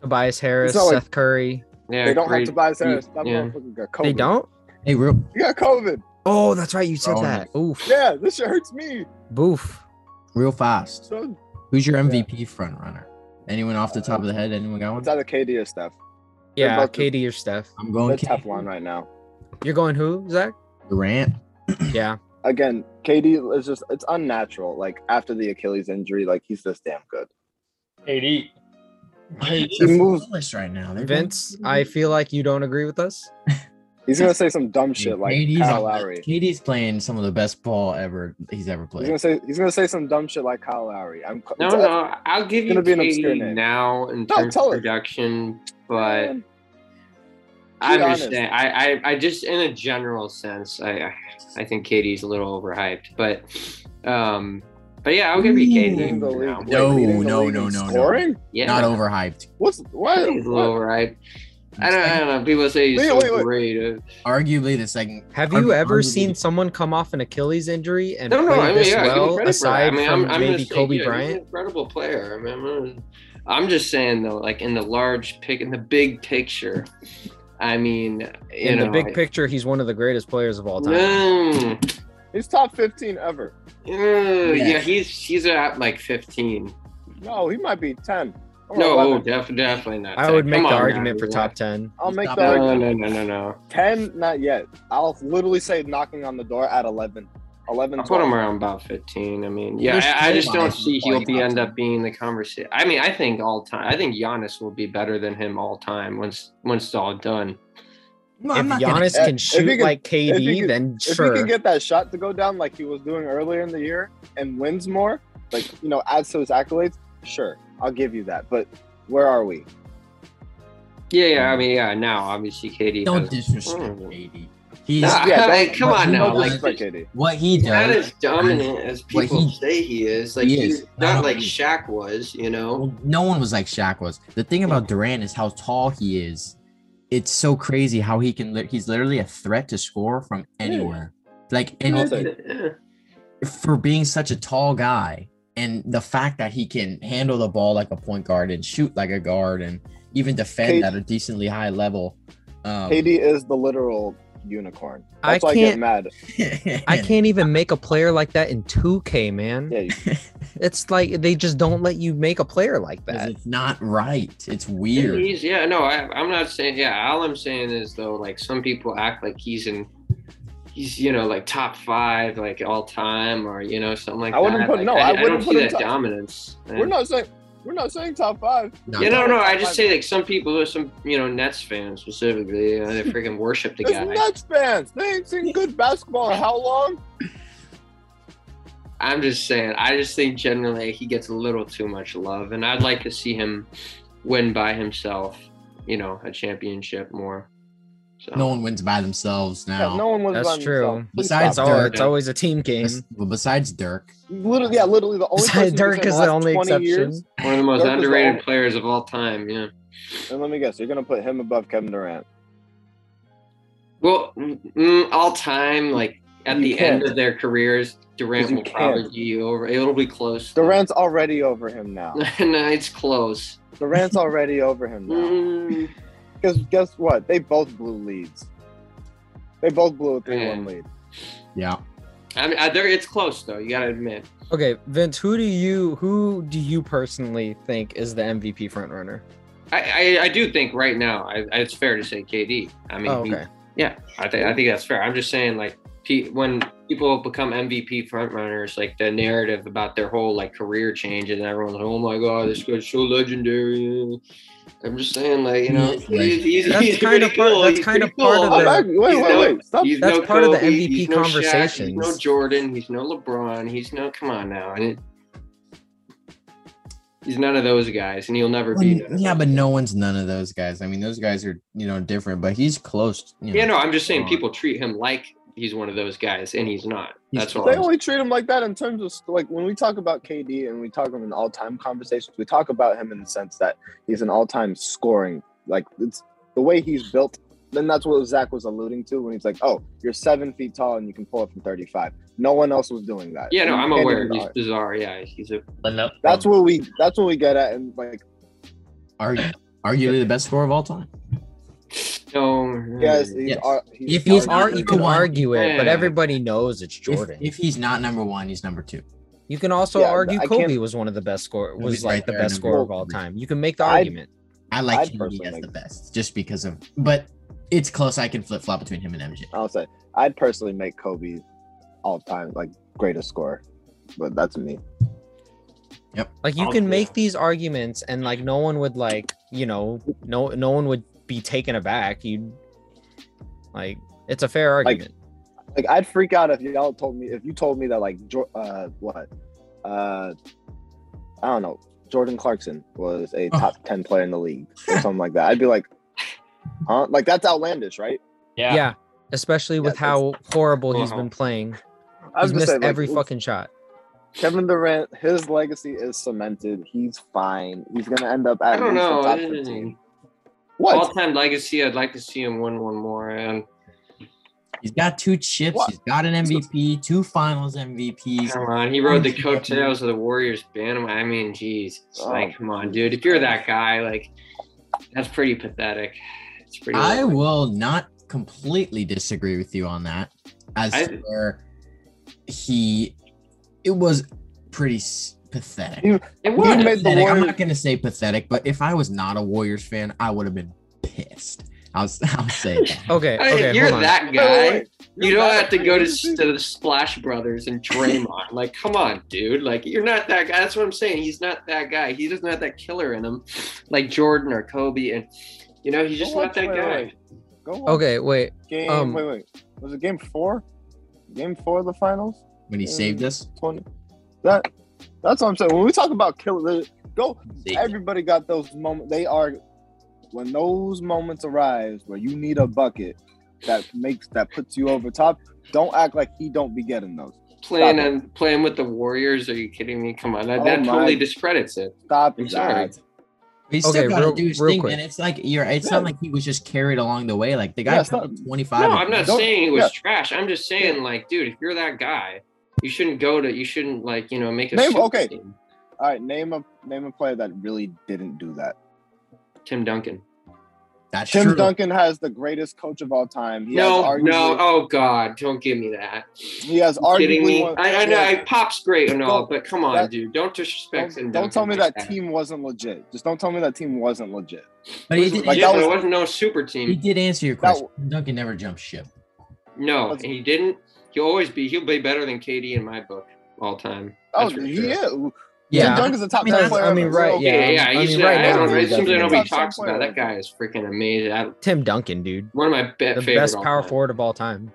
[SPEAKER 2] Tobias Harris,
[SPEAKER 5] not
[SPEAKER 2] Seth
[SPEAKER 5] like-
[SPEAKER 2] Curry.
[SPEAKER 3] Yeah.
[SPEAKER 5] They don't have
[SPEAKER 3] great.
[SPEAKER 5] to buy Harris. That
[SPEAKER 3] Yeah.
[SPEAKER 5] motherfucker got COVID.
[SPEAKER 2] They don't?
[SPEAKER 4] Hey, real.
[SPEAKER 5] You got COVID.
[SPEAKER 2] Oh, that's right. You said
[SPEAKER 4] Oh,
[SPEAKER 2] that. Oof.
[SPEAKER 5] Yeah, this shit hurts me.
[SPEAKER 2] Boof.
[SPEAKER 4] Real fast.
[SPEAKER 5] So
[SPEAKER 4] Who's your MVP front runner? Anyone off the top of the head? Anyone got
[SPEAKER 5] it's
[SPEAKER 4] one?
[SPEAKER 5] either KD or Steph.
[SPEAKER 2] Yeah,
[SPEAKER 5] about to-
[SPEAKER 2] Katie or Steph.
[SPEAKER 4] I'm
[SPEAKER 5] They're
[SPEAKER 4] going
[SPEAKER 5] tough one right now.
[SPEAKER 2] You're going who, *clears throat* Zach?
[SPEAKER 4] Durant.
[SPEAKER 2] Yeah.
[SPEAKER 5] Again, KD is just it's unnatural. Like after the Achilles injury, like he's this damn good.
[SPEAKER 6] AD.
[SPEAKER 5] He moves.
[SPEAKER 4] List right now. They're doing-
[SPEAKER 2] Vince, I feel like you don't agree with us.
[SPEAKER 5] He's gonna say some dumb shit like
[SPEAKER 4] KD's
[SPEAKER 5] Kyle
[SPEAKER 4] on-
[SPEAKER 5] Lowry.
[SPEAKER 4] KD's playing some of the best ball ever he's ever
[SPEAKER 5] He's
[SPEAKER 4] played.
[SPEAKER 5] gonna say he's gonna say some dumb shit like Kyle Lowry. I'm
[SPEAKER 3] No,
[SPEAKER 5] it's-
[SPEAKER 3] no, I'll give you
[SPEAKER 5] gonna be an obscure
[SPEAKER 3] KD
[SPEAKER 5] name.
[SPEAKER 3] now in
[SPEAKER 5] No,
[SPEAKER 3] terms
[SPEAKER 5] tell
[SPEAKER 3] of
[SPEAKER 5] us.
[SPEAKER 3] production, but
[SPEAKER 5] man.
[SPEAKER 3] I'm
[SPEAKER 5] Be
[SPEAKER 3] just
[SPEAKER 5] honest.
[SPEAKER 3] saying, I, I, I just in a general sense, I, I, I think Katie's a little overhyped, but, um, but yeah, I'll give you Katie
[SPEAKER 5] Leading the league-
[SPEAKER 3] now.
[SPEAKER 5] wait,
[SPEAKER 4] No,
[SPEAKER 5] leading the
[SPEAKER 4] no,
[SPEAKER 5] league
[SPEAKER 4] no,
[SPEAKER 5] in
[SPEAKER 4] no, no.
[SPEAKER 5] Scoring?
[SPEAKER 3] Yeah,
[SPEAKER 4] Not overhyped.
[SPEAKER 5] What's what?
[SPEAKER 3] He's a
[SPEAKER 5] what-
[SPEAKER 3] little overhyped. I don't, I don't know. People say he's
[SPEAKER 5] Wait,
[SPEAKER 3] so
[SPEAKER 5] wait, wait.
[SPEAKER 3] overrated.
[SPEAKER 4] Arguably the second.
[SPEAKER 2] Have
[SPEAKER 4] Argu-
[SPEAKER 2] you ever
[SPEAKER 4] arguably-
[SPEAKER 2] seen someone come off an Achilles injury and
[SPEAKER 3] No, no,
[SPEAKER 2] play
[SPEAKER 3] I mean,
[SPEAKER 2] this
[SPEAKER 3] yeah, I give him
[SPEAKER 2] well
[SPEAKER 3] credit for that. I
[SPEAKER 2] aside
[SPEAKER 3] mean,
[SPEAKER 2] from
[SPEAKER 3] I'm, I'm
[SPEAKER 2] maybe
[SPEAKER 3] just saying,
[SPEAKER 2] Kobe
[SPEAKER 3] yeah, he's an
[SPEAKER 2] Bryant?
[SPEAKER 3] incredible player. I mean, I'm, not- I'm just saying though, like in the large pick, in the big picture. I mean, you
[SPEAKER 2] In
[SPEAKER 3] know,
[SPEAKER 2] the big
[SPEAKER 3] I-
[SPEAKER 2] picture, he's one of the greatest players of all time.
[SPEAKER 3] No,
[SPEAKER 5] He's top 15 ever.
[SPEAKER 3] no,
[SPEAKER 4] Yeah.
[SPEAKER 3] Mm. yeah, he's he's at like 15.
[SPEAKER 5] No, he might be 10. or
[SPEAKER 3] No,
[SPEAKER 5] 11.
[SPEAKER 3] oh, def- definitely not.
[SPEAKER 2] I
[SPEAKER 3] 10.
[SPEAKER 2] would make
[SPEAKER 3] Come
[SPEAKER 2] the
[SPEAKER 3] on now,
[SPEAKER 2] argument for
[SPEAKER 3] yeah.
[SPEAKER 2] top 10.
[SPEAKER 5] I'll make
[SPEAKER 4] Stop
[SPEAKER 5] the
[SPEAKER 4] it.
[SPEAKER 3] No,
[SPEAKER 5] argument.
[SPEAKER 3] no, no, no, no.
[SPEAKER 5] 10, not yet. I'll literally say knocking on the door at 11. 11,
[SPEAKER 3] I put him
[SPEAKER 5] 12.
[SPEAKER 3] around about 15. I mean, yeah,
[SPEAKER 4] There's
[SPEAKER 3] I, I
[SPEAKER 4] two
[SPEAKER 3] just don't
[SPEAKER 4] lines
[SPEAKER 3] see he'll
[SPEAKER 4] before
[SPEAKER 3] be
[SPEAKER 4] he
[SPEAKER 3] end
[SPEAKER 4] pops
[SPEAKER 3] up being the conversation. I mean, I think all time. I think Giannis will be better than him all time once once it's all done.
[SPEAKER 4] No,
[SPEAKER 2] If
[SPEAKER 4] I'm not gonna-
[SPEAKER 2] Giannis
[SPEAKER 5] Uh,
[SPEAKER 2] can
[SPEAKER 5] if he
[SPEAKER 2] shoot
[SPEAKER 5] can-
[SPEAKER 2] like
[SPEAKER 5] if he
[SPEAKER 2] KD,
[SPEAKER 5] can-
[SPEAKER 2] then
[SPEAKER 5] If
[SPEAKER 2] sure.
[SPEAKER 5] he can get that shot to go down like he was doing earlier in the year and wins more, like, you know, adds to his accolades, sure, I'll give you that. But where are we?
[SPEAKER 3] Yeah, yeah. I mean, yeah. Now, obviously, KD.
[SPEAKER 4] don't
[SPEAKER 3] has-
[SPEAKER 4] disrespect
[SPEAKER 3] Mm.
[SPEAKER 4] KD. He's
[SPEAKER 3] Nah,
[SPEAKER 5] Yeah,
[SPEAKER 3] like,
[SPEAKER 5] don't-
[SPEAKER 3] come on
[SPEAKER 4] no,
[SPEAKER 3] now.
[SPEAKER 5] No
[SPEAKER 4] like-
[SPEAKER 3] Like,
[SPEAKER 5] disrespect, KD.
[SPEAKER 4] what he
[SPEAKER 3] not
[SPEAKER 4] does.
[SPEAKER 3] as dominant as
[SPEAKER 4] What
[SPEAKER 3] people
[SPEAKER 4] he-
[SPEAKER 3] say he is. Like
[SPEAKER 4] he
[SPEAKER 3] he's
[SPEAKER 4] is. No,
[SPEAKER 3] not
[SPEAKER 4] no,
[SPEAKER 3] like
[SPEAKER 4] he-
[SPEAKER 3] Shaq was. You know.
[SPEAKER 4] Well, no one was like Shaq was. The thing about Durant is how tall he is. It's so crazy how he can. Li- he's literally a threat to score from anywhere. Like and
[SPEAKER 5] That's
[SPEAKER 4] he- for being such a tall guy, and the fact that he can handle the ball like a point guard and shoot like a guard and even defend
[SPEAKER 5] K-
[SPEAKER 4] at a decently high level. Um,
[SPEAKER 5] KD is the literal unicorn.
[SPEAKER 2] I
[SPEAKER 5] That's why I get
[SPEAKER 2] can't-
[SPEAKER 5] mad.
[SPEAKER 4] *laughs*
[SPEAKER 2] I can't even make a player like that in 2K,
[SPEAKER 5] Yeah,
[SPEAKER 2] man.
[SPEAKER 5] you
[SPEAKER 2] It's like they just don't let you make a player like
[SPEAKER 4] 'cause
[SPEAKER 2] that.
[SPEAKER 4] It's not right. It's
[SPEAKER 3] Yeah,
[SPEAKER 4] weird.
[SPEAKER 3] he's, yeah, no, I, I'm not saying. Yeah, all I'm saying is though, like some people act like he's in, he's you know like top five, like all time, or you know something like
[SPEAKER 5] I wouldn't
[SPEAKER 3] that.
[SPEAKER 5] put-
[SPEAKER 3] Like,
[SPEAKER 5] no, I
[SPEAKER 3] I,
[SPEAKER 5] wouldn't
[SPEAKER 3] don't
[SPEAKER 5] put
[SPEAKER 3] see
[SPEAKER 5] him
[SPEAKER 3] that
[SPEAKER 5] top-
[SPEAKER 3] dominance. man.
[SPEAKER 5] We're not saying we're not saying top five.
[SPEAKER 4] Not
[SPEAKER 3] You
[SPEAKER 4] that-
[SPEAKER 3] know,
[SPEAKER 5] top
[SPEAKER 3] no, I
[SPEAKER 5] five.
[SPEAKER 3] just say like some people, some you know Nets fans specifically, you know,
[SPEAKER 5] *laughs*
[SPEAKER 3] they freaking worship the
[SPEAKER 5] It's
[SPEAKER 3] guy.
[SPEAKER 5] Nets fans. They ain't seen good basketball in how long?
[SPEAKER 3] I'm just saying. I just think generally he gets a little too much love, and I'd like to see him win by himself. You know, a championship more. So.
[SPEAKER 4] no one wins by themselves now.
[SPEAKER 5] Yeah, no one was.
[SPEAKER 2] That's
[SPEAKER 5] by
[SPEAKER 2] true.
[SPEAKER 5] himself. Please
[SPEAKER 4] Besides
[SPEAKER 2] It's,
[SPEAKER 5] stop.
[SPEAKER 4] all-
[SPEAKER 2] al-
[SPEAKER 4] Dirk.
[SPEAKER 2] it's always a team game.
[SPEAKER 4] Bes- well, besides Dirk,
[SPEAKER 5] literally, yeah, literally the only.
[SPEAKER 2] Besides
[SPEAKER 5] person who
[SPEAKER 2] Dirk
[SPEAKER 5] can say
[SPEAKER 2] is the
[SPEAKER 5] last
[SPEAKER 2] only
[SPEAKER 5] 20
[SPEAKER 2] exception.
[SPEAKER 5] years-
[SPEAKER 3] One of the most
[SPEAKER 5] Dirk was the
[SPEAKER 3] underrated
[SPEAKER 5] only-
[SPEAKER 3] players of all time. Yeah.
[SPEAKER 5] and let me guess, you're gonna put him above Kevin Durant.
[SPEAKER 3] Well, mm, all time, like at
[SPEAKER 5] You
[SPEAKER 3] the
[SPEAKER 5] can't.
[SPEAKER 3] end of their careers, Durant
[SPEAKER 5] You
[SPEAKER 3] will
[SPEAKER 5] can't.
[SPEAKER 3] probably be over. It'll be close.
[SPEAKER 5] Durant's already over him now.
[SPEAKER 3] *laughs* no, it's close.
[SPEAKER 5] Durant's already over him now.
[SPEAKER 3] Mm,
[SPEAKER 5] Because guess what? They both blew leads. They both blew a three-one
[SPEAKER 3] Yeah.
[SPEAKER 5] lead.
[SPEAKER 4] yeah,
[SPEAKER 3] I mean, I, there, it's close though. You gotta admit.
[SPEAKER 2] Okay, Vince, who do you who do you personally think is the MVP frontrunner?
[SPEAKER 3] I, I, I do think right now, I, I- it's fair to say KD. I mean,
[SPEAKER 2] Oh,
[SPEAKER 3] he-
[SPEAKER 2] okay.
[SPEAKER 3] yeah, I think I think that's fair. I'm just saying, like, pe- when people become MVP frontrunners, like the narrative about their whole like career changes, and everyone's like, "Oh my god, this guy's so legendary." I'm just saying, like you know,
[SPEAKER 4] Yeah.
[SPEAKER 3] he's, he's,
[SPEAKER 2] That's
[SPEAKER 3] he's
[SPEAKER 2] kind of
[SPEAKER 3] pretty
[SPEAKER 2] part-
[SPEAKER 3] cool.
[SPEAKER 2] that's
[SPEAKER 3] he's
[SPEAKER 2] kind
[SPEAKER 3] pretty
[SPEAKER 2] of part
[SPEAKER 3] cool.
[SPEAKER 2] of
[SPEAKER 5] I'm
[SPEAKER 2] the-
[SPEAKER 5] not, wait,
[SPEAKER 3] He's
[SPEAKER 5] wait,
[SPEAKER 3] no-
[SPEAKER 5] wait. Stop.
[SPEAKER 3] He's
[SPEAKER 2] That's
[SPEAKER 3] no
[SPEAKER 2] part of the
[SPEAKER 3] Kobe,
[SPEAKER 2] MVP
[SPEAKER 3] he's no Shaq,
[SPEAKER 2] conversations.
[SPEAKER 3] he's no Jordan. He's no LeBron. He's no. Come on now. And it, he's none of those guys, and he'll never
[SPEAKER 4] Well,
[SPEAKER 3] be. none of
[SPEAKER 4] yeah,
[SPEAKER 3] those.
[SPEAKER 4] but no one's none of those guys. I mean, those guys are you know different, but he's close. You know,
[SPEAKER 3] yeah, no. I'm just saying
[SPEAKER 4] LeBron.
[SPEAKER 3] people treat him like he's one of those guys, and he's not.
[SPEAKER 4] He's-
[SPEAKER 3] That's all.
[SPEAKER 5] They
[SPEAKER 3] I'm
[SPEAKER 5] only treat him like that in terms of like when we talk about KD and we talk him in all time conversations, we talk about him in the sense that he's an all time scoring. Like it's the way he's built. Then that's what Zach was alluding to when he's like, "Oh, you're seven feet tall and you can pull up from 35." No one else was doing that.
[SPEAKER 3] Yeah, no,
[SPEAKER 5] You
[SPEAKER 3] I'm
[SPEAKER 5] can't
[SPEAKER 3] aware.
[SPEAKER 5] even-
[SPEAKER 3] He's bizarre. Yeah, he's a
[SPEAKER 6] But no,
[SPEAKER 5] That's what we. That's what we get at, and like,
[SPEAKER 4] argu- arguably the best scorer of all time.
[SPEAKER 3] no.
[SPEAKER 5] yes, he's,
[SPEAKER 4] Mm, Yes.
[SPEAKER 5] ar- he's
[SPEAKER 4] If
[SPEAKER 2] He's
[SPEAKER 4] he's
[SPEAKER 5] ar-
[SPEAKER 4] not
[SPEAKER 2] ar-
[SPEAKER 4] number
[SPEAKER 2] you can
[SPEAKER 4] one.
[SPEAKER 2] argue it, but
[SPEAKER 3] Yeah.
[SPEAKER 2] everybody knows it's
[SPEAKER 4] If,
[SPEAKER 2] Jordan.
[SPEAKER 4] if he's not number one, he's number two.
[SPEAKER 2] you can also
[SPEAKER 5] Yeah,
[SPEAKER 2] argue
[SPEAKER 5] I can't-
[SPEAKER 2] Kobe was one of the best score was
[SPEAKER 4] Kobe's
[SPEAKER 2] like
[SPEAKER 4] right
[SPEAKER 2] the
[SPEAKER 4] there,
[SPEAKER 2] best
[SPEAKER 4] number
[SPEAKER 2] scorer of
[SPEAKER 4] one.
[SPEAKER 2] all time. You can make the
[SPEAKER 5] I-
[SPEAKER 2] argument.
[SPEAKER 4] I like
[SPEAKER 5] I'd
[SPEAKER 4] KD
[SPEAKER 5] personally
[SPEAKER 4] as
[SPEAKER 5] like-
[SPEAKER 4] the best just because of, but it's close. I can flip flop between him and MJ.
[SPEAKER 5] I'll say I'd personally make Kobe all time like greatest scorer, but that's me.
[SPEAKER 2] Like you
[SPEAKER 3] Oh,
[SPEAKER 2] can
[SPEAKER 3] yeah.
[SPEAKER 2] make these arguments and like no one would like, you know, no no one would be taken aback. You like it's a fair
[SPEAKER 5] Like-
[SPEAKER 2] argument.
[SPEAKER 5] Like I'd freak out if y'all told me if you told me that like Jo- uh what uh I don't know Jordan Clarkson was a
[SPEAKER 4] Oh.
[SPEAKER 5] top ten player in the league or something like that. I'd be like, huh? Like that's outlandish, right?
[SPEAKER 2] yeah.
[SPEAKER 6] yeah.
[SPEAKER 2] Especially with
[SPEAKER 5] that's-
[SPEAKER 2] how horrible he's
[SPEAKER 3] Wow.
[SPEAKER 2] been playing.
[SPEAKER 5] I
[SPEAKER 2] He's
[SPEAKER 5] was
[SPEAKER 2] missed
[SPEAKER 5] gonna say, like,
[SPEAKER 2] every fucking shot.
[SPEAKER 5] Kevin Durant. His legacy is cemented. He's fine. He's gonna end up at
[SPEAKER 3] I don't
[SPEAKER 5] least
[SPEAKER 3] know.
[SPEAKER 5] the top
[SPEAKER 3] eh,
[SPEAKER 5] fifteen. What?
[SPEAKER 3] All-time legacy. I'd like to see him win one more. And
[SPEAKER 4] He's got two chips.
[SPEAKER 5] What?
[SPEAKER 4] He's got an MVP, two Finals MVPs.
[SPEAKER 3] come on, he rode the coattails of the Warriors banner. I mean, jeez, it's
[SPEAKER 5] Oh,
[SPEAKER 3] like, come on, dude. If you're that guy, like, that's pretty pathetic. It's pretty.
[SPEAKER 4] I will not completely disagree with you on that. As
[SPEAKER 3] I-
[SPEAKER 4] to where he, it was pretty s- pathetic.
[SPEAKER 5] You-
[SPEAKER 3] It
[SPEAKER 5] you
[SPEAKER 3] was.
[SPEAKER 5] made the
[SPEAKER 4] Pathetic. I'm
[SPEAKER 5] Warriors-
[SPEAKER 4] not gonna say pathetic, but if I was not a Warriors fan, I would have been pissed. I'll, *laughs* I'll say that.
[SPEAKER 2] Okay,
[SPEAKER 3] I mean,
[SPEAKER 2] okay,
[SPEAKER 3] you're
[SPEAKER 2] hold on.
[SPEAKER 3] that
[SPEAKER 5] Oh,
[SPEAKER 3] guy.
[SPEAKER 5] wait.
[SPEAKER 3] You don't
[SPEAKER 5] You're
[SPEAKER 3] have to
[SPEAKER 5] bad.
[SPEAKER 3] go to, s- to the Splash Brothers and Draymond. Like, come on, dude. Like, you're not that guy. That's what I'm saying. He's not that guy. He doesn't have that killer in him, like Jordan or Kobe. And, you know, he's just
[SPEAKER 5] Go
[SPEAKER 3] not
[SPEAKER 5] watch-
[SPEAKER 3] that
[SPEAKER 5] wait,
[SPEAKER 3] guy.
[SPEAKER 5] wait, wait. Go watch
[SPEAKER 2] Okay, wait.
[SPEAKER 5] Game.
[SPEAKER 2] Um,
[SPEAKER 5] wait, wait. Was it game four? Game four of the finals.
[SPEAKER 4] When he saved us,
[SPEAKER 5] Twenty. That. That's what I'm saying. When we talk about killer, go.
[SPEAKER 4] they-
[SPEAKER 5] Everybody got those moments. They are when those moments arise where you need a bucket that makes that puts you over top. Don't act like he don't be getting those.
[SPEAKER 3] Playing
[SPEAKER 5] Stop it.
[SPEAKER 3] and playing with the Warriors? Are you kidding me? Come on, that,
[SPEAKER 5] Oh
[SPEAKER 3] that
[SPEAKER 5] my-
[SPEAKER 3] totally discredits it.
[SPEAKER 5] Stop
[SPEAKER 3] I'm
[SPEAKER 5] that.
[SPEAKER 3] sorry.
[SPEAKER 4] He's
[SPEAKER 2] Okay,
[SPEAKER 4] still got
[SPEAKER 2] real-
[SPEAKER 4] to do his
[SPEAKER 2] real
[SPEAKER 4] thing,
[SPEAKER 2] quick.
[SPEAKER 4] and it's like you're. It's
[SPEAKER 5] Yeah.
[SPEAKER 4] not like he was just carried along the way. Like the guy
[SPEAKER 5] Yeah,
[SPEAKER 4] yeah,
[SPEAKER 5] it's not-
[SPEAKER 4] twenty five.
[SPEAKER 3] No, I'm not
[SPEAKER 5] Don't-
[SPEAKER 3] saying it was
[SPEAKER 5] yeah.
[SPEAKER 3] trash. I'm just saying, like, dude, if you're that guy, you shouldn't go to. You shouldn't like, you know, make a.
[SPEAKER 5] Name-
[SPEAKER 3] super
[SPEAKER 5] okay.
[SPEAKER 3] team.
[SPEAKER 5] All right, name a name a player that really didn't do that.
[SPEAKER 3] Tim Duncan.
[SPEAKER 4] That's
[SPEAKER 5] Tim
[SPEAKER 4] true.
[SPEAKER 5] Duncan has the greatest coach of all time. He
[SPEAKER 3] no,
[SPEAKER 5] has arguably,
[SPEAKER 3] no. Oh God, don't give me that.
[SPEAKER 5] He has
[SPEAKER 3] You kidding
[SPEAKER 5] arguably
[SPEAKER 3] me?
[SPEAKER 5] one-
[SPEAKER 3] I, I know I, Pop's great and all,
[SPEAKER 5] Don't-
[SPEAKER 3] but come on,
[SPEAKER 5] that-
[SPEAKER 3] dude, don't disrespect
[SPEAKER 5] Don't,
[SPEAKER 3] Tim
[SPEAKER 5] don't tell me
[SPEAKER 3] Duncan
[SPEAKER 5] that
[SPEAKER 3] like
[SPEAKER 5] team wasn't legit. Just don't tell me that team wasn't legit.
[SPEAKER 4] But he did,
[SPEAKER 5] Like,
[SPEAKER 3] yeah,
[SPEAKER 5] that
[SPEAKER 3] but it
[SPEAKER 5] was-
[SPEAKER 3] wasn't no super
[SPEAKER 4] he
[SPEAKER 3] team.
[SPEAKER 4] did answer your
[SPEAKER 5] That-
[SPEAKER 4] question. Tim Duncan never jumped ship.
[SPEAKER 3] No,
[SPEAKER 5] was-
[SPEAKER 3] he didn't. He'll always be. He'll be better than KD in my book all time.
[SPEAKER 5] Oh,
[SPEAKER 3] That's for
[SPEAKER 5] he
[SPEAKER 3] sure.
[SPEAKER 5] is.
[SPEAKER 4] Yeah,
[SPEAKER 5] Tim Duncan's a top
[SPEAKER 4] I mean,
[SPEAKER 5] ten
[SPEAKER 4] that's-
[SPEAKER 5] player.
[SPEAKER 2] I mean,
[SPEAKER 5] ever.
[SPEAKER 2] right,
[SPEAKER 5] So,
[SPEAKER 2] yeah.
[SPEAKER 3] Yeah, yeah,
[SPEAKER 2] I
[SPEAKER 3] he's
[SPEAKER 2] mean, right
[SPEAKER 3] I
[SPEAKER 2] now,
[SPEAKER 3] don't,
[SPEAKER 2] he's
[SPEAKER 3] it seems like
[SPEAKER 2] definitely-
[SPEAKER 3] nobody
[SPEAKER 5] Top ten
[SPEAKER 3] talks about
[SPEAKER 5] player.
[SPEAKER 3] that guy. Is freaking amazing. I,
[SPEAKER 2] Tim Duncan, dude.
[SPEAKER 3] one of my be-
[SPEAKER 2] The
[SPEAKER 3] favorite
[SPEAKER 2] best
[SPEAKER 3] all
[SPEAKER 2] power
[SPEAKER 3] time.
[SPEAKER 2] forward of all time.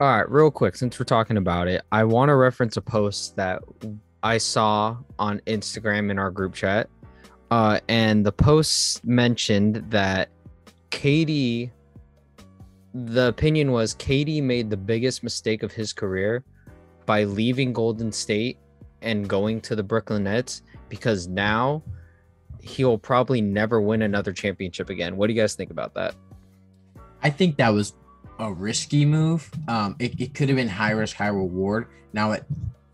[SPEAKER 2] All right, real quick, since we're talking about it, I want to reference a post that I saw on Instagram in our group chat. Uh, and the post mentioned that KD, the opinion was KD made the biggest mistake of his career by leaving Golden State and going to the Brooklyn Nets because now he'll probably never win another championship again. What do you guys think about that?
[SPEAKER 4] I think that was a risky move. Um, it, it could have been high risk, high reward. Now, it,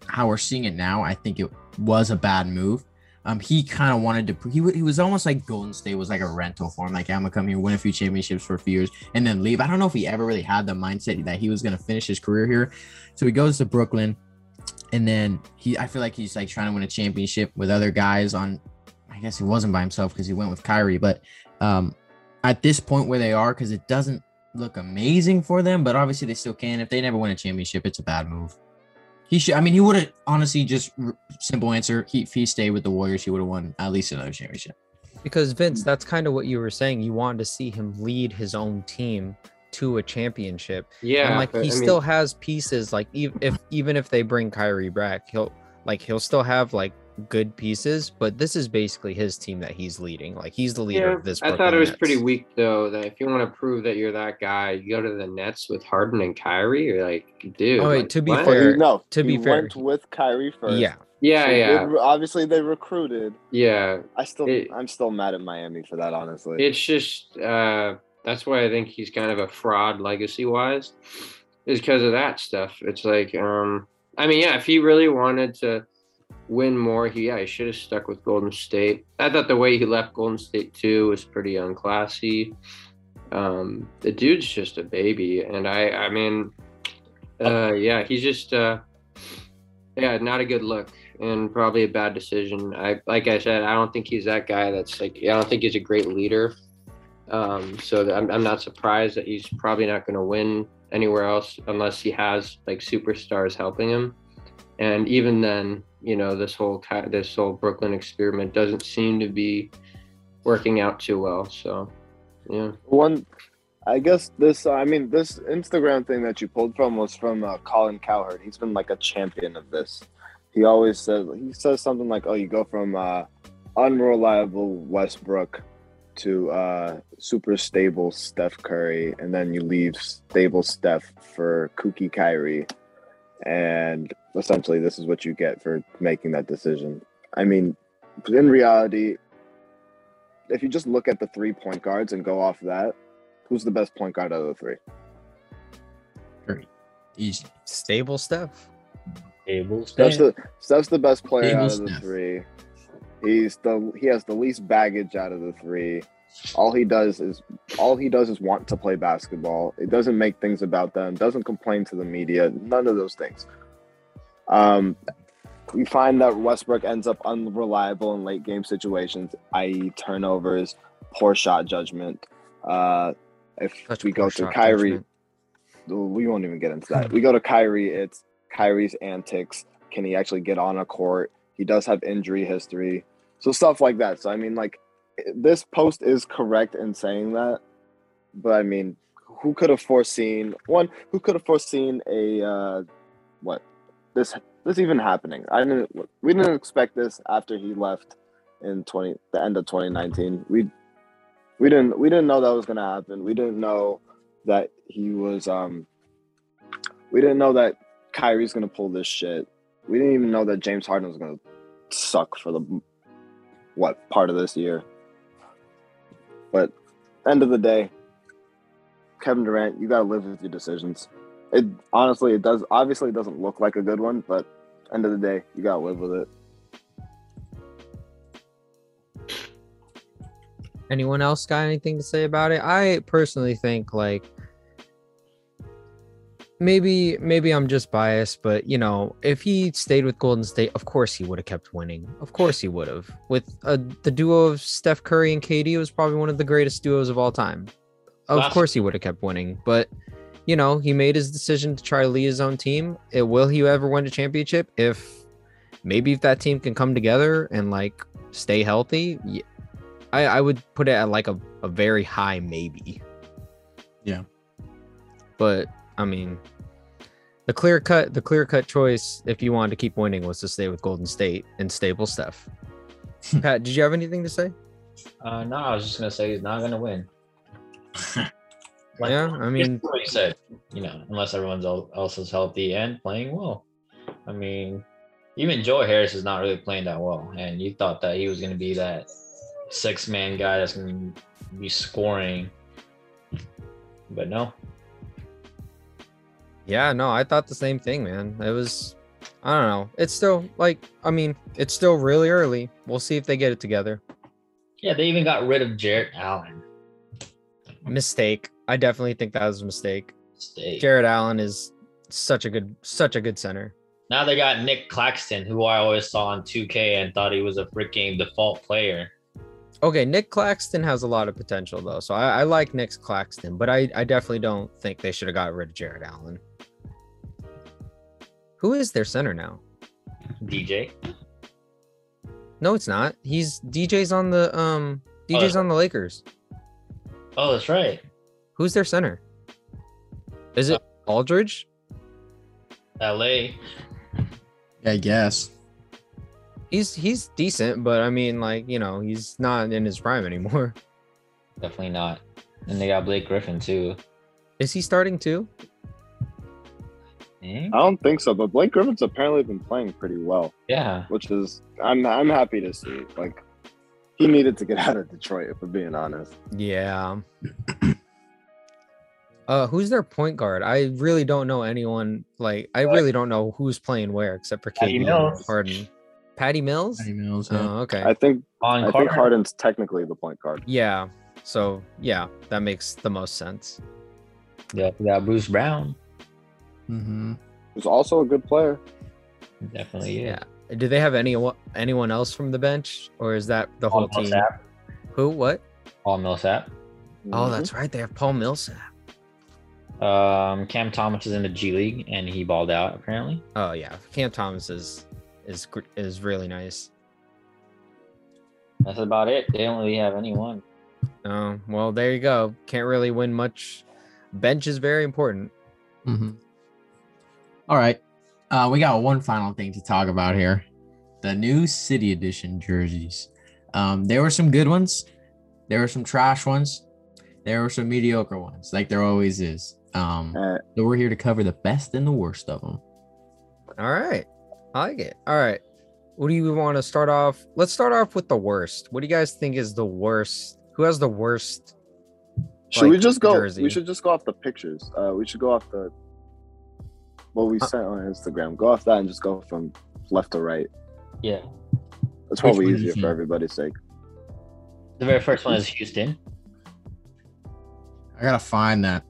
[SPEAKER 4] how we're seeing it now, I think it was a bad move. Um, he kind of wanted to. He, wa- he was almost like Golden State was like a rental for him. Like I'm gonna come here, win a few championships for a few years, and then leave. I don't know if he ever really had the mindset that he was gonna finish his career here. So he goes to Brooklyn, and then he. I feel like he's like trying to win a championship with other guys. On, I guess he wasn't by himself because he went with Kyrie. But um, at this point where they are, because it doesn't look amazing for them, but obviously they still can. If they never win a championship, it's a bad move. He should. I mean, he would have honestly just r- simple answer. He, if he stayed with the Warriors, he would have won at least another championship.
[SPEAKER 2] Because
[SPEAKER 3] Hmm.
[SPEAKER 2] Vince, that's kind of what you were saying. You wanted to see him lead his own team to a championship.
[SPEAKER 3] Yeah,
[SPEAKER 2] and like he
[SPEAKER 3] but, I mean,
[SPEAKER 2] still has pieces. Like even if even if they bring Kyrie back, he'll like he'll still have like good pieces. But this is basically his team that he's leading. Like he's the leader
[SPEAKER 3] yeah,
[SPEAKER 2] of this.
[SPEAKER 3] I thought
[SPEAKER 2] Brooklyn
[SPEAKER 3] it was
[SPEAKER 2] Nets.
[SPEAKER 3] pretty weak though. That if you want to prove that you're that guy, you go to the Nets with Harden and Kyrie. You're like, dude.
[SPEAKER 2] Oh, wait,
[SPEAKER 3] like,
[SPEAKER 2] to be
[SPEAKER 3] what?
[SPEAKER 5] Well,
[SPEAKER 2] fair-
[SPEAKER 5] he- no,
[SPEAKER 2] to be
[SPEAKER 5] he
[SPEAKER 2] fair,
[SPEAKER 5] went with Kyrie first.
[SPEAKER 2] Yeah,
[SPEAKER 3] Yeah,
[SPEAKER 5] They
[SPEAKER 3] yeah,
[SPEAKER 5] did- obviously, they recruited.
[SPEAKER 3] yeah.
[SPEAKER 5] I still,
[SPEAKER 3] It-
[SPEAKER 5] I'm still mad at Miami for that. Honestly,
[SPEAKER 3] It's just uh, that's why I think he's kind of a fraud legacy wise, is because of that stuff. It's like, um, I mean, yeah, if he really wanted to win more, he yeah, he should have stuck with Golden State. I thought the way he left Golden State too was pretty unclassy. Um, the dude's just a baby, and I, I mean, uh, yeah, he's just, uh, yeah, not a good look and probably a bad decision. I like I said, I don't think he's that guy. That's like I don't think he's a great leader. Um, so th- I'm, I'm not surprised that he's probably not going to win anywhere else unless he has like superstars helping him. And even then, you know, this whole ki- this whole Brooklyn experiment doesn't seem to be working out too well. So yeah,
[SPEAKER 5] one, I guess this. uh, I mean, this Instagram thing that you pulled from was from uh, Colin Cowherd. He's been like a champion of this. He always says he says something like, "Oh, you go from uh, unreliable Westbrook to uh, super stable Steph Curry, and then you leave stable Steph for kooky Kyrie." And essentially, this is what you get for making that decision. I mean, in reality, if you just look at the three point guards and go off that, who's the best point guard out of the three?
[SPEAKER 4] Easy.
[SPEAKER 2] stable stuff.
[SPEAKER 6] Able
[SPEAKER 5] Steph's the, Steph's the best player
[SPEAKER 4] Stable
[SPEAKER 5] out of the
[SPEAKER 4] Steph.
[SPEAKER 5] three. He's the he has the least baggage out of the three. All he does is all he does is want to play basketball. It doesn't make things about them. Doesn't complain to the media. None of those things. Um, we find that Westbrook ends up unreliable in late game situations, i.e., turnovers, poor shot judgment. Uh, if
[SPEAKER 2] Such
[SPEAKER 5] we
[SPEAKER 2] poor
[SPEAKER 5] go to
[SPEAKER 2] shot
[SPEAKER 5] Kyrie,
[SPEAKER 2] judgment.
[SPEAKER 5] we won't even get into
[SPEAKER 2] *laughs*
[SPEAKER 5] that. We go to Kyrie. It's Kyrie's antics. Can he actually get on a court? He does have injury history, so stuff like that. So I mean, like this post is correct in saying that, but I mean, who could have foreseen one? Who could have foreseen a uh, what this this even happening? I didn't. We didn't expect this after he left in twenty the end of twenty nineteen. We we didn't we didn't know that was gonna happen. We didn't know that he was um we didn't know that Kyrie's gonna pull this shit. We didn't even know that James Harden was gonna suck for the what part of this year. But end of the day, Kevin Durant, you gotta live with your decisions. It honestly it does obviously it doesn't look like a good one, but end of the day, you gotta live with it.
[SPEAKER 2] Anyone else got anything to say about it? I personally think like maybe maybe I'm just biased, but you know, if he stayed with Golden State, of course he would have kept winning. Of course he would have. With uh, the duo of Steph Curry and KD it was probably one of the greatest duos of all time. Of
[SPEAKER 6] Last-
[SPEAKER 2] course he would have kept winning, but you know, he made his decision to try to lead his own team. It, will he ever win a championship? If maybe if that team can come together and like stay healthy, y- I, I would put it at like a, a very high maybe.
[SPEAKER 4] Yeah.
[SPEAKER 2] But I mean, the clear cut, the clear cut choice, if you wanted to keep winning, was to stay with Golden State and stable stuff. Pat, did you have anything to say?
[SPEAKER 6] Uh, no, I was just gonna say he's not gonna win. Like,
[SPEAKER 2] yeah, I
[SPEAKER 6] Just
[SPEAKER 2] mean,
[SPEAKER 6] what you said, you know, unless everyone el- else is healthy and playing well. I mean, even Joe Harris is not really playing that well, and you thought that he was going to be that six man guy that's going to be scoring, but no.
[SPEAKER 2] Yeah, no, I thought the same thing, man. It was, I don't know. It's still like, I mean, it's still really early. We'll see if they get it together.
[SPEAKER 6] Yeah, they even got rid of Jarrett Allen.
[SPEAKER 2] Mistake. I definitely think that was a mistake.
[SPEAKER 6] Stay.
[SPEAKER 2] Jared Allen is such a good, such a good center.
[SPEAKER 6] Now they got Nick Claxton, who I always saw on 2K and thought he was a freaking default player.
[SPEAKER 2] Okay, Nick Claxton has a lot of potential though, so I, I like Nick Claxton, but I, I definitely don't think they should have got rid of Jared Allen. Who is their center now?
[SPEAKER 6] DJ.
[SPEAKER 2] No, it's not. He's DJ's on the um DJ's on the Lakers.
[SPEAKER 6] Oh, that's right.
[SPEAKER 2] Who's their center? Is it Aldridge?
[SPEAKER 6] LA.
[SPEAKER 4] I guess.
[SPEAKER 2] He's he's decent, but I mean, like you know, he's not in his prime anymore. *laughs*
[SPEAKER 6] Definitely not. And they got Blake Griffin too.
[SPEAKER 2] Is he starting too?
[SPEAKER 6] Eh?
[SPEAKER 5] I don't think so, but Blake Griffin's apparently been playing pretty well,
[SPEAKER 6] Yeah.
[SPEAKER 5] which is I'm I'm happy to see. Like he needed to get out of Detroit, if we're being honest.
[SPEAKER 2] Yeah. uh, who's their point guard? I really don't know anyone. Like, I really don't know who's playing where except for
[SPEAKER 6] Patty
[SPEAKER 2] KD and
[SPEAKER 6] Mills.
[SPEAKER 2] Harden. Patty Mills.
[SPEAKER 4] Patty Mills, yeah.
[SPEAKER 2] Oh, okay.
[SPEAKER 5] I think
[SPEAKER 6] On
[SPEAKER 5] I think
[SPEAKER 6] Carter.
[SPEAKER 5] Harden's technically the point guard.
[SPEAKER 2] yeah. So yeah, that makes the most sense.
[SPEAKER 6] Yeah, we got Bruce Brown.
[SPEAKER 4] Mhm.
[SPEAKER 5] Who's also a good player.
[SPEAKER 6] Definitely. Yeah.
[SPEAKER 2] Do they have any anyone else from the bench, or is that the whole
[SPEAKER 6] Paul
[SPEAKER 2] team?
[SPEAKER 6] Millsap.
[SPEAKER 2] Who? What?
[SPEAKER 6] Paul Millsap.
[SPEAKER 2] Oh,
[SPEAKER 5] Mhm.
[SPEAKER 4] Mm-hmm.
[SPEAKER 2] that's right. They have Paul Millsap.
[SPEAKER 6] Um, Cam Thomas is in the G League and he balled out apparently.
[SPEAKER 2] Oh yeah, Cam Thomas is is gr- is really nice.
[SPEAKER 6] That's about it. They don't really have anyone.
[SPEAKER 2] Oh well, there you go. Can't really win much. Bench is very important.
[SPEAKER 4] Mhm. All right. Uh, we got one final thing to talk about here the new City Edition jerseys. Um, there were some good ones, there were some trash ones, there were some mediocre ones, like there always is. Um,
[SPEAKER 5] Uh,
[SPEAKER 4] so we're here to cover the best and the worst of them.
[SPEAKER 2] All right, I like it. All right, what do you want to start off? Let's start off with the worst. What do you guys think is the worst? Who has the worst?
[SPEAKER 5] Should we
[SPEAKER 2] like,
[SPEAKER 5] just go?
[SPEAKER 2] jersey.
[SPEAKER 5] We should just go off the pictures. Uh, we should go off the what we
[SPEAKER 2] Uh,
[SPEAKER 5] sent on Instagram. Go off that and just go from left to right.
[SPEAKER 6] Yeah.
[SPEAKER 4] Which
[SPEAKER 5] That's
[SPEAKER 4] one
[SPEAKER 5] probably
[SPEAKER 4] do you
[SPEAKER 5] easier for
[SPEAKER 4] think?
[SPEAKER 5] everybody's sake.
[SPEAKER 6] The very first one is Houston.
[SPEAKER 4] I gotta find that.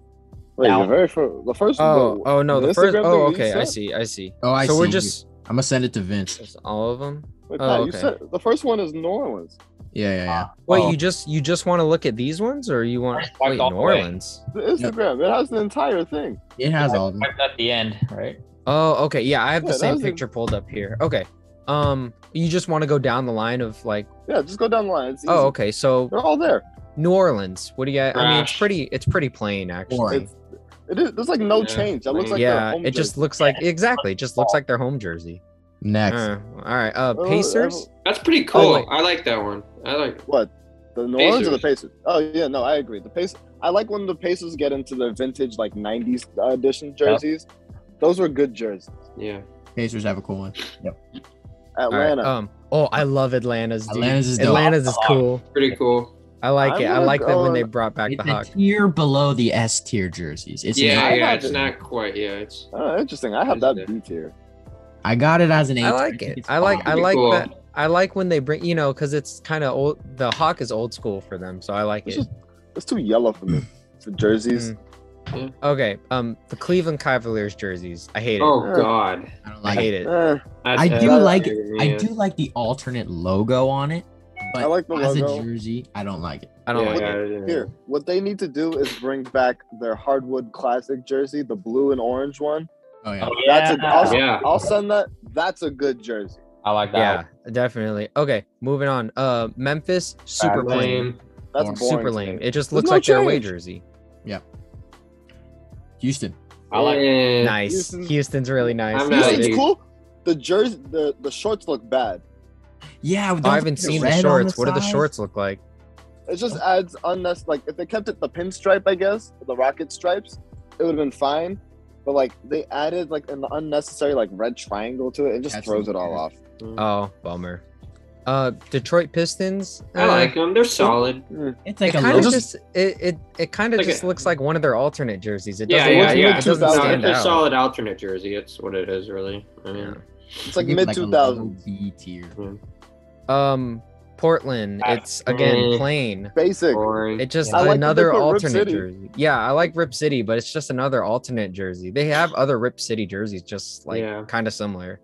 [SPEAKER 5] Wait,
[SPEAKER 6] Now-
[SPEAKER 5] the very first, the first.
[SPEAKER 2] Oh,
[SPEAKER 5] the-
[SPEAKER 2] oh no,
[SPEAKER 5] the
[SPEAKER 2] the first.
[SPEAKER 5] Instagram
[SPEAKER 2] Oh,
[SPEAKER 5] thing you
[SPEAKER 2] okay, I
[SPEAKER 5] sent?
[SPEAKER 2] see, I see.
[SPEAKER 4] Oh, I
[SPEAKER 2] so we're
[SPEAKER 4] see.
[SPEAKER 2] just
[SPEAKER 4] I'm gonna send it to Vince.
[SPEAKER 2] just all of them.
[SPEAKER 5] Wait,
[SPEAKER 2] Oh,
[SPEAKER 5] Pat, you
[SPEAKER 2] okay.
[SPEAKER 5] said the first one is New Orleans.
[SPEAKER 4] Yeah, yeah, yeah.
[SPEAKER 2] Wait,
[SPEAKER 4] Oh.
[SPEAKER 2] you just you just want to look at these ones, or you want
[SPEAKER 6] Just
[SPEAKER 2] wait
[SPEAKER 6] wiped all
[SPEAKER 2] New
[SPEAKER 6] the way.
[SPEAKER 2] Orleans?
[SPEAKER 5] The Instagram. It has the entire thing.
[SPEAKER 4] It has all of them.
[SPEAKER 6] Right at the end, right?
[SPEAKER 2] Oh, okay, yeah, I have
[SPEAKER 5] Yeah,
[SPEAKER 2] the
[SPEAKER 5] that
[SPEAKER 2] same
[SPEAKER 5] was a-
[SPEAKER 2] picture pulled up here. Okay, um, you just want to go down the line of like,
[SPEAKER 5] Yeah, just go down the line. It's easy.
[SPEAKER 2] oh, okay, so
[SPEAKER 5] they're all there.
[SPEAKER 2] New Orleans. What do you guys? I mean, it's
[SPEAKER 6] Trash.
[SPEAKER 2] pretty. It's pretty plain, actually.
[SPEAKER 4] Boring.
[SPEAKER 5] It's, it is. There's like no
[SPEAKER 3] Yeah.
[SPEAKER 5] change. That looks like their
[SPEAKER 2] yeah,
[SPEAKER 5] home
[SPEAKER 2] it just
[SPEAKER 5] jersey.
[SPEAKER 2] looks like exactly. It just looks like their home jersey.
[SPEAKER 4] Next.
[SPEAKER 2] Uh, all right, uh,
[SPEAKER 5] Oh,
[SPEAKER 2] Pacers.
[SPEAKER 5] ever-
[SPEAKER 3] That's pretty
[SPEAKER 2] Oh,
[SPEAKER 3] cool.
[SPEAKER 2] wait.
[SPEAKER 3] I like that one. I like.
[SPEAKER 5] what the New Orleans or the Pacers? Oh yeah, no, I agree. The Pacers. I like when the Pacers get into the vintage like '90s edition jerseys. Those were good jerseys.
[SPEAKER 3] Yeah.
[SPEAKER 4] Pacers have a cool one.
[SPEAKER 2] All right,
[SPEAKER 5] Atlanta.
[SPEAKER 2] um, oh, I love Atlanta's. Dude.
[SPEAKER 4] Atlanta's is dope.
[SPEAKER 2] Atlanta's is cool.
[SPEAKER 3] Pretty cool.
[SPEAKER 2] I like
[SPEAKER 5] I'm
[SPEAKER 2] it. I
[SPEAKER 5] gonna
[SPEAKER 2] like that when
[SPEAKER 5] go-
[SPEAKER 2] they brought back
[SPEAKER 4] It's
[SPEAKER 2] the
[SPEAKER 4] a
[SPEAKER 2] Hawk.
[SPEAKER 4] tier below the S tier jerseys. It's an
[SPEAKER 3] yeah,
[SPEAKER 5] I
[SPEAKER 4] A.
[SPEAKER 3] yeah.
[SPEAKER 5] have
[SPEAKER 3] It's
[SPEAKER 5] it.
[SPEAKER 3] not quite. Yeah, it's
[SPEAKER 5] Oh, interesting. I have that B tier.
[SPEAKER 4] I got it as an
[SPEAKER 2] I
[SPEAKER 4] A. tier.
[SPEAKER 2] like
[SPEAKER 4] think
[SPEAKER 2] it.
[SPEAKER 4] it's
[SPEAKER 2] I like. I
[SPEAKER 4] fine.
[SPEAKER 3] Pretty
[SPEAKER 2] like
[SPEAKER 3] cool.
[SPEAKER 2] that. I like when they bring you know because it's kind of old. The Hawk is old school for them, so I like
[SPEAKER 5] It's
[SPEAKER 2] it.
[SPEAKER 5] just it's too
[SPEAKER 2] *clears throat*
[SPEAKER 5] yellow for me for jerseys.
[SPEAKER 2] Mm. Okay, um, the Cleveland Cavaliers jerseys. I hate it.
[SPEAKER 3] Oh
[SPEAKER 5] Yeah.
[SPEAKER 3] God.
[SPEAKER 4] I don't
[SPEAKER 2] I
[SPEAKER 4] like it.
[SPEAKER 2] hate it.
[SPEAKER 5] Eh,
[SPEAKER 3] That-
[SPEAKER 4] I
[SPEAKER 3] that-
[SPEAKER 4] do
[SPEAKER 3] that's
[SPEAKER 4] like
[SPEAKER 3] weird,
[SPEAKER 4] I
[SPEAKER 3] yeah.
[SPEAKER 4] do like the alternate logo on it, but
[SPEAKER 5] I like the
[SPEAKER 4] as
[SPEAKER 5] logo.
[SPEAKER 4] a jersey, I don't like it.
[SPEAKER 2] I don't
[SPEAKER 3] Yeah,
[SPEAKER 2] like
[SPEAKER 3] yeah,
[SPEAKER 2] it.
[SPEAKER 3] yeah.
[SPEAKER 5] Here, what they need to do is bring back their hardwood classic jersey, the blue and orange one.
[SPEAKER 4] Oh yeah,
[SPEAKER 6] Oh,
[SPEAKER 5] That's a-
[SPEAKER 6] yeah.
[SPEAKER 5] also-
[SPEAKER 3] Yeah.
[SPEAKER 5] I'll send that. That's a good jersey.
[SPEAKER 6] I like that.
[SPEAKER 2] Yeah,
[SPEAKER 6] one.
[SPEAKER 2] definitely. Okay, moving on. Uh, Memphis super
[SPEAKER 6] Bad
[SPEAKER 2] lame.
[SPEAKER 3] Lame.
[SPEAKER 5] That's
[SPEAKER 4] Or
[SPEAKER 5] boring
[SPEAKER 2] Super
[SPEAKER 5] to
[SPEAKER 2] lame.
[SPEAKER 5] me.
[SPEAKER 2] It just
[SPEAKER 5] There's
[SPEAKER 2] looks
[SPEAKER 5] no
[SPEAKER 2] like their away
[SPEAKER 5] change.
[SPEAKER 2] jersey.
[SPEAKER 4] Houston.
[SPEAKER 6] I like
[SPEAKER 3] Yeah.
[SPEAKER 2] Nice.
[SPEAKER 5] Houston's-
[SPEAKER 2] Houston's really nice.
[SPEAKER 3] I'm not a
[SPEAKER 5] Houston's
[SPEAKER 3] dude.
[SPEAKER 5] cool. The jersey, the, the shorts look bad.
[SPEAKER 4] Yeah,
[SPEAKER 2] I haven't seen the shorts. what do the shorts look like?
[SPEAKER 5] It just
[SPEAKER 4] Oh.
[SPEAKER 5] adds unnecessary. Like if they kept it the pinstripe, I guess, or the rocket stripes, it would have been fine. But like they added like an unnecessary like red triangle to it, and just
[SPEAKER 4] That's
[SPEAKER 5] throws it all
[SPEAKER 4] weird.
[SPEAKER 5] off.
[SPEAKER 3] Mm.
[SPEAKER 2] Oh, bummer. Uh, Detroit Pistons.
[SPEAKER 3] I
[SPEAKER 2] uh,
[SPEAKER 3] like them. They're solid.
[SPEAKER 2] It
[SPEAKER 4] It's like a
[SPEAKER 2] kind of
[SPEAKER 4] logo.
[SPEAKER 2] just it it, it kind of
[SPEAKER 3] Like a-
[SPEAKER 2] just looks like one of their alternate jerseys. It
[SPEAKER 3] Yeah,
[SPEAKER 2] doesn't
[SPEAKER 3] yeah,
[SPEAKER 2] look,
[SPEAKER 3] yeah.
[SPEAKER 2] It doesn't
[SPEAKER 5] No,
[SPEAKER 3] No,
[SPEAKER 2] stand
[SPEAKER 3] it's a
[SPEAKER 2] out.
[SPEAKER 3] solid alternate jersey. It's what it is, really. I mean,
[SPEAKER 5] It's like
[SPEAKER 4] Give it
[SPEAKER 5] mid
[SPEAKER 4] a
[SPEAKER 5] two
[SPEAKER 4] low
[SPEAKER 5] thousands,
[SPEAKER 4] B tier.
[SPEAKER 2] Um, Portland.
[SPEAKER 6] Ah,
[SPEAKER 2] It's again
[SPEAKER 3] eh.
[SPEAKER 2] plain.
[SPEAKER 5] basic.
[SPEAKER 3] boring.
[SPEAKER 2] It just
[SPEAKER 5] I like that they
[SPEAKER 2] another
[SPEAKER 5] put Rip
[SPEAKER 2] alternate
[SPEAKER 5] City.
[SPEAKER 2] jersey. Yeah, I like Rip City, but it's just another alternate jersey. They have other Rip City jerseys, just like
[SPEAKER 3] Yeah.
[SPEAKER 2] kind of similar.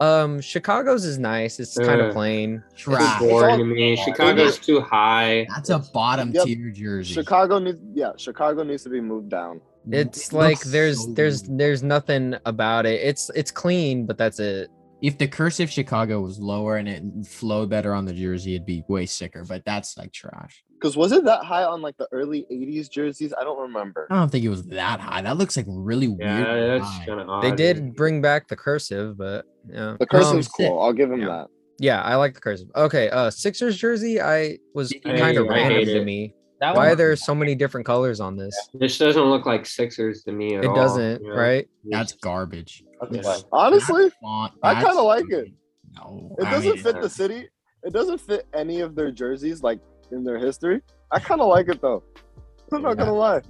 [SPEAKER 2] Um, Chicago's is nice. It's kind of
[SPEAKER 3] Ugh.
[SPEAKER 2] plain.
[SPEAKER 3] It's
[SPEAKER 4] Trash.
[SPEAKER 3] boring to me. Chicago's too high.
[SPEAKER 4] That's a bottom
[SPEAKER 5] Yep.
[SPEAKER 4] tier jersey.
[SPEAKER 5] Chicago needs, yeah, Chicago needs to be moved down.
[SPEAKER 2] It's
[SPEAKER 4] It
[SPEAKER 2] like
[SPEAKER 4] looks
[SPEAKER 2] there's
[SPEAKER 4] so
[SPEAKER 2] there's
[SPEAKER 4] weird.
[SPEAKER 2] there's nothing about it. It's it's clean, but that's it.
[SPEAKER 4] if the cursive Chicago was lower and it flowed better on the jersey, it'd be way sicker. But that's like trash.
[SPEAKER 5] Because was it that high on like the early '80s jerseys? I don't remember.
[SPEAKER 4] I don't think it was that high. That looks like really weird.
[SPEAKER 3] Yeah, that's
[SPEAKER 4] high.
[SPEAKER 3] kind of odd.
[SPEAKER 2] They did bring back the cursive, but yeah. Um,
[SPEAKER 5] The cursive's
[SPEAKER 4] sick.
[SPEAKER 5] cool. I'll give him
[SPEAKER 4] Um, Yeah.
[SPEAKER 5] that.
[SPEAKER 2] Yeah, I like the cursive. Okay, uh Sixers jersey, I was
[SPEAKER 4] I
[SPEAKER 2] kind of
[SPEAKER 3] hate it.
[SPEAKER 2] random
[SPEAKER 3] I hate
[SPEAKER 2] to
[SPEAKER 3] it.
[SPEAKER 2] me.
[SPEAKER 6] That
[SPEAKER 2] Why
[SPEAKER 6] one-
[SPEAKER 2] are there so many different colors on this?
[SPEAKER 3] This doesn't look like Sixers to me at
[SPEAKER 2] It
[SPEAKER 3] all.
[SPEAKER 2] doesn't,
[SPEAKER 3] yeah.
[SPEAKER 2] right?
[SPEAKER 4] That's garbage.
[SPEAKER 6] Okay.
[SPEAKER 4] That's-
[SPEAKER 5] Honestly,
[SPEAKER 4] that font,
[SPEAKER 5] I kinda
[SPEAKER 4] that's-
[SPEAKER 5] like it.
[SPEAKER 4] No,
[SPEAKER 5] it
[SPEAKER 4] I
[SPEAKER 5] doesn't
[SPEAKER 4] mean,
[SPEAKER 5] fit the city. It doesn't fit any of their jerseys like in their history. I kind of like it though. *laughs* I'm not gonna lie.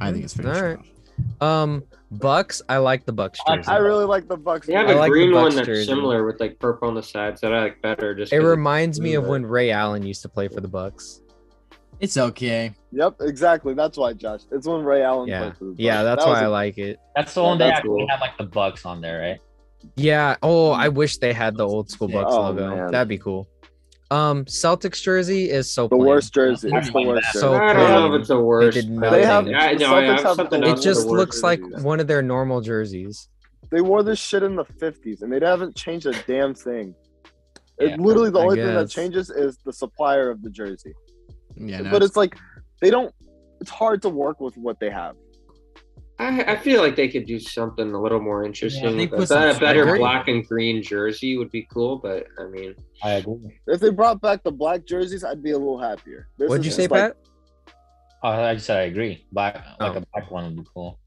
[SPEAKER 4] I think it's pretty
[SPEAKER 2] All right.
[SPEAKER 4] trash.
[SPEAKER 2] Um Bucks, I like the Bucks
[SPEAKER 6] I-
[SPEAKER 2] jersey.
[SPEAKER 5] I really like the Bucks.
[SPEAKER 3] They have
[SPEAKER 2] I
[SPEAKER 3] a
[SPEAKER 2] like the
[SPEAKER 3] green one
[SPEAKER 2] Bucks
[SPEAKER 3] that's
[SPEAKER 2] jersey.
[SPEAKER 3] similar with like purple on the sides that I like better. Just
[SPEAKER 2] it
[SPEAKER 3] 'cause
[SPEAKER 2] reminds me of
[SPEAKER 3] but-
[SPEAKER 2] when Ray Allen used to play for the Bucks.
[SPEAKER 4] It's okay.
[SPEAKER 5] Yep, exactly. That's why, Josh. It's when Ray Allen
[SPEAKER 2] Yeah.
[SPEAKER 5] played for the Bucks.
[SPEAKER 2] Yeah, that's
[SPEAKER 5] That was
[SPEAKER 2] why I
[SPEAKER 5] a-
[SPEAKER 2] like it.
[SPEAKER 6] That's the
[SPEAKER 5] Yeah,
[SPEAKER 6] one they
[SPEAKER 5] that's
[SPEAKER 6] actually
[SPEAKER 5] cool.
[SPEAKER 6] had like the bugs on there, right?
[SPEAKER 2] Yeah. Oh, I wish they had the old school Bucks
[SPEAKER 5] Mm. Oh,
[SPEAKER 2] logo.
[SPEAKER 5] man.
[SPEAKER 2] That'd be cool. Um, Celtics jersey is so
[SPEAKER 5] the
[SPEAKER 2] plain.
[SPEAKER 5] worst jersey.
[SPEAKER 6] I
[SPEAKER 5] It's the
[SPEAKER 6] mean,
[SPEAKER 5] worst
[SPEAKER 6] that's
[SPEAKER 5] jersey.
[SPEAKER 2] so
[SPEAKER 3] I don't know if it's the worst.
[SPEAKER 2] did
[SPEAKER 3] but
[SPEAKER 2] nothing.
[SPEAKER 3] I think-
[SPEAKER 5] They
[SPEAKER 3] I,
[SPEAKER 5] have-
[SPEAKER 3] no, I
[SPEAKER 5] Celtics
[SPEAKER 3] have
[SPEAKER 5] have
[SPEAKER 3] something
[SPEAKER 5] the
[SPEAKER 2] It
[SPEAKER 3] else for the
[SPEAKER 2] just
[SPEAKER 3] worst.
[SPEAKER 2] looks like
[SPEAKER 5] jerseys.
[SPEAKER 2] one of their normal jerseys.
[SPEAKER 5] They wore this shit in the 50s and they haven't changed a damn thing. It
[SPEAKER 6] Yeah,
[SPEAKER 5] literally the
[SPEAKER 2] I
[SPEAKER 5] only thing that
[SPEAKER 2] guess.
[SPEAKER 5] changes is the supplier of the jersey.
[SPEAKER 4] Yeah, no,
[SPEAKER 5] but it's like they don't it's hard to work with what they have.
[SPEAKER 3] I, I feel like they could do something a little more interesting.
[SPEAKER 4] they
[SPEAKER 3] with
[SPEAKER 4] put
[SPEAKER 3] that.
[SPEAKER 4] some
[SPEAKER 3] a better
[SPEAKER 2] fire-
[SPEAKER 3] black and green jersey would be cool, but I mean,
[SPEAKER 6] I agree.
[SPEAKER 5] If they brought back the black jerseys, I'd be a little happier. This
[SPEAKER 2] What'd
[SPEAKER 5] is
[SPEAKER 2] you
[SPEAKER 5] just
[SPEAKER 2] say,
[SPEAKER 5] like,
[SPEAKER 2] Pat?
[SPEAKER 6] Oh, I just said I agree. Black, like
[SPEAKER 2] Oh.
[SPEAKER 6] a black one would be cool.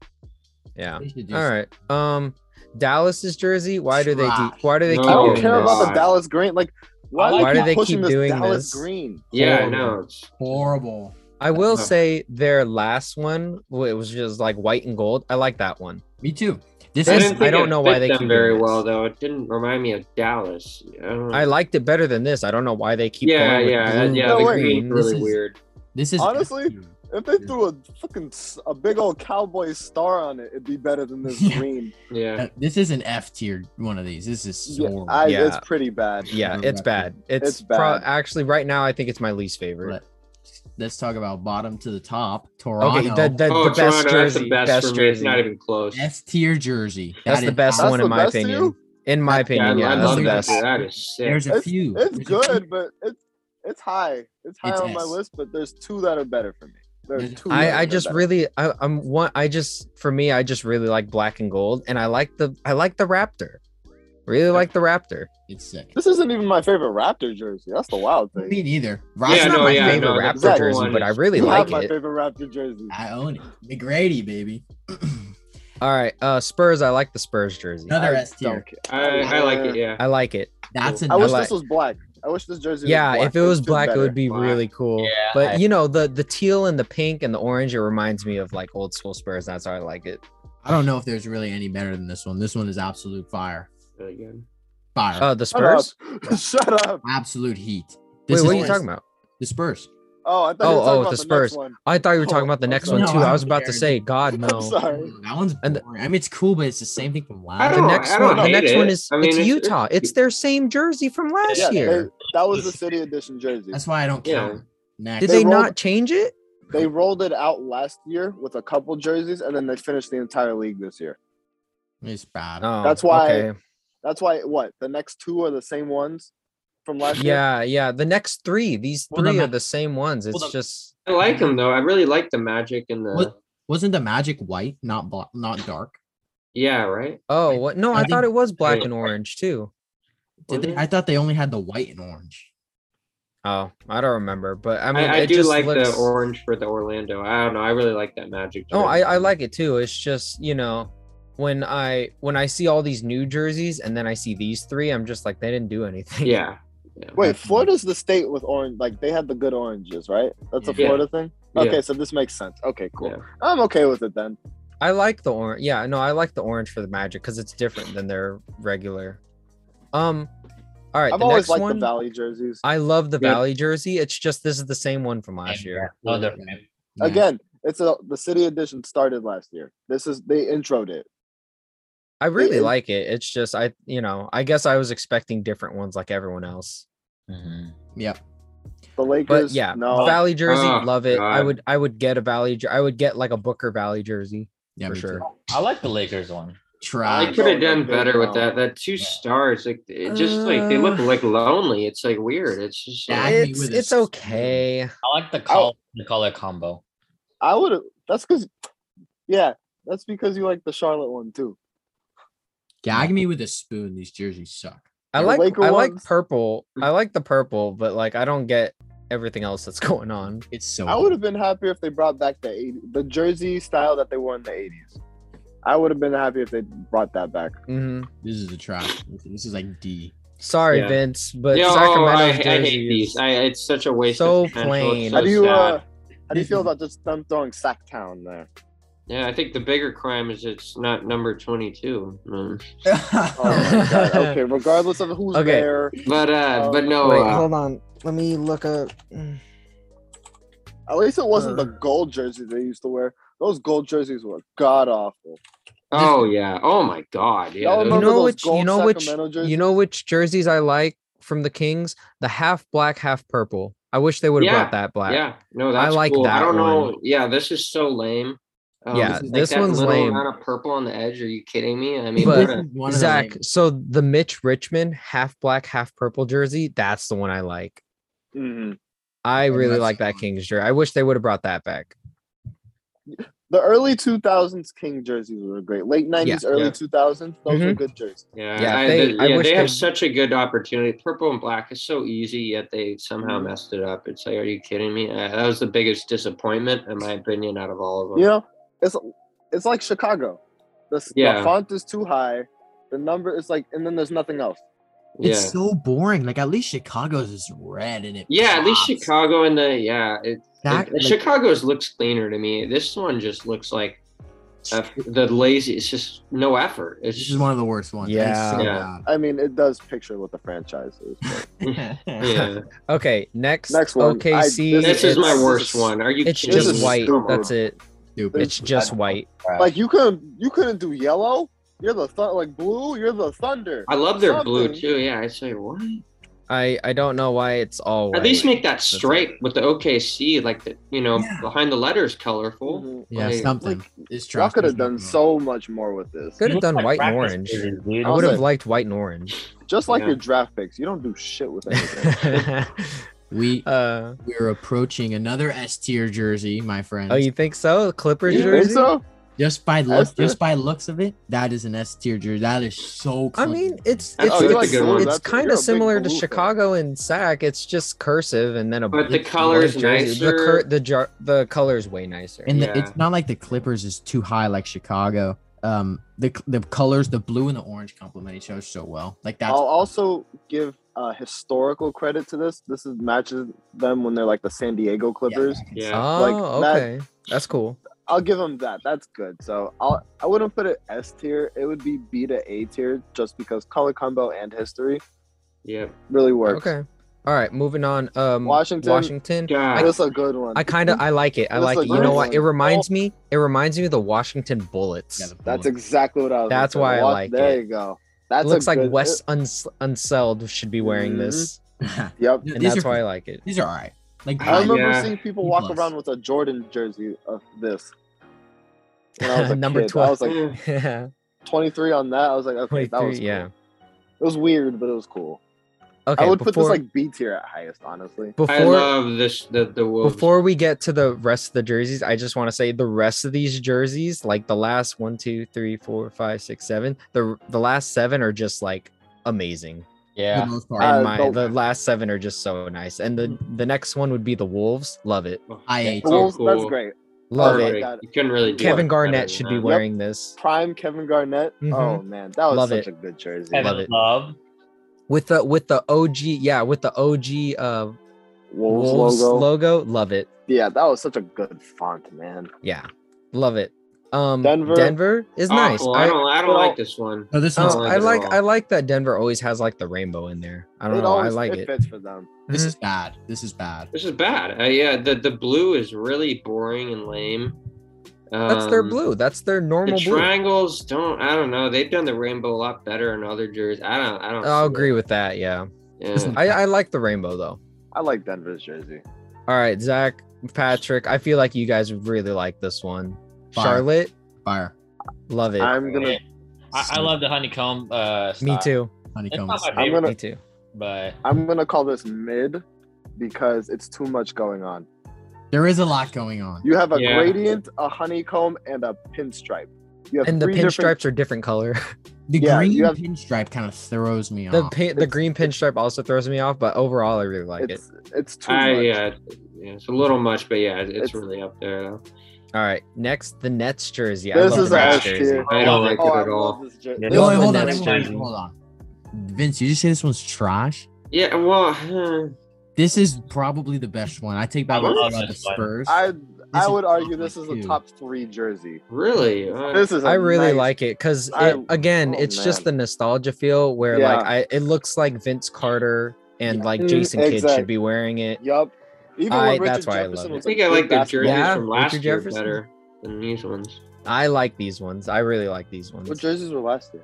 [SPEAKER 2] Yeah.
[SPEAKER 4] they should do
[SPEAKER 2] All right. Um, Dallas's jersey. Why do they? De-
[SPEAKER 4] Trash.
[SPEAKER 2] why do they
[SPEAKER 3] No,
[SPEAKER 2] keep
[SPEAKER 5] I don't
[SPEAKER 2] doing
[SPEAKER 5] care about the
[SPEAKER 3] God.
[SPEAKER 5] Dallas Green. Like, why,
[SPEAKER 2] Why
[SPEAKER 5] do
[SPEAKER 2] do they
[SPEAKER 5] pushing
[SPEAKER 2] keep
[SPEAKER 5] this
[SPEAKER 2] doing
[SPEAKER 5] Dallas
[SPEAKER 2] this?
[SPEAKER 5] Green?
[SPEAKER 3] yeah,
[SPEAKER 2] Horrible.
[SPEAKER 3] no, it's
[SPEAKER 4] horrible.
[SPEAKER 2] I will
[SPEAKER 3] No.
[SPEAKER 2] say their last one. wh- It was just like white and gold. I like that one.
[SPEAKER 4] Me too. This
[SPEAKER 2] I
[SPEAKER 3] I,
[SPEAKER 2] didn't
[SPEAKER 4] is
[SPEAKER 3] didn't think
[SPEAKER 2] don't
[SPEAKER 3] it
[SPEAKER 2] know why
[SPEAKER 3] fit
[SPEAKER 2] they
[SPEAKER 3] them
[SPEAKER 2] keep doing
[SPEAKER 3] very
[SPEAKER 2] this.
[SPEAKER 3] well though. It didn't remind me of Dallas. I, don't
[SPEAKER 2] I liked it better than this. I don't know why they keep
[SPEAKER 3] yeah,
[SPEAKER 2] going with
[SPEAKER 3] yeah,
[SPEAKER 2] blue
[SPEAKER 3] yeah.
[SPEAKER 5] No,
[SPEAKER 3] the
[SPEAKER 5] wait.
[SPEAKER 3] green's
[SPEAKER 4] This
[SPEAKER 3] really
[SPEAKER 4] is-
[SPEAKER 3] weird.
[SPEAKER 4] this is
[SPEAKER 5] Honestly, If they threw a fucking s- a big old cowboy star on it, it'd be better
[SPEAKER 2] *laughs*
[SPEAKER 5] than this
[SPEAKER 4] Yeah.
[SPEAKER 5] green.
[SPEAKER 3] Yeah,
[SPEAKER 4] Uh, this is an F tier one of these. This is so
[SPEAKER 5] Yeah,
[SPEAKER 4] horrible.
[SPEAKER 5] I,
[SPEAKER 2] Yeah.
[SPEAKER 5] It's pretty bad. *laughs*
[SPEAKER 2] Yeah, it's bad. It's,
[SPEAKER 5] It's
[SPEAKER 2] Pro-
[SPEAKER 5] bad.
[SPEAKER 2] actually right now. I think it's my least favorite.
[SPEAKER 4] Let- Let's talk about bottom to the top. Toronto
[SPEAKER 2] Okay, the, the,
[SPEAKER 3] oh,
[SPEAKER 2] the best
[SPEAKER 3] Toronto, that's
[SPEAKER 2] jersey.
[SPEAKER 3] the best, for me. It's
[SPEAKER 2] jersey.
[SPEAKER 3] not even close.
[SPEAKER 4] F tier jersey.
[SPEAKER 2] That's
[SPEAKER 4] That
[SPEAKER 2] the
[SPEAKER 4] is
[SPEAKER 2] best
[SPEAKER 4] awesome.
[SPEAKER 2] one in
[SPEAKER 5] the
[SPEAKER 2] my
[SPEAKER 5] best to
[SPEAKER 2] opinion.
[SPEAKER 5] you?
[SPEAKER 2] In my
[SPEAKER 4] That's-
[SPEAKER 2] opinion, yeah,
[SPEAKER 3] I
[SPEAKER 2] that's
[SPEAKER 3] love
[SPEAKER 2] the
[SPEAKER 3] that.
[SPEAKER 2] best.
[SPEAKER 3] dude. That is sick.
[SPEAKER 4] There's a
[SPEAKER 5] It's-
[SPEAKER 2] *laughs*
[SPEAKER 4] few.
[SPEAKER 5] It's
[SPEAKER 4] There's a few.
[SPEAKER 5] good, but it's it's high. It's high
[SPEAKER 4] It's
[SPEAKER 5] on my
[SPEAKER 4] S.
[SPEAKER 5] list, but there's two that are better for me. There's
[SPEAKER 4] There's-
[SPEAKER 5] two. that
[SPEAKER 2] I, I
[SPEAKER 5] are
[SPEAKER 2] just
[SPEAKER 5] better.
[SPEAKER 2] really I, I'm one I just for me I just really like black and gold and I like the I like the Raptor, really like the Raptor.
[SPEAKER 4] It's sick.
[SPEAKER 5] This isn't even my favorite Raptor jersey. That's the wild thing.
[SPEAKER 4] Me neither.
[SPEAKER 2] It's
[SPEAKER 3] Yeah,
[SPEAKER 4] Rockets-
[SPEAKER 2] not
[SPEAKER 3] no,
[SPEAKER 2] my
[SPEAKER 3] yeah,
[SPEAKER 2] favorite
[SPEAKER 3] no, the
[SPEAKER 2] Raptor
[SPEAKER 5] purple
[SPEAKER 2] jersey,
[SPEAKER 3] one
[SPEAKER 2] but I
[SPEAKER 3] is-
[SPEAKER 2] really
[SPEAKER 5] You have
[SPEAKER 2] like
[SPEAKER 5] my
[SPEAKER 2] it.
[SPEAKER 5] favorite Raptor jersey.
[SPEAKER 4] I own it. McGrady, baby. *clears throat*
[SPEAKER 2] All right, uh, Spurs. I like the Spurs jersey.
[SPEAKER 4] Another
[SPEAKER 5] I
[SPEAKER 4] S tier.
[SPEAKER 5] don't care.
[SPEAKER 3] I, I like it. Yeah,
[SPEAKER 2] I like it.
[SPEAKER 4] That's
[SPEAKER 5] I
[SPEAKER 4] another.
[SPEAKER 5] wish
[SPEAKER 2] like-
[SPEAKER 5] this was black. I wish this jersey.
[SPEAKER 2] Yeah,
[SPEAKER 5] was black.
[SPEAKER 2] if it was
[SPEAKER 5] It's
[SPEAKER 2] black, it
[SPEAKER 5] better.
[SPEAKER 2] would be
[SPEAKER 6] Black.
[SPEAKER 2] really cool.
[SPEAKER 6] Yeah, I-
[SPEAKER 2] But you know the the teal and the pink and the orange, it reminds me of like old school Spurs. That's how I like it.
[SPEAKER 4] I don't know if there's really any better than this one. This one is absolute fire.
[SPEAKER 3] It's really good.
[SPEAKER 4] Fire.
[SPEAKER 2] Uh, the
[SPEAKER 5] Shut up.
[SPEAKER 2] Spurs.
[SPEAKER 5] *laughs* Shut up.
[SPEAKER 4] absolute heat.
[SPEAKER 2] Wait,
[SPEAKER 4] This
[SPEAKER 2] what are
[SPEAKER 4] is
[SPEAKER 2] you talking about?
[SPEAKER 4] The Spurs.
[SPEAKER 5] Oh, I thought
[SPEAKER 2] Oh,
[SPEAKER 5] you were talking
[SPEAKER 2] oh,
[SPEAKER 5] about
[SPEAKER 2] the
[SPEAKER 5] the,
[SPEAKER 2] Spurs.
[SPEAKER 5] next one.
[SPEAKER 2] I thought you were
[SPEAKER 5] Oh,
[SPEAKER 2] talking about the
[SPEAKER 5] I'm
[SPEAKER 2] next
[SPEAKER 5] sorry.
[SPEAKER 2] one
[SPEAKER 4] No,
[SPEAKER 2] too.
[SPEAKER 4] I'm
[SPEAKER 2] I was about to
[SPEAKER 4] scared.
[SPEAKER 2] say, God
[SPEAKER 5] I'm
[SPEAKER 2] no.
[SPEAKER 5] sorry.
[SPEAKER 4] That one's
[SPEAKER 2] And the-
[SPEAKER 4] boring. I mean, it's cool, but it's the same thing from
[SPEAKER 3] I
[SPEAKER 4] last.
[SPEAKER 2] The
[SPEAKER 3] don't-
[SPEAKER 2] next
[SPEAKER 3] I don't
[SPEAKER 2] one, the
[SPEAKER 3] hate
[SPEAKER 2] next
[SPEAKER 3] it.
[SPEAKER 2] one is
[SPEAKER 3] I mean,
[SPEAKER 2] it's
[SPEAKER 3] it's-
[SPEAKER 2] Utah. It's their same jersey from last
[SPEAKER 5] Yeah, they,
[SPEAKER 2] year.
[SPEAKER 5] that was the city edition jersey.
[SPEAKER 4] That's why I don't
[SPEAKER 3] Yeah.
[SPEAKER 4] count. it. Next.
[SPEAKER 2] Did
[SPEAKER 5] they
[SPEAKER 2] they,
[SPEAKER 5] rolled-
[SPEAKER 2] not change it?
[SPEAKER 5] They rolled it out last year with a couple jerseys, and then they finished the entire league this year.
[SPEAKER 4] It's bad.
[SPEAKER 2] Oh,
[SPEAKER 5] That's why-
[SPEAKER 2] okay.
[SPEAKER 5] That's why what the next two are the same ones from last year.
[SPEAKER 2] Yeah, yeah. The next three, these
[SPEAKER 4] Well, the
[SPEAKER 2] three
[SPEAKER 4] ma-
[SPEAKER 2] are the same ones. It's
[SPEAKER 4] the-
[SPEAKER 2] just
[SPEAKER 3] I like them though. I really like the magic and the
[SPEAKER 4] What- Wasn't the Magic white, not black, not dark?
[SPEAKER 3] yeah, right.
[SPEAKER 2] oh
[SPEAKER 4] Like,
[SPEAKER 2] what? No,
[SPEAKER 4] I
[SPEAKER 2] I thought
[SPEAKER 4] think-
[SPEAKER 2] it was black
[SPEAKER 3] Yeah.
[SPEAKER 2] and orange too.
[SPEAKER 4] Did they?
[SPEAKER 3] Wasn't
[SPEAKER 4] I thought they only had the white and orange.
[SPEAKER 2] Oh, I don't remember, but I
[SPEAKER 3] I,
[SPEAKER 2] mean,
[SPEAKER 3] I
[SPEAKER 2] it
[SPEAKER 3] do
[SPEAKER 2] just
[SPEAKER 3] like
[SPEAKER 2] looks...
[SPEAKER 3] the orange for the Orlando. I don't know. I really like that magic.
[SPEAKER 2] Oh, I,
[SPEAKER 3] jersey.
[SPEAKER 2] I like it too. It's just you know when I when I see all these new jerseys and then I see these three, I'm just like they didn't do anything.
[SPEAKER 3] Yeah.
[SPEAKER 5] Wait, Florida's the state with orange. Like they had the good oranges, right? That's a
[SPEAKER 4] Yeah.
[SPEAKER 5] Florida thing.
[SPEAKER 3] Yeah.
[SPEAKER 5] Okay, so this makes sense. Okay, cool.
[SPEAKER 3] Yeah.
[SPEAKER 5] I'm okay with it then.
[SPEAKER 2] I like the orange. Yeah, no, I like the orange for the Magic because it's different than their regular. Um, all right,
[SPEAKER 5] I've
[SPEAKER 2] the
[SPEAKER 5] always
[SPEAKER 2] next
[SPEAKER 5] liked
[SPEAKER 2] one. Um,
[SPEAKER 5] the Valley jerseys.
[SPEAKER 2] I love the
[SPEAKER 3] Yeah.
[SPEAKER 2] Valley jersey. It's just this is the same one from last year.
[SPEAKER 6] No different.
[SPEAKER 4] Yeah.
[SPEAKER 5] Again, it's a the city edition started last year. This is they introed it.
[SPEAKER 2] I really
[SPEAKER 5] is-
[SPEAKER 2] like it. It's just I, you know, I guess I was expecting different ones like everyone else.
[SPEAKER 6] Mhm.
[SPEAKER 4] Yep.
[SPEAKER 5] The Lakers.
[SPEAKER 2] But yeah,
[SPEAKER 5] no.
[SPEAKER 2] Valley jersey,
[SPEAKER 3] Oh,
[SPEAKER 2] love it. I
[SPEAKER 3] God.
[SPEAKER 2] would I would get a Valley jer- I would get like a Booker Valley jersey.
[SPEAKER 4] Yeah,
[SPEAKER 2] for
[SPEAKER 4] me too.
[SPEAKER 2] sure.
[SPEAKER 6] I like the Lakers one.
[SPEAKER 3] I
[SPEAKER 4] Try.
[SPEAKER 3] could have
[SPEAKER 5] Don't
[SPEAKER 3] done
[SPEAKER 5] look good
[SPEAKER 3] better with
[SPEAKER 5] now.
[SPEAKER 3] that. That two stars, like it just like they look
[SPEAKER 2] Uh,
[SPEAKER 3] like lonely. It's like weird. It's just
[SPEAKER 4] Yeah,
[SPEAKER 3] like,
[SPEAKER 4] me
[SPEAKER 2] It's
[SPEAKER 4] with
[SPEAKER 2] it's
[SPEAKER 4] a s-
[SPEAKER 2] okay.
[SPEAKER 6] I like the color, the color combo.
[SPEAKER 5] I would have. That's because, yeah, that's because you like the Charlotte one too.
[SPEAKER 4] Gag me with a spoon. These jerseys suck.
[SPEAKER 2] I
[SPEAKER 5] The
[SPEAKER 2] like
[SPEAKER 5] Laker
[SPEAKER 2] I like
[SPEAKER 5] ones?
[SPEAKER 2] purple. I like the purple, but like I don't get everything else that's *laughs* going on.
[SPEAKER 4] It's so.
[SPEAKER 5] I would have been happy if they brought back the 80, the jersey style that they wore in the eighties. I would have been happy if they brought that back.
[SPEAKER 2] hmm
[SPEAKER 4] This is a trash. This is like D.
[SPEAKER 2] Sorry,
[SPEAKER 3] Yeah.
[SPEAKER 2] Vince, but
[SPEAKER 3] yeah, oh, I, I
[SPEAKER 2] Sacramento's
[SPEAKER 3] hate
[SPEAKER 2] jersey
[SPEAKER 3] these.
[SPEAKER 2] is-
[SPEAKER 3] I, it's such a waste.
[SPEAKER 2] so
[SPEAKER 3] of potential. It's
[SPEAKER 2] plain.
[SPEAKER 3] so
[SPEAKER 5] How do you uh,
[SPEAKER 3] sad.
[SPEAKER 5] how do you feel about just them throwing
[SPEAKER 3] *laughs*
[SPEAKER 5] Sacktown there?
[SPEAKER 3] Yeah, I think the bigger crime is it's not number twenty-two. Mm.
[SPEAKER 5] Oh my god. Okay, regardless of who's
[SPEAKER 2] Okay.
[SPEAKER 5] there,
[SPEAKER 3] But uh,
[SPEAKER 5] Oh,
[SPEAKER 3] but no,
[SPEAKER 2] Wait,
[SPEAKER 3] uh,
[SPEAKER 2] hold on. Let me look up.
[SPEAKER 5] at least it wasn't
[SPEAKER 2] Uh.
[SPEAKER 5] the gold jersey they used to wear. Those gold jerseys were god awful.
[SPEAKER 3] oh yeah, oh my god, yeah,
[SPEAKER 5] Y'all
[SPEAKER 2] You
[SPEAKER 3] those-
[SPEAKER 5] Remember
[SPEAKER 2] know
[SPEAKER 5] those
[SPEAKER 2] which you
[SPEAKER 5] gold
[SPEAKER 2] know which
[SPEAKER 5] Sacramento
[SPEAKER 2] you
[SPEAKER 5] jerseys?
[SPEAKER 2] know which jerseys I like from the Kings? The half black, half purple. I wish they would have
[SPEAKER 3] Yeah,
[SPEAKER 2] brought that black.
[SPEAKER 3] yeah, no, that's
[SPEAKER 2] like
[SPEAKER 3] cool.
[SPEAKER 2] that
[SPEAKER 3] I
[SPEAKER 2] one.
[SPEAKER 3] don't know. Yeah, this is so lame. Um,
[SPEAKER 2] Yeah,
[SPEAKER 3] is like
[SPEAKER 2] this
[SPEAKER 3] that
[SPEAKER 2] one's
[SPEAKER 3] little
[SPEAKER 2] lame.
[SPEAKER 3] Amount of purple on the edge. Are you kidding me? I mean,
[SPEAKER 2] But-
[SPEAKER 3] what a-
[SPEAKER 4] One of the
[SPEAKER 2] Zach,
[SPEAKER 4] lame-
[SPEAKER 2] so the Mitch Richmond half black, half purple jersey, that's the one I like.
[SPEAKER 5] hmm
[SPEAKER 2] I really
[SPEAKER 4] that's
[SPEAKER 2] like that
[SPEAKER 4] fine.
[SPEAKER 2] Kings jersey. I wish they would have brought that back.
[SPEAKER 5] The early two thousands King jerseys were great. Late nineties,
[SPEAKER 3] Yeah. Mm-hmm.
[SPEAKER 5] early two thousands, those were
[SPEAKER 2] Mhm.
[SPEAKER 5] good jerseys.
[SPEAKER 3] Yeah,
[SPEAKER 2] Yeah,
[SPEAKER 3] I,
[SPEAKER 2] they-
[SPEAKER 3] they,
[SPEAKER 2] I
[SPEAKER 3] yeah,
[SPEAKER 2] wish
[SPEAKER 3] they
[SPEAKER 2] they-
[SPEAKER 3] have such a good opportunity. Purple and black is so easy, yet they somehow
[SPEAKER 2] Mm-hmm.
[SPEAKER 3] messed it up. It's like, are you kidding me? Uh, that was the biggest disappointment, in my opinion, out of all of them.
[SPEAKER 5] You know, it's it's like Chicago. The, s- the
[SPEAKER 3] Yeah.
[SPEAKER 5] font is too high. The number is like, and then there's nothing else.
[SPEAKER 3] yeah,
[SPEAKER 4] It's so boring. Like at least Chicago's is red and it.
[SPEAKER 3] yeah. At least
[SPEAKER 4] pops.
[SPEAKER 3] Chicago and the yeah, it,
[SPEAKER 4] That,
[SPEAKER 3] it-
[SPEAKER 4] like,
[SPEAKER 3] Chicago's looks cleaner to me. This one just looks like uh, the lazy. It's just no effort. It's
[SPEAKER 4] this is one of the worst ones. That is so
[SPEAKER 3] Yeah.
[SPEAKER 5] I mean, it does picture what the franchise is. but-
[SPEAKER 4] bad.
[SPEAKER 3] *laughs* Yeah,
[SPEAKER 2] Okay, next,
[SPEAKER 5] Next one. I-
[SPEAKER 2] OKC.
[SPEAKER 5] This
[SPEAKER 3] this is my
[SPEAKER 5] is-
[SPEAKER 3] worst one. Are you?
[SPEAKER 2] It's
[SPEAKER 3] kidding
[SPEAKER 2] just
[SPEAKER 5] is
[SPEAKER 3] me?
[SPEAKER 2] white.
[SPEAKER 5] stupid.
[SPEAKER 2] That's it.
[SPEAKER 4] Stupid.
[SPEAKER 2] It's just white.
[SPEAKER 5] Like you couldn't you couldn't do yellow. You're the th- like blue. You're the thunder.
[SPEAKER 3] I love their blue
[SPEAKER 5] Something.
[SPEAKER 3] too. Yeah, I say what?
[SPEAKER 2] I I don't know why it's all.
[SPEAKER 3] At least
[SPEAKER 2] white.
[SPEAKER 3] make that straight with the OKC, like the you know
[SPEAKER 4] Yeah.
[SPEAKER 3] behind the letters colorful.
[SPEAKER 5] Mhm.
[SPEAKER 4] yeah,
[SPEAKER 3] Like-
[SPEAKER 4] something. It's
[SPEAKER 5] Y'all
[SPEAKER 4] trash.
[SPEAKER 5] could have
[SPEAKER 4] There's
[SPEAKER 5] done
[SPEAKER 4] no-
[SPEAKER 5] so much more with this.
[SPEAKER 2] could have
[SPEAKER 6] Looks
[SPEAKER 2] done
[SPEAKER 6] like
[SPEAKER 2] white and
[SPEAKER 6] practice
[SPEAKER 2] orange.
[SPEAKER 6] jerseys, dude.
[SPEAKER 2] I would have
[SPEAKER 5] Also-
[SPEAKER 2] liked white and
[SPEAKER 5] *laughs*
[SPEAKER 2] orange.
[SPEAKER 5] Just like
[SPEAKER 3] Yeah.
[SPEAKER 5] your draft picks, you don't do shit with anything.
[SPEAKER 2] *laughs*
[SPEAKER 4] We
[SPEAKER 2] uh,
[SPEAKER 4] we're approaching another S tier jersey, my friend.
[SPEAKER 2] oh, you think so? Clippers
[SPEAKER 5] you think
[SPEAKER 2] jersey?
[SPEAKER 5] so?
[SPEAKER 4] just by look,
[SPEAKER 5] tier?
[SPEAKER 4] just by looks of it, that is an S tier jersey. That is so.
[SPEAKER 2] I
[SPEAKER 4] Clean.
[SPEAKER 2] mean, it's
[SPEAKER 5] Oh,
[SPEAKER 3] That's
[SPEAKER 2] it's
[SPEAKER 3] a good
[SPEAKER 2] it's,
[SPEAKER 3] one.
[SPEAKER 2] it's
[SPEAKER 5] That's-
[SPEAKER 2] kind
[SPEAKER 5] you're a
[SPEAKER 2] of
[SPEAKER 5] big
[SPEAKER 2] similar to
[SPEAKER 5] blue fan.
[SPEAKER 2] Chicago and Sac. It's just cursive and then a.
[SPEAKER 3] But the
[SPEAKER 2] it's
[SPEAKER 3] color's
[SPEAKER 2] white jersey. The
[SPEAKER 3] nicer.
[SPEAKER 2] the jar, the color's way nicer.
[SPEAKER 4] and the,
[SPEAKER 3] yeah.
[SPEAKER 4] it's not like the Clippers is too high like Chicago. Um, the the colors, the blue and the orange complement each other so well. Like that's
[SPEAKER 2] Oh,
[SPEAKER 5] I'll also give uh, historical credit to this. This is matches them when they're like the San Diego Clippers.
[SPEAKER 3] Yeah,
[SPEAKER 2] oh,
[SPEAKER 5] like, that-
[SPEAKER 2] okay, that's cool.
[SPEAKER 5] I'll give them that. That's good. So I'll I wouldn't put it S tier. It would be B to A tier just because color combo and history
[SPEAKER 3] yeah.
[SPEAKER 5] really works.
[SPEAKER 2] Okay, all right, moving on. Um,
[SPEAKER 5] Washington.
[SPEAKER 2] Washington.
[SPEAKER 5] It
[SPEAKER 3] God,
[SPEAKER 5] was a good one.
[SPEAKER 2] I kind of I like it. I
[SPEAKER 5] That's
[SPEAKER 2] like
[SPEAKER 5] a
[SPEAKER 2] it. You know
[SPEAKER 5] good
[SPEAKER 2] what? It
[SPEAKER 5] one.
[SPEAKER 2] reminds me. It reminds me of the Washington Bullets.
[SPEAKER 4] Yeah, the *laughs*
[SPEAKER 5] That's
[SPEAKER 4] blue.
[SPEAKER 5] exactly what I was.
[SPEAKER 2] That's
[SPEAKER 5] gonna
[SPEAKER 2] why
[SPEAKER 5] say.
[SPEAKER 2] I
[SPEAKER 5] Wa-
[SPEAKER 2] like
[SPEAKER 5] There
[SPEAKER 2] it.
[SPEAKER 5] you go. That's
[SPEAKER 2] it looks
[SPEAKER 5] a
[SPEAKER 2] like
[SPEAKER 5] good- Mm-hmm.
[SPEAKER 2] West Uns- Unseld should be wearing this,
[SPEAKER 5] Yep.
[SPEAKER 4] Yeah,
[SPEAKER 2] and
[SPEAKER 4] these
[SPEAKER 2] that's
[SPEAKER 4] are-
[SPEAKER 2] why I like it. *laughs*
[SPEAKER 4] These are all right. Like
[SPEAKER 5] I remember
[SPEAKER 3] Yeah.
[SPEAKER 5] seeing people walk
[SPEAKER 4] Plus.
[SPEAKER 5] around with a Jordan jersey of
[SPEAKER 2] *laughs*
[SPEAKER 5] this. When I was a
[SPEAKER 2] Number
[SPEAKER 5] kid. I
[SPEAKER 2] 12.
[SPEAKER 5] was like
[SPEAKER 2] yeah,
[SPEAKER 5] 23 on that. I was like, okay, that
[SPEAKER 2] 23,
[SPEAKER 5] was cool.
[SPEAKER 2] yeah.
[SPEAKER 5] It was weird, but it was cool.
[SPEAKER 2] Okay,
[SPEAKER 5] I would put this
[SPEAKER 2] before-
[SPEAKER 5] like B tier at highest, honestly.
[SPEAKER 3] I
[SPEAKER 2] before
[SPEAKER 3] love this. The the wolves.
[SPEAKER 2] before we get to the rest of the jerseys, I just want to say the rest of these jerseys, like the last one, two, three, four, five, six, seven, the the last seven are just like amazing.
[SPEAKER 4] For the
[SPEAKER 6] Yeah.
[SPEAKER 4] most
[SPEAKER 5] Uh,
[SPEAKER 4] part,
[SPEAKER 2] And my
[SPEAKER 5] the-
[SPEAKER 2] the last seven are just so nice. And the the next one would be the Wolves. Love it,
[SPEAKER 4] I hate
[SPEAKER 5] The
[SPEAKER 3] Oh, So
[SPEAKER 5] Wolves, That's
[SPEAKER 3] cool.
[SPEAKER 5] great.
[SPEAKER 2] love
[SPEAKER 5] Perfect.
[SPEAKER 2] it.
[SPEAKER 5] God.
[SPEAKER 3] You couldn't really. Do
[SPEAKER 2] Kevin
[SPEAKER 3] much better
[SPEAKER 2] Garnett
[SPEAKER 3] than
[SPEAKER 2] should be
[SPEAKER 3] that.
[SPEAKER 2] wearing this
[SPEAKER 5] Prime Kevin Garnett.
[SPEAKER 2] Mhm.
[SPEAKER 5] Oh man, that was
[SPEAKER 2] Love
[SPEAKER 5] such
[SPEAKER 2] it.
[SPEAKER 5] a good jersey.
[SPEAKER 6] Kevin
[SPEAKER 2] Love it.
[SPEAKER 6] Love.
[SPEAKER 2] with the with the OG. Yeah, with the OG uh,
[SPEAKER 5] Wolves,
[SPEAKER 2] Wolves,
[SPEAKER 5] logo.
[SPEAKER 2] logo. Love it.
[SPEAKER 5] yeah, that was such a good font, man.
[SPEAKER 2] Yeah, love it. Um, Denver,
[SPEAKER 5] Denver. Ah,
[SPEAKER 2] is nice.
[SPEAKER 3] Awful. I,
[SPEAKER 2] I,
[SPEAKER 3] don't. I don't
[SPEAKER 5] well,
[SPEAKER 3] like this one.
[SPEAKER 4] No, this
[SPEAKER 2] I,
[SPEAKER 4] one's
[SPEAKER 3] don't
[SPEAKER 2] Oh, I
[SPEAKER 3] like
[SPEAKER 2] like
[SPEAKER 3] it at all.
[SPEAKER 2] I like that Denver always has like the rainbow in there. I don't
[SPEAKER 5] it
[SPEAKER 2] know. I
[SPEAKER 5] always
[SPEAKER 2] like
[SPEAKER 5] it
[SPEAKER 2] it.
[SPEAKER 5] fits for them.
[SPEAKER 4] this is bad. This is bad.
[SPEAKER 3] This is bad. Uh, yeah, the the blue is really boring and lame.
[SPEAKER 2] That's their
[SPEAKER 3] Um,
[SPEAKER 2] blue. That's their normal
[SPEAKER 3] the
[SPEAKER 2] blue.
[SPEAKER 3] triangles don't. I don't know. They've done the rainbow a lot better in other jerseys. I don't. I don't.
[SPEAKER 2] I'll
[SPEAKER 3] see
[SPEAKER 2] agree
[SPEAKER 3] it.
[SPEAKER 2] with that. Yeah,
[SPEAKER 3] Yeah.
[SPEAKER 2] I, I like the rainbow though.
[SPEAKER 5] I like Denver's jersey.
[SPEAKER 2] All right, Zach, Patrick, I feel like you guys would really like this one.
[SPEAKER 4] Fire.
[SPEAKER 2] Charlotte
[SPEAKER 4] fire.
[SPEAKER 2] Love it.
[SPEAKER 5] I'm gonna.
[SPEAKER 6] I, I love the honeycomb. Uh,
[SPEAKER 2] Me
[SPEAKER 6] style,
[SPEAKER 2] too.
[SPEAKER 4] Honeycomb.
[SPEAKER 6] It's not my
[SPEAKER 5] I'm gonna.
[SPEAKER 2] Me too.
[SPEAKER 6] but
[SPEAKER 5] I'm gonna call this mid because it's too much going on.
[SPEAKER 4] There is a lot going on.
[SPEAKER 5] You have a
[SPEAKER 3] Yeah.
[SPEAKER 5] gradient, a honeycomb, and a pinstripe. You have
[SPEAKER 2] And the
[SPEAKER 5] three different-
[SPEAKER 2] pinstripes are different color. *laughs*
[SPEAKER 4] The
[SPEAKER 5] Yeah,
[SPEAKER 4] green
[SPEAKER 5] you have-
[SPEAKER 4] pinstripe kind of throws me
[SPEAKER 2] The
[SPEAKER 4] off.
[SPEAKER 2] pa- the
[SPEAKER 5] It's-
[SPEAKER 2] green pinstripe also throws me off, but overall I really like it.
[SPEAKER 5] it's it's too
[SPEAKER 3] I,
[SPEAKER 5] much.
[SPEAKER 3] yeah, yeah, it's a little much, but yeah, it's,
[SPEAKER 5] It's-
[SPEAKER 3] really up there. Though.
[SPEAKER 2] All right, next the Nets jersey. I
[SPEAKER 5] This
[SPEAKER 2] love
[SPEAKER 5] is
[SPEAKER 2] the
[SPEAKER 5] a
[SPEAKER 2] Nets
[SPEAKER 5] S
[SPEAKER 2] jersey.
[SPEAKER 5] tier.
[SPEAKER 3] I don't like
[SPEAKER 5] Oh,
[SPEAKER 3] it
[SPEAKER 5] I
[SPEAKER 3] at
[SPEAKER 5] love
[SPEAKER 3] all.
[SPEAKER 5] this jer-
[SPEAKER 6] Yeah,
[SPEAKER 4] Wait, wait,
[SPEAKER 6] the
[SPEAKER 4] hold on,
[SPEAKER 6] Nets
[SPEAKER 4] everyone,
[SPEAKER 6] jersey.
[SPEAKER 4] hold on. Vince, you just say this one's trash.
[SPEAKER 3] Yeah, well, huh,
[SPEAKER 4] This is probably the best one. I take back what I
[SPEAKER 6] love
[SPEAKER 4] said about the
[SPEAKER 6] this one.
[SPEAKER 4] Spurs.
[SPEAKER 5] I
[SPEAKER 4] This
[SPEAKER 5] I
[SPEAKER 4] is
[SPEAKER 5] would argue
[SPEAKER 4] top
[SPEAKER 5] this is a
[SPEAKER 4] two.
[SPEAKER 5] top three jersey.
[SPEAKER 3] really? Uh,
[SPEAKER 5] This is. I
[SPEAKER 2] I really like it because
[SPEAKER 5] I-
[SPEAKER 2] again,
[SPEAKER 5] oh,
[SPEAKER 2] it's just
[SPEAKER 5] man.
[SPEAKER 2] the nostalgia feel where like
[SPEAKER 5] Yeah.
[SPEAKER 2] I it looks like Vince Carter and like
[SPEAKER 5] Mm,
[SPEAKER 2] Jason Kidd
[SPEAKER 5] exactly.
[SPEAKER 2] should be wearing it.
[SPEAKER 5] Yup. Even
[SPEAKER 2] I-
[SPEAKER 5] when Richard
[SPEAKER 2] that's why I
[SPEAKER 5] Jefferson
[SPEAKER 2] love
[SPEAKER 3] I
[SPEAKER 5] was a
[SPEAKER 3] think I
[SPEAKER 5] good
[SPEAKER 3] like the
[SPEAKER 5] basketball- Oh,
[SPEAKER 3] jerseys
[SPEAKER 2] Yeah,
[SPEAKER 3] from last
[SPEAKER 2] Richard
[SPEAKER 3] year
[SPEAKER 2] Jefferson.
[SPEAKER 3] better than these ones.
[SPEAKER 2] I like these ones. I really like these ones.
[SPEAKER 5] What jerseys were last year?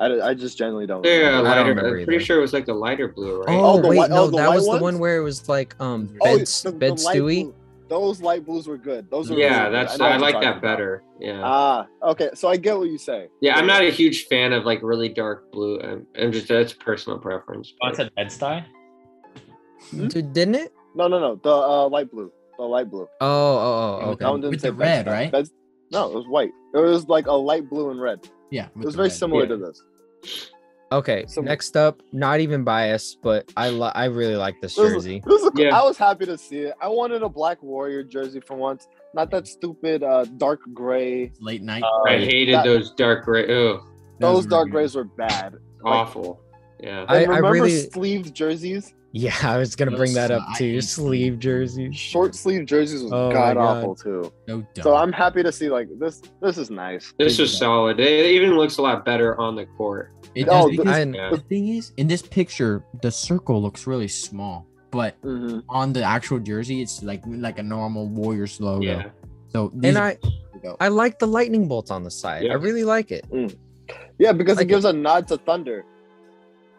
[SPEAKER 5] I, d- I just generally don't.
[SPEAKER 3] They're a
[SPEAKER 5] remember.
[SPEAKER 2] I don't
[SPEAKER 3] lighter. I'm
[SPEAKER 2] remember
[SPEAKER 3] pretty
[SPEAKER 2] either.
[SPEAKER 3] sure it was like the lighter blue, right?
[SPEAKER 4] Oh,
[SPEAKER 2] Oh,
[SPEAKER 5] the
[SPEAKER 2] wait,
[SPEAKER 5] white-
[SPEAKER 2] no,
[SPEAKER 5] oh, the
[SPEAKER 2] that
[SPEAKER 5] white
[SPEAKER 2] was the
[SPEAKER 5] ones?
[SPEAKER 2] one where it was like um
[SPEAKER 4] Oh,
[SPEAKER 2] Ben,
[SPEAKER 5] the- the
[SPEAKER 2] ben
[SPEAKER 5] light
[SPEAKER 2] Stewie.
[SPEAKER 5] blue- those light blues were good. Those were
[SPEAKER 3] yeah,
[SPEAKER 5] really
[SPEAKER 3] that's
[SPEAKER 5] good. know
[SPEAKER 3] I,
[SPEAKER 5] what
[SPEAKER 3] like
[SPEAKER 5] you're
[SPEAKER 3] that
[SPEAKER 5] talking about.
[SPEAKER 3] better. Yeah,
[SPEAKER 5] Ah, okay. So I get what you say.
[SPEAKER 3] yeah. I'm not a huge fan of like really dark blue. I'm, I'm just that's personal preference.
[SPEAKER 6] oh,
[SPEAKER 3] but-
[SPEAKER 6] it's a Nets tie.
[SPEAKER 5] Hmm?
[SPEAKER 2] Dude, didn't it?
[SPEAKER 5] No, no, no. The uh, light blue. The light blue.
[SPEAKER 2] Oh, oh, oh,
[SPEAKER 4] With
[SPEAKER 2] okay.
[SPEAKER 5] That one didn't
[SPEAKER 4] With
[SPEAKER 5] say
[SPEAKER 4] the
[SPEAKER 5] Ben
[SPEAKER 4] red,
[SPEAKER 5] Stein.
[SPEAKER 4] right?
[SPEAKER 5] That's no, it was white. It was like a light blue and red.
[SPEAKER 4] yeah,
[SPEAKER 5] It was very similar
[SPEAKER 3] Yeah.
[SPEAKER 5] to this. *laughs*
[SPEAKER 2] Okay,
[SPEAKER 5] So-
[SPEAKER 2] next up, not even biased, but I li- I really like this
[SPEAKER 5] This is-
[SPEAKER 2] jersey.
[SPEAKER 5] This is,
[SPEAKER 3] Yeah.
[SPEAKER 5] I was happy to see it. I wanted a black warrior jersey for once, not that stupid uh, dark gray.
[SPEAKER 4] Late night.
[SPEAKER 3] I hated
[SPEAKER 5] That-
[SPEAKER 3] those dark gray. Oh,
[SPEAKER 5] Those
[SPEAKER 4] were
[SPEAKER 5] dark
[SPEAKER 4] good.
[SPEAKER 5] grays were bad. Like,
[SPEAKER 3] awful. Yeah.
[SPEAKER 2] I-
[SPEAKER 5] and
[SPEAKER 2] I
[SPEAKER 5] remember
[SPEAKER 2] really-
[SPEAKER 5] sleeved
[SPEAKER 2] *laughs*
[SPEAKER 5] jerseys.
[SPEAKER 2] Yeah, I was gonna
[SPEAKER 4] Those
[SPEAKER 2] bring that up
[SPEAKER 4] slides.
[SPEAKER 2] too. Sleeve jerseys.
[SPEAKER 5] Short sleeve jerseys was
[SPEAKER 2] Oh my
[SPEAKER 5] god
[SPEAKER 2] God.
[SPEAKER 5] awful too.
[SPEAKER 4] So, dumb.
[SPEAKER 5] So I'm happy to see like this. This is nice.
[SPEAKER 3] This is solid. It even looks a lot better on the court.
[SPEAKER 4] It does
[SPEAKER 5] Oh,
[SPEAKER 4] because
[SPEAKER 2] I,
[SPEAKER 3] Yeah.
[SPEAKER 4] the thing is, in this picture, the circle looks really small, but
[SPEAKER 5] hmm
[SPEAKER 4] on the actual jersey, it's like like a normal Warriors logo.
[SPEAKER 3] Yeah.
[SPEAKER 4] So
[SPEAKER 2] and
[SPEAKER 4] these are-
[SPEAKER 2] I I like the lightning bolts on the side.
[SPEAKER 3] Yeah.
[SPEAKER 2] I really like it.
[SPEAKER 5] Yeah, because
[SPEAKER 2] Like
[SPEAKER 5] it gives a nod to Thunder.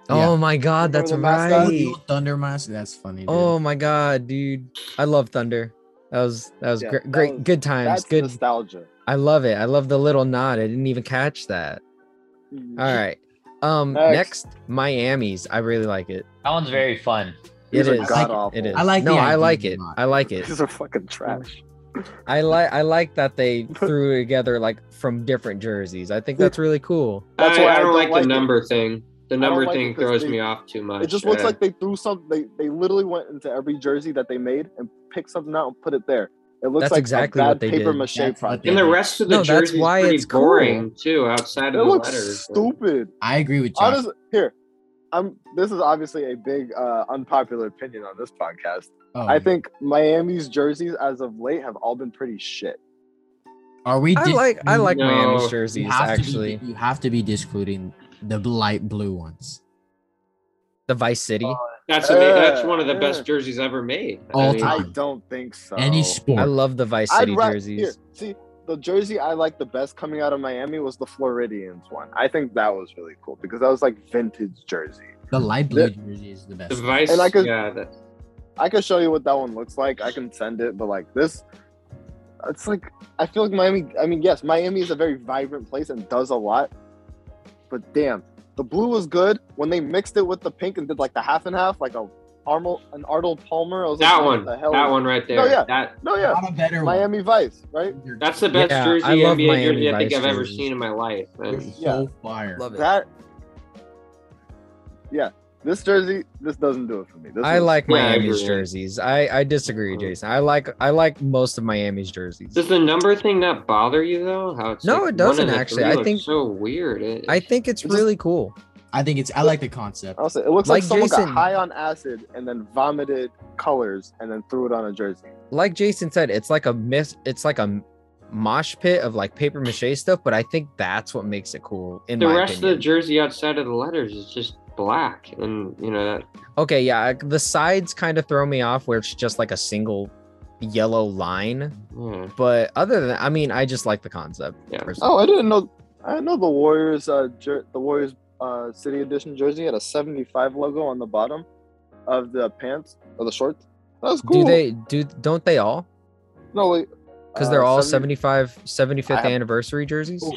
[SPEAKER 4] Yeah.
[SPEAKER 2] Oh my god,
[SPEAKER 5] Remember
[SPEAKER 2] that's
[SPEAKER 5] the mascot?
[SPEAKER 4] Oh, the
[SPEAKER 2] right.
[SPEAKER 4] old Thunder mask. That's funny. Dude.
[SPEAKER 2] Oh my god, dude. I love Thunder. That was that was
[SPEAKER 5] Yeah,
[SPEAKER 2] gr-
[SPEAKER 5] that
[SPEAKER 2] great
[SPEAKER 5] was-
[SPEAKER 2] good times.
[SPEAKER 5] That's
[SPEAKER 2] Good
[SPEAKER 5] nostalgia.
[SPEAKER 2] I love it. I love the little nod. I didn't even catch that. All right. Um
[SPEAKER 5] Next.
[SPEAKER 2] next, Miami's. I really like it.
[SPEAKER 6] That one's very fun.
[SPEAKER 5] These
[SPEAKER 2] It
[SPEAKER 5] are
[SPEAKER 2] is.
[SPEAKER 5] god
[SPEAKER 2] It
[SPEAKER 5] awful.
[SPEAKER 2] is.
[SPEAKER 4] I like
[SPEAKER 2] No,
[SPEAKER 4] the
[SPEAKER 2] I
[SPEAKER 4] idea
[SPEAKER 2] like
[SPEAKER 4] a
[SPEAKER 2] it.
[SPEAKER 4] lot.
[SPEAKER 2] I like it.
[SPEAKER 5] *laughs* These are fucking trash.
[SPEAKER 2] I like I like that
[SPEAKER 5] *laughs*
[SPEAKER 2] they threw it together like from different jerseys. I think that's really cool.
[SPEAKER 5] That's
[SPEAKER 3] I,
[SPEAKER 5] why
[SPEAKER 3] I
[SPEAKER 5] I
[SPEAKER 3] don't
[SPEAKER 5] don't
[SPEAKER 3] like,
[SPEAKER 5] like
[SPEAKER 3] the
[SPEAKER 5] it.
[SPEAKER 3] number thing. The number
[SPEAKER 5] like it
[SPEAKER 3] thing
[SPEAKER 5] 'cause
[SPEAKER 3] throws
[SPEAKER 5] they-
[SPEAKER 3] me off too much.
[SPEAKER 5] It just looks
[SPEAKER 3] Yeah.
[SPEAKER 5] like they threw some. They they literally went into every jersey that they made and picked something out and put it there. It looks
[SPEAKER 2] That's
[SPEAKER 5] like
[SPEAKER 2] exactly
[SPEAKER 5] a
[SPEAKER 2] what
[SPEAKER 5] bad
[SPEAKER 2] they
[SPEAKER 5] paper
[SPEAKER 2] did.
[SPEAKER 5] mache
[SPEAKER 4] That's what
[SPEAKER 5] project.
[SPEAKER 4] they
[SPEAKER 3] and the
[SPEAKER 4] did.
[SPEAKER 3] rest of the
[SPEAKER 2] No, that's
[SPEAKER 3] jersey
[SPEAKER 2] why
[SPEAKER 3] is pretty
[SPEAKER 2] it's cool.
[SPEAKER 3] boring too. Outside of
[SPEAKER 5] It
[SPEAKER 3] the
[SPEAKER 5] looks
[SPEAKER 3] letters.
[SPEAKER 5] stupid.
[SPEAKER 4] I agree with you.
[SPEAKER 5] Honestly, here, I'm. This is obviously a big uh, unpopular opinion on this podcast.
[SPEAKER 4] Oh,
[SPEAKER 5] I think Miami's jerseys as of late have all been pretty shit.
[SPEAKER 4] Are we?
[SPEAKER 2] I like I
[SPEAKER 4] discluding-
[SPEAKER 2] like
[SPEAKER 3] No,
[SPEAKER 2] Miami's
[SPEAKER 3] you
[SPEAKER 4] You
[SPEAKER 2] jerseys
[SPEAKER 4] have to be-
[SPEAKER 2] actually.
[SPEAKER 4] you have to be discluding the light blue ones.
[SPEAKER 2] The Vice City.
[SPEAKER 3] That's ama- that's
[SPEAKER 5] Uh,
[SPEAKER 3] one of the
[SPEAKER 5] yeah.
[SPEAKER 3] best jerseys ever made. I
[SPEAKER 4] All
[SPEAKER 3] mean,
[SPEAKER 4] time.
[SPEAKER 5] I don't think so.
[SPEAKER 4] Any
[SPEAKER 2] Oh, I
[SPEAKER 4] sport.
[SPEAKER 2] love the Vice
[SPEAKER 5] I'd
[SPEAKER 2] City
[SPEAKER 5] ra-
[SPEAKER 2] jerseys.
[SPEAKER 5] here, see, the jersey I liked the best coming out of Miami was the Floridians one. I think that was really cool because that was like vintage jersey.
[SPEAKER 4] the light blue
[SPEAKER 5] the-
[SPEAKER 4] jersey is
[SPEAKER 3] the
[SPEAKER 4] the best.
[SPEAKER 3] vice.
[SPEAKER 5] And I could-
[SPEAKER 3] yeah, that,
[SPEAKER 5] I can show you what that one looks like. I can send it, but like this, it's like I feel like Miami. I mean, yes, Miami is a very vibrant place and does a lot, but damn, the blue was good when they mixed it with the pink and did like the half and half, like a Arnold, an Arnold Palmer. I was like,
[SPEAKER 3] that
[SPEAKER 5] what
[SPEAKER 3] one,
[SPEAKER 5] the hell
[SPEAKER 3] that
[SPEAKER 5] is-
[SPEAKER 3] one right there.
[SPEAKER 5] No, yeah.
[SPEAKER 3] That
[SPEAKER 5] No,
[SPEAKER 2] Oh,
[SPEAKER 5] yeah,
[SPEAKER 4] Not a better
[SPEAKER 5] Miami Vice, right?
[SPEAKER 4] one.
[SPEAKER 3] that's the best
[SPEAKER 2] Yeah,
[SPEAKER 3] jersey
[SPEAKER 2] I love
[SPEAKER 3] NBA
[SPEAKER 2] Miami
[SPEAKER 3] jersey I think
[SPEAKER 2] Vice
[SPEAKER 3] I've ever
[SPEAKER 2] jerseys.
[SPEAKER 3] seen in my life.
[SPEAKER 4] They're
[SPEAKER 3] And
[SPEAKER 5] Yeah.
[SPEAKER 4] so fire.
[SPEAKER 2] Love it.
[SPEAKER 5] That. Yeah, this jersey, this doesn't do it for me. This
[SPEAKER 2] I
[SPEAKER 5] is-
[SPEAKER 2] like
[SPEAKER 3] Yeah, I
[SPEAKER 2] Miami's
[SPEAKER 3] agree.
[SPEAKER 2] jerseys. I I disagree,
[SPEAKER 3] Mhm.
[SPEAKER 2] Jason. I like I like most of Miami's jerseys.
[SPEAKER 3] does the number thing not bother you though? How it's
[SPEAKER 2] No, it
[SPEAKER 3] like one
[SPEAKER 2] doesn't
[SPEAKER 3] of the
[SPEAKER 2] actually.
[SPEAKER 3] three
[SPEAKER 2] I
[SPEAKER 3] looks
[SPEAKER 2] think-
[SPEAKER 3] so weird. It-
[SPEAKER 2] I think it's
[SPEAKER 5] It's just-
[SPEAKER 2] really cool.
[SPEAKER 4] I think it's. I like the
[SPEAKER 2] Oh,
[SPEAKER 4] concept.
[SPEAKER 5] I'll say it looks
[SPEAKER 2] Like
[SPEAKER 5] like, someone
[SPEAKER 2] Jason-
[SPEAKER 5] got high on acid and then vomited colors and then threw it on a jersey.
[SPEAKER 2] Like Jason said, it's like a miss. It's like a mosh pit of like paper mache stuff. But I think that's what makes it cool. In
[SPEAKER 3] the
[SPEAKER 2] my
[SPEAKER 3] rest
[SPEAKER 2] opinion.
[SPEAKER 3] of the jersey outside of the letters is just black, and you know that
[SPEAKER 2] Okay, yeah, I- the sides kind of throw me off where it's just like a single yellow line,
[SPEAKER 3] yeah.
[SPEAKER 2] but other than I mean, I just like the concept.
[SPEAKER 3] Yeah.
[SPEAKER 2] personally.
[SPEAKER 5] Oh, I didn't know. I didn't know the Warriors. Uh, jer- the Warriors uh, City Edition jersey had a '75 logo on the bottom of the pants or the shorts. That was cool.
[SPEAKER 2] Do they do don't they all?
[SPEAKER 5] No, wait.
[SPEAKER 2] because they're
[SPEAKER 5] Uh,
[SPEAKER 2] all
[SPEAKER 5] seventy-
[SPEAKER 2] 75 75th
[SPEAKER 5] have-
[SPEAKER 2] anniversary jerseys.
[SPEAKER 5] Ooh.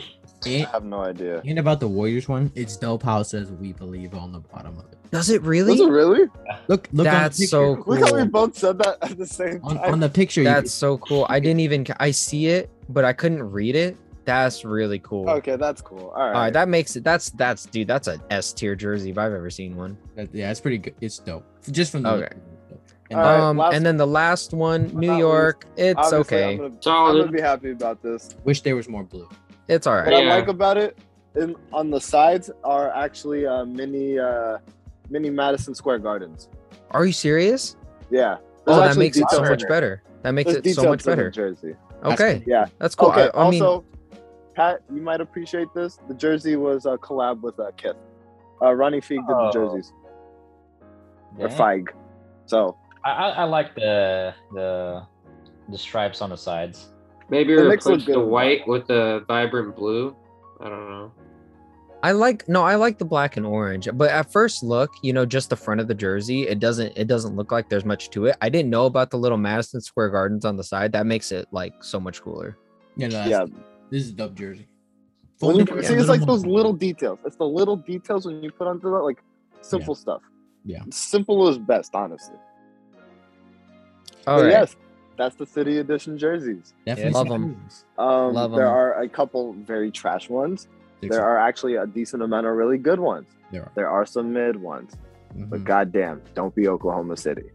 [SPEAKER 4] And,
[SPEAKER 5] I have no idea.
[SPEAKER 4] and about the Warriors one, it's dope how it says "We believe" on the bottom of it.
[SPEAKER 2] Does it really?
[SPEAKER 5] Was it really?
[SPEAKER 4] Look, look. on the
[SPEAKER 2] That's
[SPEAKER 4] picture.
[SPEAKER 2] so
[SPEAKER 5] Look how we
[SPEAKER 2] Cool.
[SPEAKER 5] both said that at the same
[SPEAKER 4] on,
[SPEAKER 5] time.
[SPEAKER 4] on the picture. you can-
[SPEAKER 2] That's so cool. I didn't even ca- I see it, but I couldn't read it. That's really cool.
[SPEAKER 5] okay, that's cool. All right.
[SPEAKER 2] All right, that makes it. That's that's dude. That's an S tier jersey if I've ever seen one.
[SPEAKER 4] that- yeah, it's pretty good. It's dope. Just from the
[SPEAKER 2] Okay.
[SPEAKER 4] And
[SPEAKER 5] All right,
[SPEAKER 2] um,
[SPEAKER 5] last-
[SPEAKER 2] and then the last one,
[SPEAKER 5] but
[SPEAKER 2] New
[SPEAKER 5] not
[SPEAKER 2] York. It's
[SPEAKER 5] Obviously,
[SPEAKER 2] okay.
[SPEAKER 5] I'm gonna, I'm gonna
[SPEAKER 3] Solid.
[SPEAKER 5] be happy about this.
[SPEAKER 4] wish there was more blue.
[SPEAKER 2] It's all
[SPEAKER 5] What
[SPEAKER 2] right.
[SPEAKER 5] I
[SPEAKER 3] Yeah.
[SPEAKER 5] like about it, in, on the sides are actually uh, mini, uh, mini Madison Square Gardens.
[SPEAKER 2] Are you serious?
[SPEAKER 5] Yeah.
[SPEAKER 2] Oh,
[SPEAKER 5] There's
[SPEAKER 2] that
[SPEAKER 5] actually
[SPEAKER 2] makes it so
[SPEAKER 5] details
[SPEAKER 2] much
[SPEAKER 5] in
[SPEAKER 2] better. That makes
[SPEAKER 5] There's
[SPEAKER 2] it so
[SPEAKER 5] details
[SPEAKER 2] much
[SPEAKER 5] in the
[SPEAKER 2] better.
[SPEAKER 5] Jersey.
[SPEAKER 4] That's
[SPEAKER 2] Okay.
[SPEAKER 5] Yeah.
[SPEAKER 2] That's cool.
[SPEAKER 5] Okay.
[SPEAKER 2] I, I mean,
[SPEAKER 5] also, Pat, you might appreciate this. The jersey was a collab with uh, Kith. Uh, Ronnie Feig did the
[SPEAKER 6] Oh.
[SPEAKER 5] jerseys or
[SPEAKER 6] Dang.
[SPEAKER 5] Feig. So
[SPEAKER 6] I, I, I like the the the stripes on the sides.
[SPEAKER 3] Maybe
[SPEAKER 5] The Knicks look
[SPEAKER 3] replace
[SPEAKER 5] good
[SPEAKER 3] the
[SPEAKER 5] in
[SPEAKER 3] white with the vibrant blue. I don't know.
[SPEAKER 2] I like no, I like the black and orange, but at first look, you know, just the front of the jersey, it doesn't it doesn't look like there's much to it. I didn't know about the little Madison Square Gardens on the side. That makes it like so much cooler.
[SPEAKER 4] Yeah, no, that's-
[SPEAKER 5] yeah,
[SPEAKER 4] This is dope jersey.
[SPEAKER 5] When
[SPEAKER 4] Folded
[SPEAKER 5] you-
[SPEAKER 4] with
[SPEAKER 5] see,
[SPEAKER 4] a
[SPEAKER 5] it's like those
[SPEAKER 4] more-
[SPEAKER 5] little details. It's the little details when you put onto that, like simple stuff.
[SPEAKER 4] Yeah.
[SPEAKER 5] simple is best, honestly.
[SPEAKER 2] All
[SPEAKER 5] But
[SPEAKER 2] right.
[SPEAKER 5] yes, that's the city edition jerseys.
[SPEAKER 4] Definitely
[SPEAKER 2] Yeah. Love
[SPEAKER 4] some
[SPEAKER 2] 'em.
[SPEAKER 4] blue ones.
[SPEAKER 5] Um,
[SPEAKER 2] Love
[SPEAKER 5] there
[SPEAKER 2] 'em.
[SPEAKER 5] are a couple very trash ones.
[SPEAKER 4] Six
[SPEAKER 5] There
[SPEAKER 4] of
[SPEAKER 5] are actually a decent amount of really good ones.
[SPEAKER 4] them. There are.
[SPEAKER 5] There are some mid ones, but
[SPEAKER 4] Mhm.
[SPEAKER 5] goddamn, don't be Oklahoma City.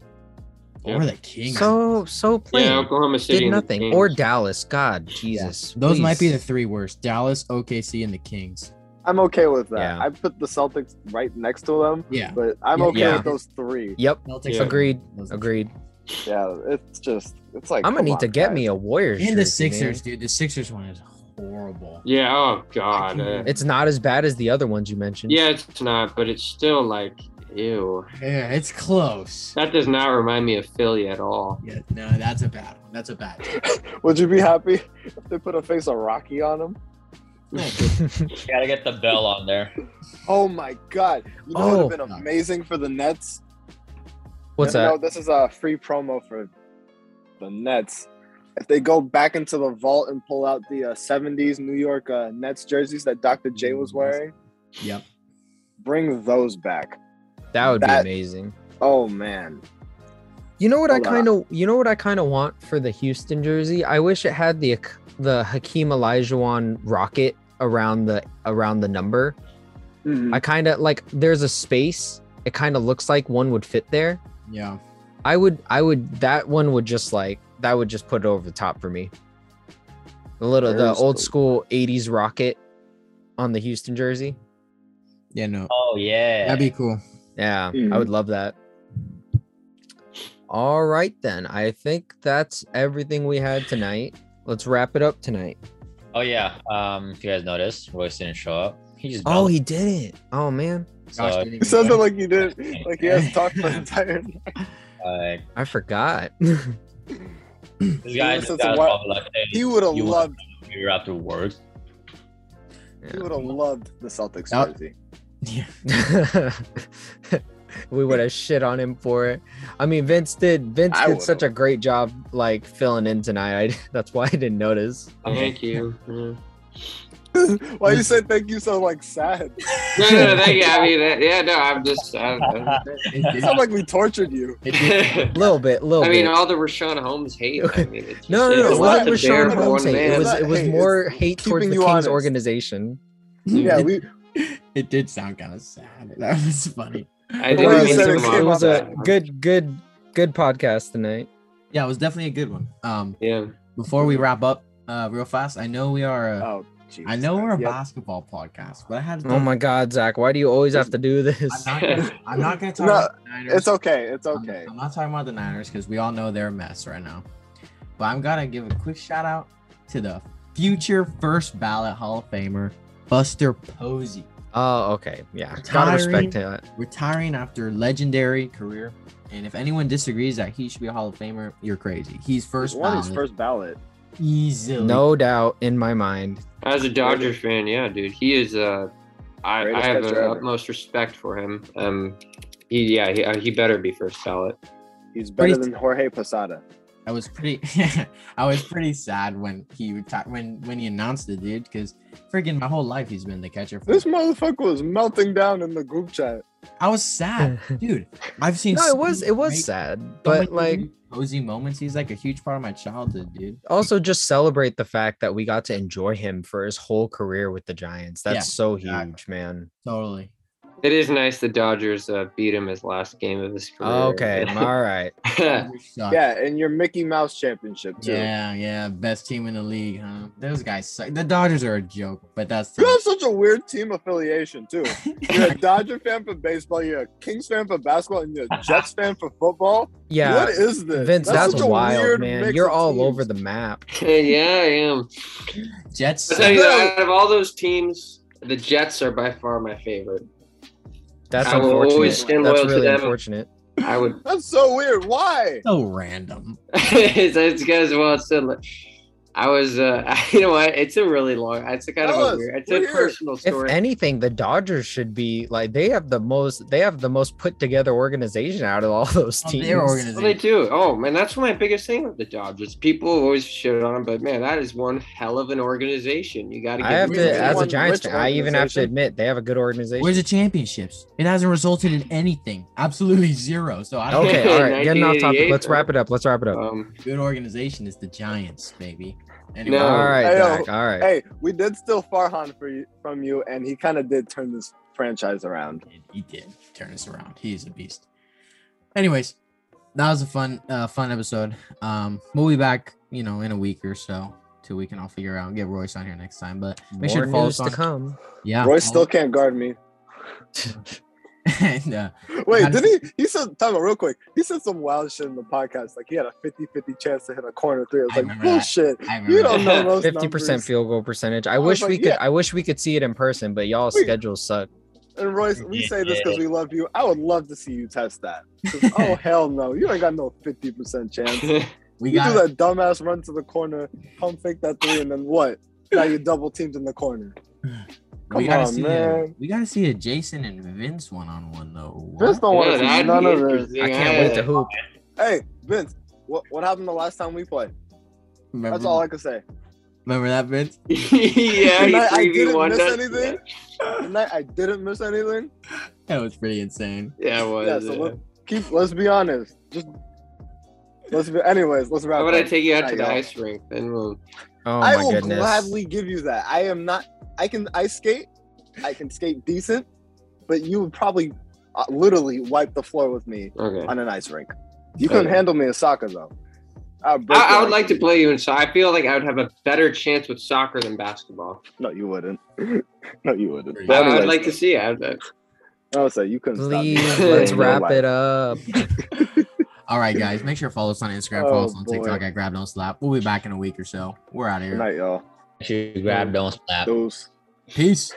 [SPEAKER 4] Or the Kings.
[SPEAKER 2] So so plain.
[SPEAKER 3] Yeah, Oklahoma City.
[SPEAKER 2] Did
[SPEAKER 3] and the
[SPEAKER 2] nothing.
[SPEAKER 3] Kings.
[SPEAKER 2] Or Dallas. God, Jesus.
[SPEAKER 4] Those might be the
[SPEAKER 2] please.
[SPEAKER 4] three worst: Dallas, OKC, and the Kings.
[SPEAKER 5] I'm okay with that.
[SPEAKER 2] Yeah.
[SPEAKER 5] I put the Celtics right next to them,
[SPEAKER 4] Yeah.
[SPEAKER 5] but I'm
[SPEAKER 4] Yeah.
[SPEAKER 5] okay
[SPEAKER 2] Yeah.
[SPEAKER 5] with those three.
[SPEAKER 2] Yep.
[SPEAKER 4] Celtics
[SPEAKER 3] Yeah.
[SPEAKER 4] are-
[SPEAKER 2] Agreed.
[SPEAKER 4] Those-
[SPEAKER 2] Agreed.
[SPEAKER 5] Yeah, it's just it's like
[SPEAKER 2] I'm gonna
[SPEAKER 5] come
[SPEAKER 2] need
[SPEAKER 5] on,
[SPEAKER 2] to get
[SPEAKER 5] guys.
[SPEAKER 2] me a Warriors.
[SPEAKER 4] And the
[SPEAKER 2] jersey, man.
[SPEAKER 4] Sixers, dude. The Sixers one is horrible.
[SPEAKER 3] Yeah. Oh God. uh,
[SPEAKER 4] It's-
[SPEAKER 2] It's not as bad as the other ones you mentioned.
[SPEAKER 3] yeah, it's not, but it's still like, ew.
[SPEAKER 4] Yeah, it's close.
[SPEAKER 3] That does not remind me of Philly at all.
[SPEAKER 4] Yeah, no, that's a bad one. That's a bad. One.
[SPEAKER 5] *laughs* Would you be happy if they put a face of Rocky on him?
[SPEAKER 6] Gotta get the bell on there.
[SPEAKER 5] Oh my god! You know what would have
[SPEAKER 4] Oh.
[SPEAKER 5] been amazing for the Nets.
[SPEAKER 2] *laughs* What's
[SPEAKER 5] no,
[SPEAKER 2] that?
[SPEAKER 5] No, this is a free promo for the Nets. If they go back into the vault and pull out the uh, '70s New York uh, Nets jerseys that Dr. J
[SPEAKER 2] Mm,
[SPEAKER 5] was wearing,
[SPEAKER 4] Yep.
[SPEAKER 5] bring those back.
[SPEAKER 2] That would
[SPEAKER 5] that-
[SPEAKER 2] be amazing.
[SPEAKER 5] Oh man,
[SPEAKER 2] You know what I
[SPEAKER 5] Hold on.
[SPEAKER 2] kind of you know what I kind of want for the Houston jersey? I wish it had the the Hakeem Olajuwon rocket around the around the number.
[SPEAKER 5] Mm-hmm.
[SPEAKER 2] I
[SPEAKER 3] Mm-hmm.
[SPEAKER 2] kind of like there's a space. It kind of looks like one would fit there.
[SPEAKER 4] Yeah.
[SPEAKER 2] I would I would that one would just like that would just put it over the top for me. The little
[SPEAKER 5] There's
[SPEAKER 2] the old
[SPEAKER 5] the-
[SPEAKER 2] school 80s rocket on the Houston jersey.
[SPEAKER 4] Yeah. No.
[SPEAKER 6] Oh yeah.
[SPEAKER 4] That'd be cool.
[SPEAKER 2] Yeah, I
[SPEAKER 5] Mhm.
[SPEAKER 2] would love that. All right then. I think that's everything we had tonight. Let's wrap it up tonight.
[SPEAKER 6] oh yeah. Um, if you guys noticed, Royce didn't show up. He just
[SPEAKER 2] Oh,
[SPEAKER 6] bounced,
[SPEAKER 2] he did it. Oh man,
[SPEAKER 6] so,
[SPEAKER 4] Gosh, didn't
[SPEAKER 5] he
[SPEAKER 4] even
[SPEAKER 5] says it
[SPEAKER 4] go.
[SPEAKER 5] like you did, like he hasn't
[SPEAKER 4] *laughs*
[SPEAKER 5] talked the entire.
[SPEAKER 6] like,
[SPEAKER 2] I forgot.
[SPEAKER 6] this guy, this
[SPEAKER 5] since
[SPEAKER 6] guy's
[SPEAKER 5] what-
[SPEAKER 6] probably like, hey,
[SPEAKER 5] He would have
[SPEAKER 6] You
[SPEAKER 5] loved.
[SPEAKER 6] you're out to work.
[SPEAKER 5] He would have loved the Celtics
[SPEAKER 4] Now-
[SPEAKER 5] jersey.
[SPEAKER 4] *laughs* Yeah.
[SPEAKER 2] *laughs* we would have shit on him for it. I mean, Vince did. Vince
[SPEAKER 5] I
[SPEAKER 2] did such a great job, like filling in tonight. I, *laughs* that's why I didn't notice.
[SPEAKER 3] Thank
[SPEAKER 2] *laughs*
[SPEAKER 3] you. Yeah.
[SPEAKER 5] *laughs* Why you say thank you so like sad?
[SPEAKER 3] No, no, no, thank you. I mean, that- yeah, no, I'm just. I,
[SPEAKER 2] *laughs*
[SPEAKER 3] I,
[SPEAKER 4] It
[SPEAKER 5] It
[SPEAKER 4] did-
[SPEAKER 5] sounds like we tortured you.
[SPEAKER 4] it did-
[SPEAKER 2] A little bit, little
[SPEAKER 3] I mean,
[SPEAKER 2] bit.
[SPEAKER 3] all the Rashawn Holmes hate. I mean, it's
[SPEAKER 2] no, no,
[SPEAKER 3] just-
[SPEAKER 2] no. It
[SPEAKER 3] it's
[SPEAKER 2] wasn't
[SPEAKER 5] not
[SPEAKER 3] to bear
[SPEAKER 2] Rashawn
[SPEAKER 3] for
[SPEAKER 2] Holmes
[SPEAKER 3] one
[SPEAKER 2] hate. It
[SPEAKER 3] man.
[SPEAKER 2] was, it was
[SPEAKER 5] Hey, it's
[SPEAKER 2] more hate towards
[SPEAKER 5] keeping
[SPEAKER 2] the
[SPEAKER 5] you
[SPEAKER 2] Kings
[SPEAKER 5] honest.
[SPEAKER 2] organization.
[SPEAKER 5] Yeah, we
[SPEAKER 3] *laughs*
[SPEAKER 4] It did sound kind of sad. *laughs* That was funny.
[SPEAKER 3] I
[SPEAKER 5] The way
[SPEAKER 3] didn't
[SPEAKER 5] you
[SPEAKER 3] mean
[SPEAKER 5] said
[SPEAKER 3] to
[SPEAKER 5] it
[SPEAKER 3] come
[SPEAKER 5] came
[SPEAKER 2] it
[SPEAKER 3] off
[SPEAKER 2] was
[SPEAKER 5] up-
[SPEAKER 2] a
[SPEAKER 3] that.
[SPEAKER 2] good, good, good podcast tonight.
[SPEAKER 4] Yeah, it was definitely a good one. Um,
[SPEAKER 3] Yeah.
[SPEAKER 4] before we wrap up, uh, real fast, I know we are. A,
[SPEAKER 5] Mm-hmm. Oh, Jesus.
[SPEAKER 4] I know we're a
[SPEAKER 5] Yep.
[SPEAKER 4] basketball podcast, but I had. To
[SPEAKER 2] Oh my God, Zach, why do you always have to do
[SPEAKER 4] I'm
[SPEAKER 2] this? *laughs*
[SPEAKER 4] not, gonna, I'm not gonna talk
[SPEAKER 5] No,
[SPEAKER 4] about the Niners.
[SPEAKER 5] It's okay. It's
[SPEAKER 4] I'm-
[SPEAKER 5] okay.
[SPEAKER 4] I'm, not talking about the Niners because we all know they're a mess right now. But I'm gonna give a quick shout out to the future first ballot Hall of Famer Buster Posey,
[SPEAKER 2] Oh, okay, yeah, gotta respect that.
[SPEAKER 4] retiring after legendary career. And if anyone disagrees that he should be a Hall of Famer, you're crazy. He's first
[SPEAKER 5] He won his
[SPEAKER 4] ballot
[SPEAKER 5] first ballot.
[SPEAKER 4] easily.
[SPEAKER 2] No doubt in my mind.
[SPEAKER 3] As a Dodgers fan, yeah, dude, he is. Uh, I, I
[SPEAKER 5] Greatest
[SPEAKER 3] have
[SPEAKER 5] catcher
[SPEAKER 3] the
[SPEAKER 5] ever.
[SPEAKER 3] utmost respect for him. Um, he, yeah, he, uh, he better be first ballot.
[SPEAKER 5] He's better
[SPEAKER 4] Great.
[SPEAKER 5] than Jorge Posada.
[SPEAKER 4] I was pretty *laughs* I was pretty sad when he retired when when he announced it, dude, because freaking my whole life he's been the catcher for
[SPEAKER 5] This motherfucker was melting down in the group chat.
[SPEAKER 4] I
[SPEAKER 2] *laughs*
[SPEAKER 4] was sad, dude. I've seen
[SPEAKER 2] No,
[SPEAKER 4] so
[SPEAKER 2] it was
[SPEAKER 4] many
[SPEAKER 2] it was
[SPEAKER 4] great-
[SPEAKER 2] sad,
[SPEAKER 4] so
[SPEAKER 2] but
[SPEAKER 4] many
[SPEAKER 2] like
[SPEAKER 4] cozy moments. He's like a huge part of my childhood, dude.
[SPEAKER 2] also just celebrate the fact that we got to enjoy him for his whole career with the Giants. That's
[SPEAKER 4] Yeah,
[SPEAKER 2] so
[SPEAKER 4] exactly.
[SPEAKER 2] huge, man.
[SPEAKER 4] Totally.
[SPEAKER 3] It is nice the Dodgers uh, beat him his last game of his career.
[SPEAKER 2] Oh, Okay,
[SPEAKER 3] *laughs*
[SPEAKER 2] all right.
[SPEAKER 5] *laughs*
[SPEAKER 4] Dodgers suck.
[SPEAKER 5] Yeah, and your Mickey Mouse championship too.
[SPEAKER 4] Uh, Yeah, yeah, best team in the league, huh? Those guys suck. The Dodgers are a joke, but that's
[SPEAKER 5] You have such a weird team affiliation
[SPEAKER 4] *laughs*
[SPEAKER 5] too. You're a Dodger fan for baseball, you're a Kings fan for basketball, and you're a Jets fan for football.
[SPEAKER 2] Yeah,
[SPEAKER 5] What is this?
[SPEAKER 2] Vince, that's,
[SPEAKER 5] such a
[SPEAKER 2] wild,
[SPEAKER 5] weird
[SPEAKER 2] man.
[SPEAKER 5] mix
[SPEAKER 2] You're
[SPEAKER 5] of
[SPEAKER 2] all
[SPEAKER 5] teams.
[SPEAKER 2] over the map.
[SPEAKER 3] yeah, I
[SPEAKER 5] *laughs*
[SPEAKER 3] am.
[SPEAKER 4] Jets.
[SPEAKER 3] I'll tell
[SPEAKER 4] Suck.
[SPEAKER 3] you,
[SPEAKER 5] No.
[SPEAKER 3] out of all those teams, the Jets are by far my favorite.
[SPEAKER 2] That's
[SPEAKER 3] I will
[SPEAKER 2] unfortunate.
[SPEAKER 3] always stand
[SPEAKER 2] That's
[SPEAKER 3] loyal to
[SPEAKER 2] really
[SPEAKER 3] them.
[SPEAKER 2] unfortunate.
[SPEAKER 3] I would. *laughs*
[SPEAKER 5] That's so weird. Why?
[SPEAKER 4] So random.
[SPEAKER 3] it's guys well said. like, I was, uh, *laughs* you know what? It's a really long. It's a kind
[SPEAKER 5] Tell
[SPEAKER 3] of a
[SPEAKER 5] us,
[SPEAKER 3] weird. It's
[SPEAKER 5] we're
[SPEAKER 3] a
[SPEAKER 5] here.
[SPEAKER 3] personal
[SPEAKER 2] If
[SPEAKER 3] story.
[SPEAKER 2] anything, the Dodgers should be like they have the most they have the most put together organization out of all *laughs* those
[SPEAKER 4] Oh,
[SPEAKER 2] teams.
[SPEAKER 4] Their
[SPEAKER 3] Well, they
[SPEAKER 4] organization.
[SPEAKER 3] do. Oh man, that's my biggest thing with the Dodgers. People always shit on them, but man, that is one hell of an organization. You got to.
[SPEAKER 2] I have
[SPEAKER 5] Really?
[SPEAKER 2] to, as a
[SPEAKER 5] One
[SPEAKER 2] Giants
[SPEAKER 5] rich
[SPEAKER 2] fan, I even have to
[SPEAKER 5] organization?
[SPEAKER 2] admit they have a good organization.
[SPEAKER 4] Where's the championships? It hasn't resulted in anything. Absolutely zero. So I don't
[SPEAKER 2] okay,
[SPEAKER 4] know.
[SPEAKER 2] all
[SPEAKER 5] *laughs*
[SPEAKER 2] right, getting off topic.
[SPEAKER 3] 1988,
[SPEAKER 2] Let's wrap it up. Let's wrap it
[SPEAKER 5] Uh,
[SPEAKER 2] up.
[SPEAKER 3] Um, *laughs*
[SPEAKER 4] Good organization is the Giants, baby.
[SPEAKER 3] No.
[SPEAKER 2] all right,
[SPEAKER 5] Hey, yo,
[SPEAKER 2] Doc, all right.
[SPEAKER 5] Hey, we did steal Farhan for you, from you, and he kind of did turn this franchise around.
[SPEAKER 4] He did- He did turn us around. He is a beast. Anyways, that was a fun, uh, fun episode. Um, we'll be back, you know, in a week or so, two week, and I'll figure out. Get Royce on here next time, but make
[SPEAKER 2] More
[SPEAKER 4] sure to follow
[SPEAKER 2] news
[SPEAKER 4] us on.
[SPEAKER 2] to come.
[SPEAKER 4] Yeah,
[SPEAKER 5] Royce still can't guard me.
[SPEAKER 4] *laughs* and, uh,
[SPEAKER 5] Wait,
[SPEAKER 4] Not-
[SPEAKER 5] did he? He said, time out real quick. He said some wild shit in the podcast. Like he had a 50 50 chance to hit a corner three. I was
[SPEAKER 4] I
[SPEAKER 5] like,
[SPEAKER 4] remember that.
[SPEAKER 5] bullshit.
[SPEAKER 4] I remember
[SPEAKER 5] You
[SPEAKER 4] that.
[SPEAKER 5] don't
[SPEAKER 2] *laughs*
[SPEAKER 5] know those
[SPEAKER 2] 50%
[SPEAKER 5] numbers.
[SPEAKER 2] field goal percentage. I
[SPEAKER 5] was
[SPEAKER 2] wish
[SPEAKER 5] like,
[SPEAKER 2] we could
[SPEAKER 5] yeah.
[SPEAKER 2] I wish we could see it in person, but y'all
[SPEAKER 5] Wait.
[SPEAKER 2] schedules suck.
[SPEAKER 5] And Royce, we say this because we love you. I would love to see you test that.
[SPEAKER 2] *laughs*
[SPEAKER 5] 'Cause, oh hell no, you ain't got no 50 percent chance.
[SPEAKER 4] we
[SPEAKER 5] You do
[SPEAKER 4] got
[SPEAKER 5] that dumbass run to the corner, pump fake that three, and then what? Now you're double teamed in the corner.
[SPEAKER 4] we
[SPEAKER 5] Come
[SPEAKER 4] gotta
[SPEAKER 5] on,
[SPEAKER 4] see a,
[SPEAKER 5] man.
[SPEAKER 4] we gotta see a Jason and Vince one on one though.
[SPEAKER 5] Vince don't want
[SPEAKER 3] yeah,
[SPEAKER 5] to see
[SPEAKER 3] that'd
[SPEAKER 5] none
[SPEAKER 3] be
[SPEAKER 5] of this.
[SPEAKER 3] interesting.
[SPEAKER 2] I can't
[SPEAKER 3] *laughs*
[SPEAKER 2] wait to
[SPEAKER 3] Yeah.
[SPEAKER 2] hoop.
[SPEAKER 5] Hey, Vince, what what happened the last time we played?
[SPEAKER 4] remember,
[SPEAKER 5] That's all I can say.
[SPEAKER 4] remember that Vince?
[SPEAKER 3] yeah,
[SPEAKER 5] And
[SPEAKER 3] you
[SPEAKER 5] I- I
[SPEAKER 3] 3v1
[SPEAKER 5] didn't miss
[SPEAKER 3] does-
[SPEAKER 5] anything? Tonight I didn't miss anything.
[SPEAKER 4] That was pretty insane.
[SPEAKER 3] Yeah, it was.
[SPEAKER 5] Yeah, so
[SPEAKER 3] uh,
[SPEAKER 5] let, keep. Let's be honest. Just let's be. Anyways, let's wrap.
[SPEAKER 3] How about I
[SPEAKER 5] up.
[SPEAKER 3] take you out
[SPEAKER 5] Yeah,
[SPEAKER 3] to the
[SPEAKER 5] y'all.
[SPEAKER 3] ice rink? Then we'll.
[SPEAKER 2] Oh
[SPEAKER 5] I
[SPEAKER 2] my
[SPEAKER 5] will
[SPEAKER 2] goodness.
[SPEAKER 5] gladly give you that. I am not. I can ice skate. I can skate decent, but you would probably uh, literally wipe the floor with me
[SPEAKER 3] Okay.
[SPEAKER 5] on an ice rink. You couldn't
[SPEAKER 3] Okay.
[SPEAKER 5] handle me in soccer though. I, break
[SPEAKER 3] I, I
[SPEAKER 5] your
[SPEAKER 3] would like
[SPEAKER 5] legs.
[SPEAKER 3] to play you in so I feel like I would have a better chance with soccer than basketball.
[SPEAKER 5] No, you wouldn't. *laughs* no, you wouldn't.
[SPEAKER 4] But
[SPEAKER 3] But I
[SPEAKER 5] Anyways,
[SPEAKER 3] would like to see it. I would- uh,
[SPEAKER 5] I would say you couldn't. stop me. *laughs*
[SPEAKER 2] Please
[SPEAKER 3] Yeah,
[SPEAKER 2] let's
[SPEAKER 5] In your
[SPEAKER 2] wrap
[SPEAKER 5] life.
[SPEAKER 2] it up.
[SPEAKER 4] All
[SPEAKER 5] *laughs*
[SPEAKER 4] right, guys, make sure to follow us on Instagram,
[SPEAKER 5] Oh,
[SPEAKER 4] follow us on
[SPEAKER 5] boy.
[SPEAKER 4] TikTok at Grab Don't Slap. We'll be back in a week or so. We're out of
[SPEAKER 5] Good
[SPEAKER 4] here.
[SPEAKER 5] night, y'all.
[SPEAKER 1] Make sure you grab, don't slap.
[SPEAKER 5] Deuce.
[SPEAKER 4] Peace.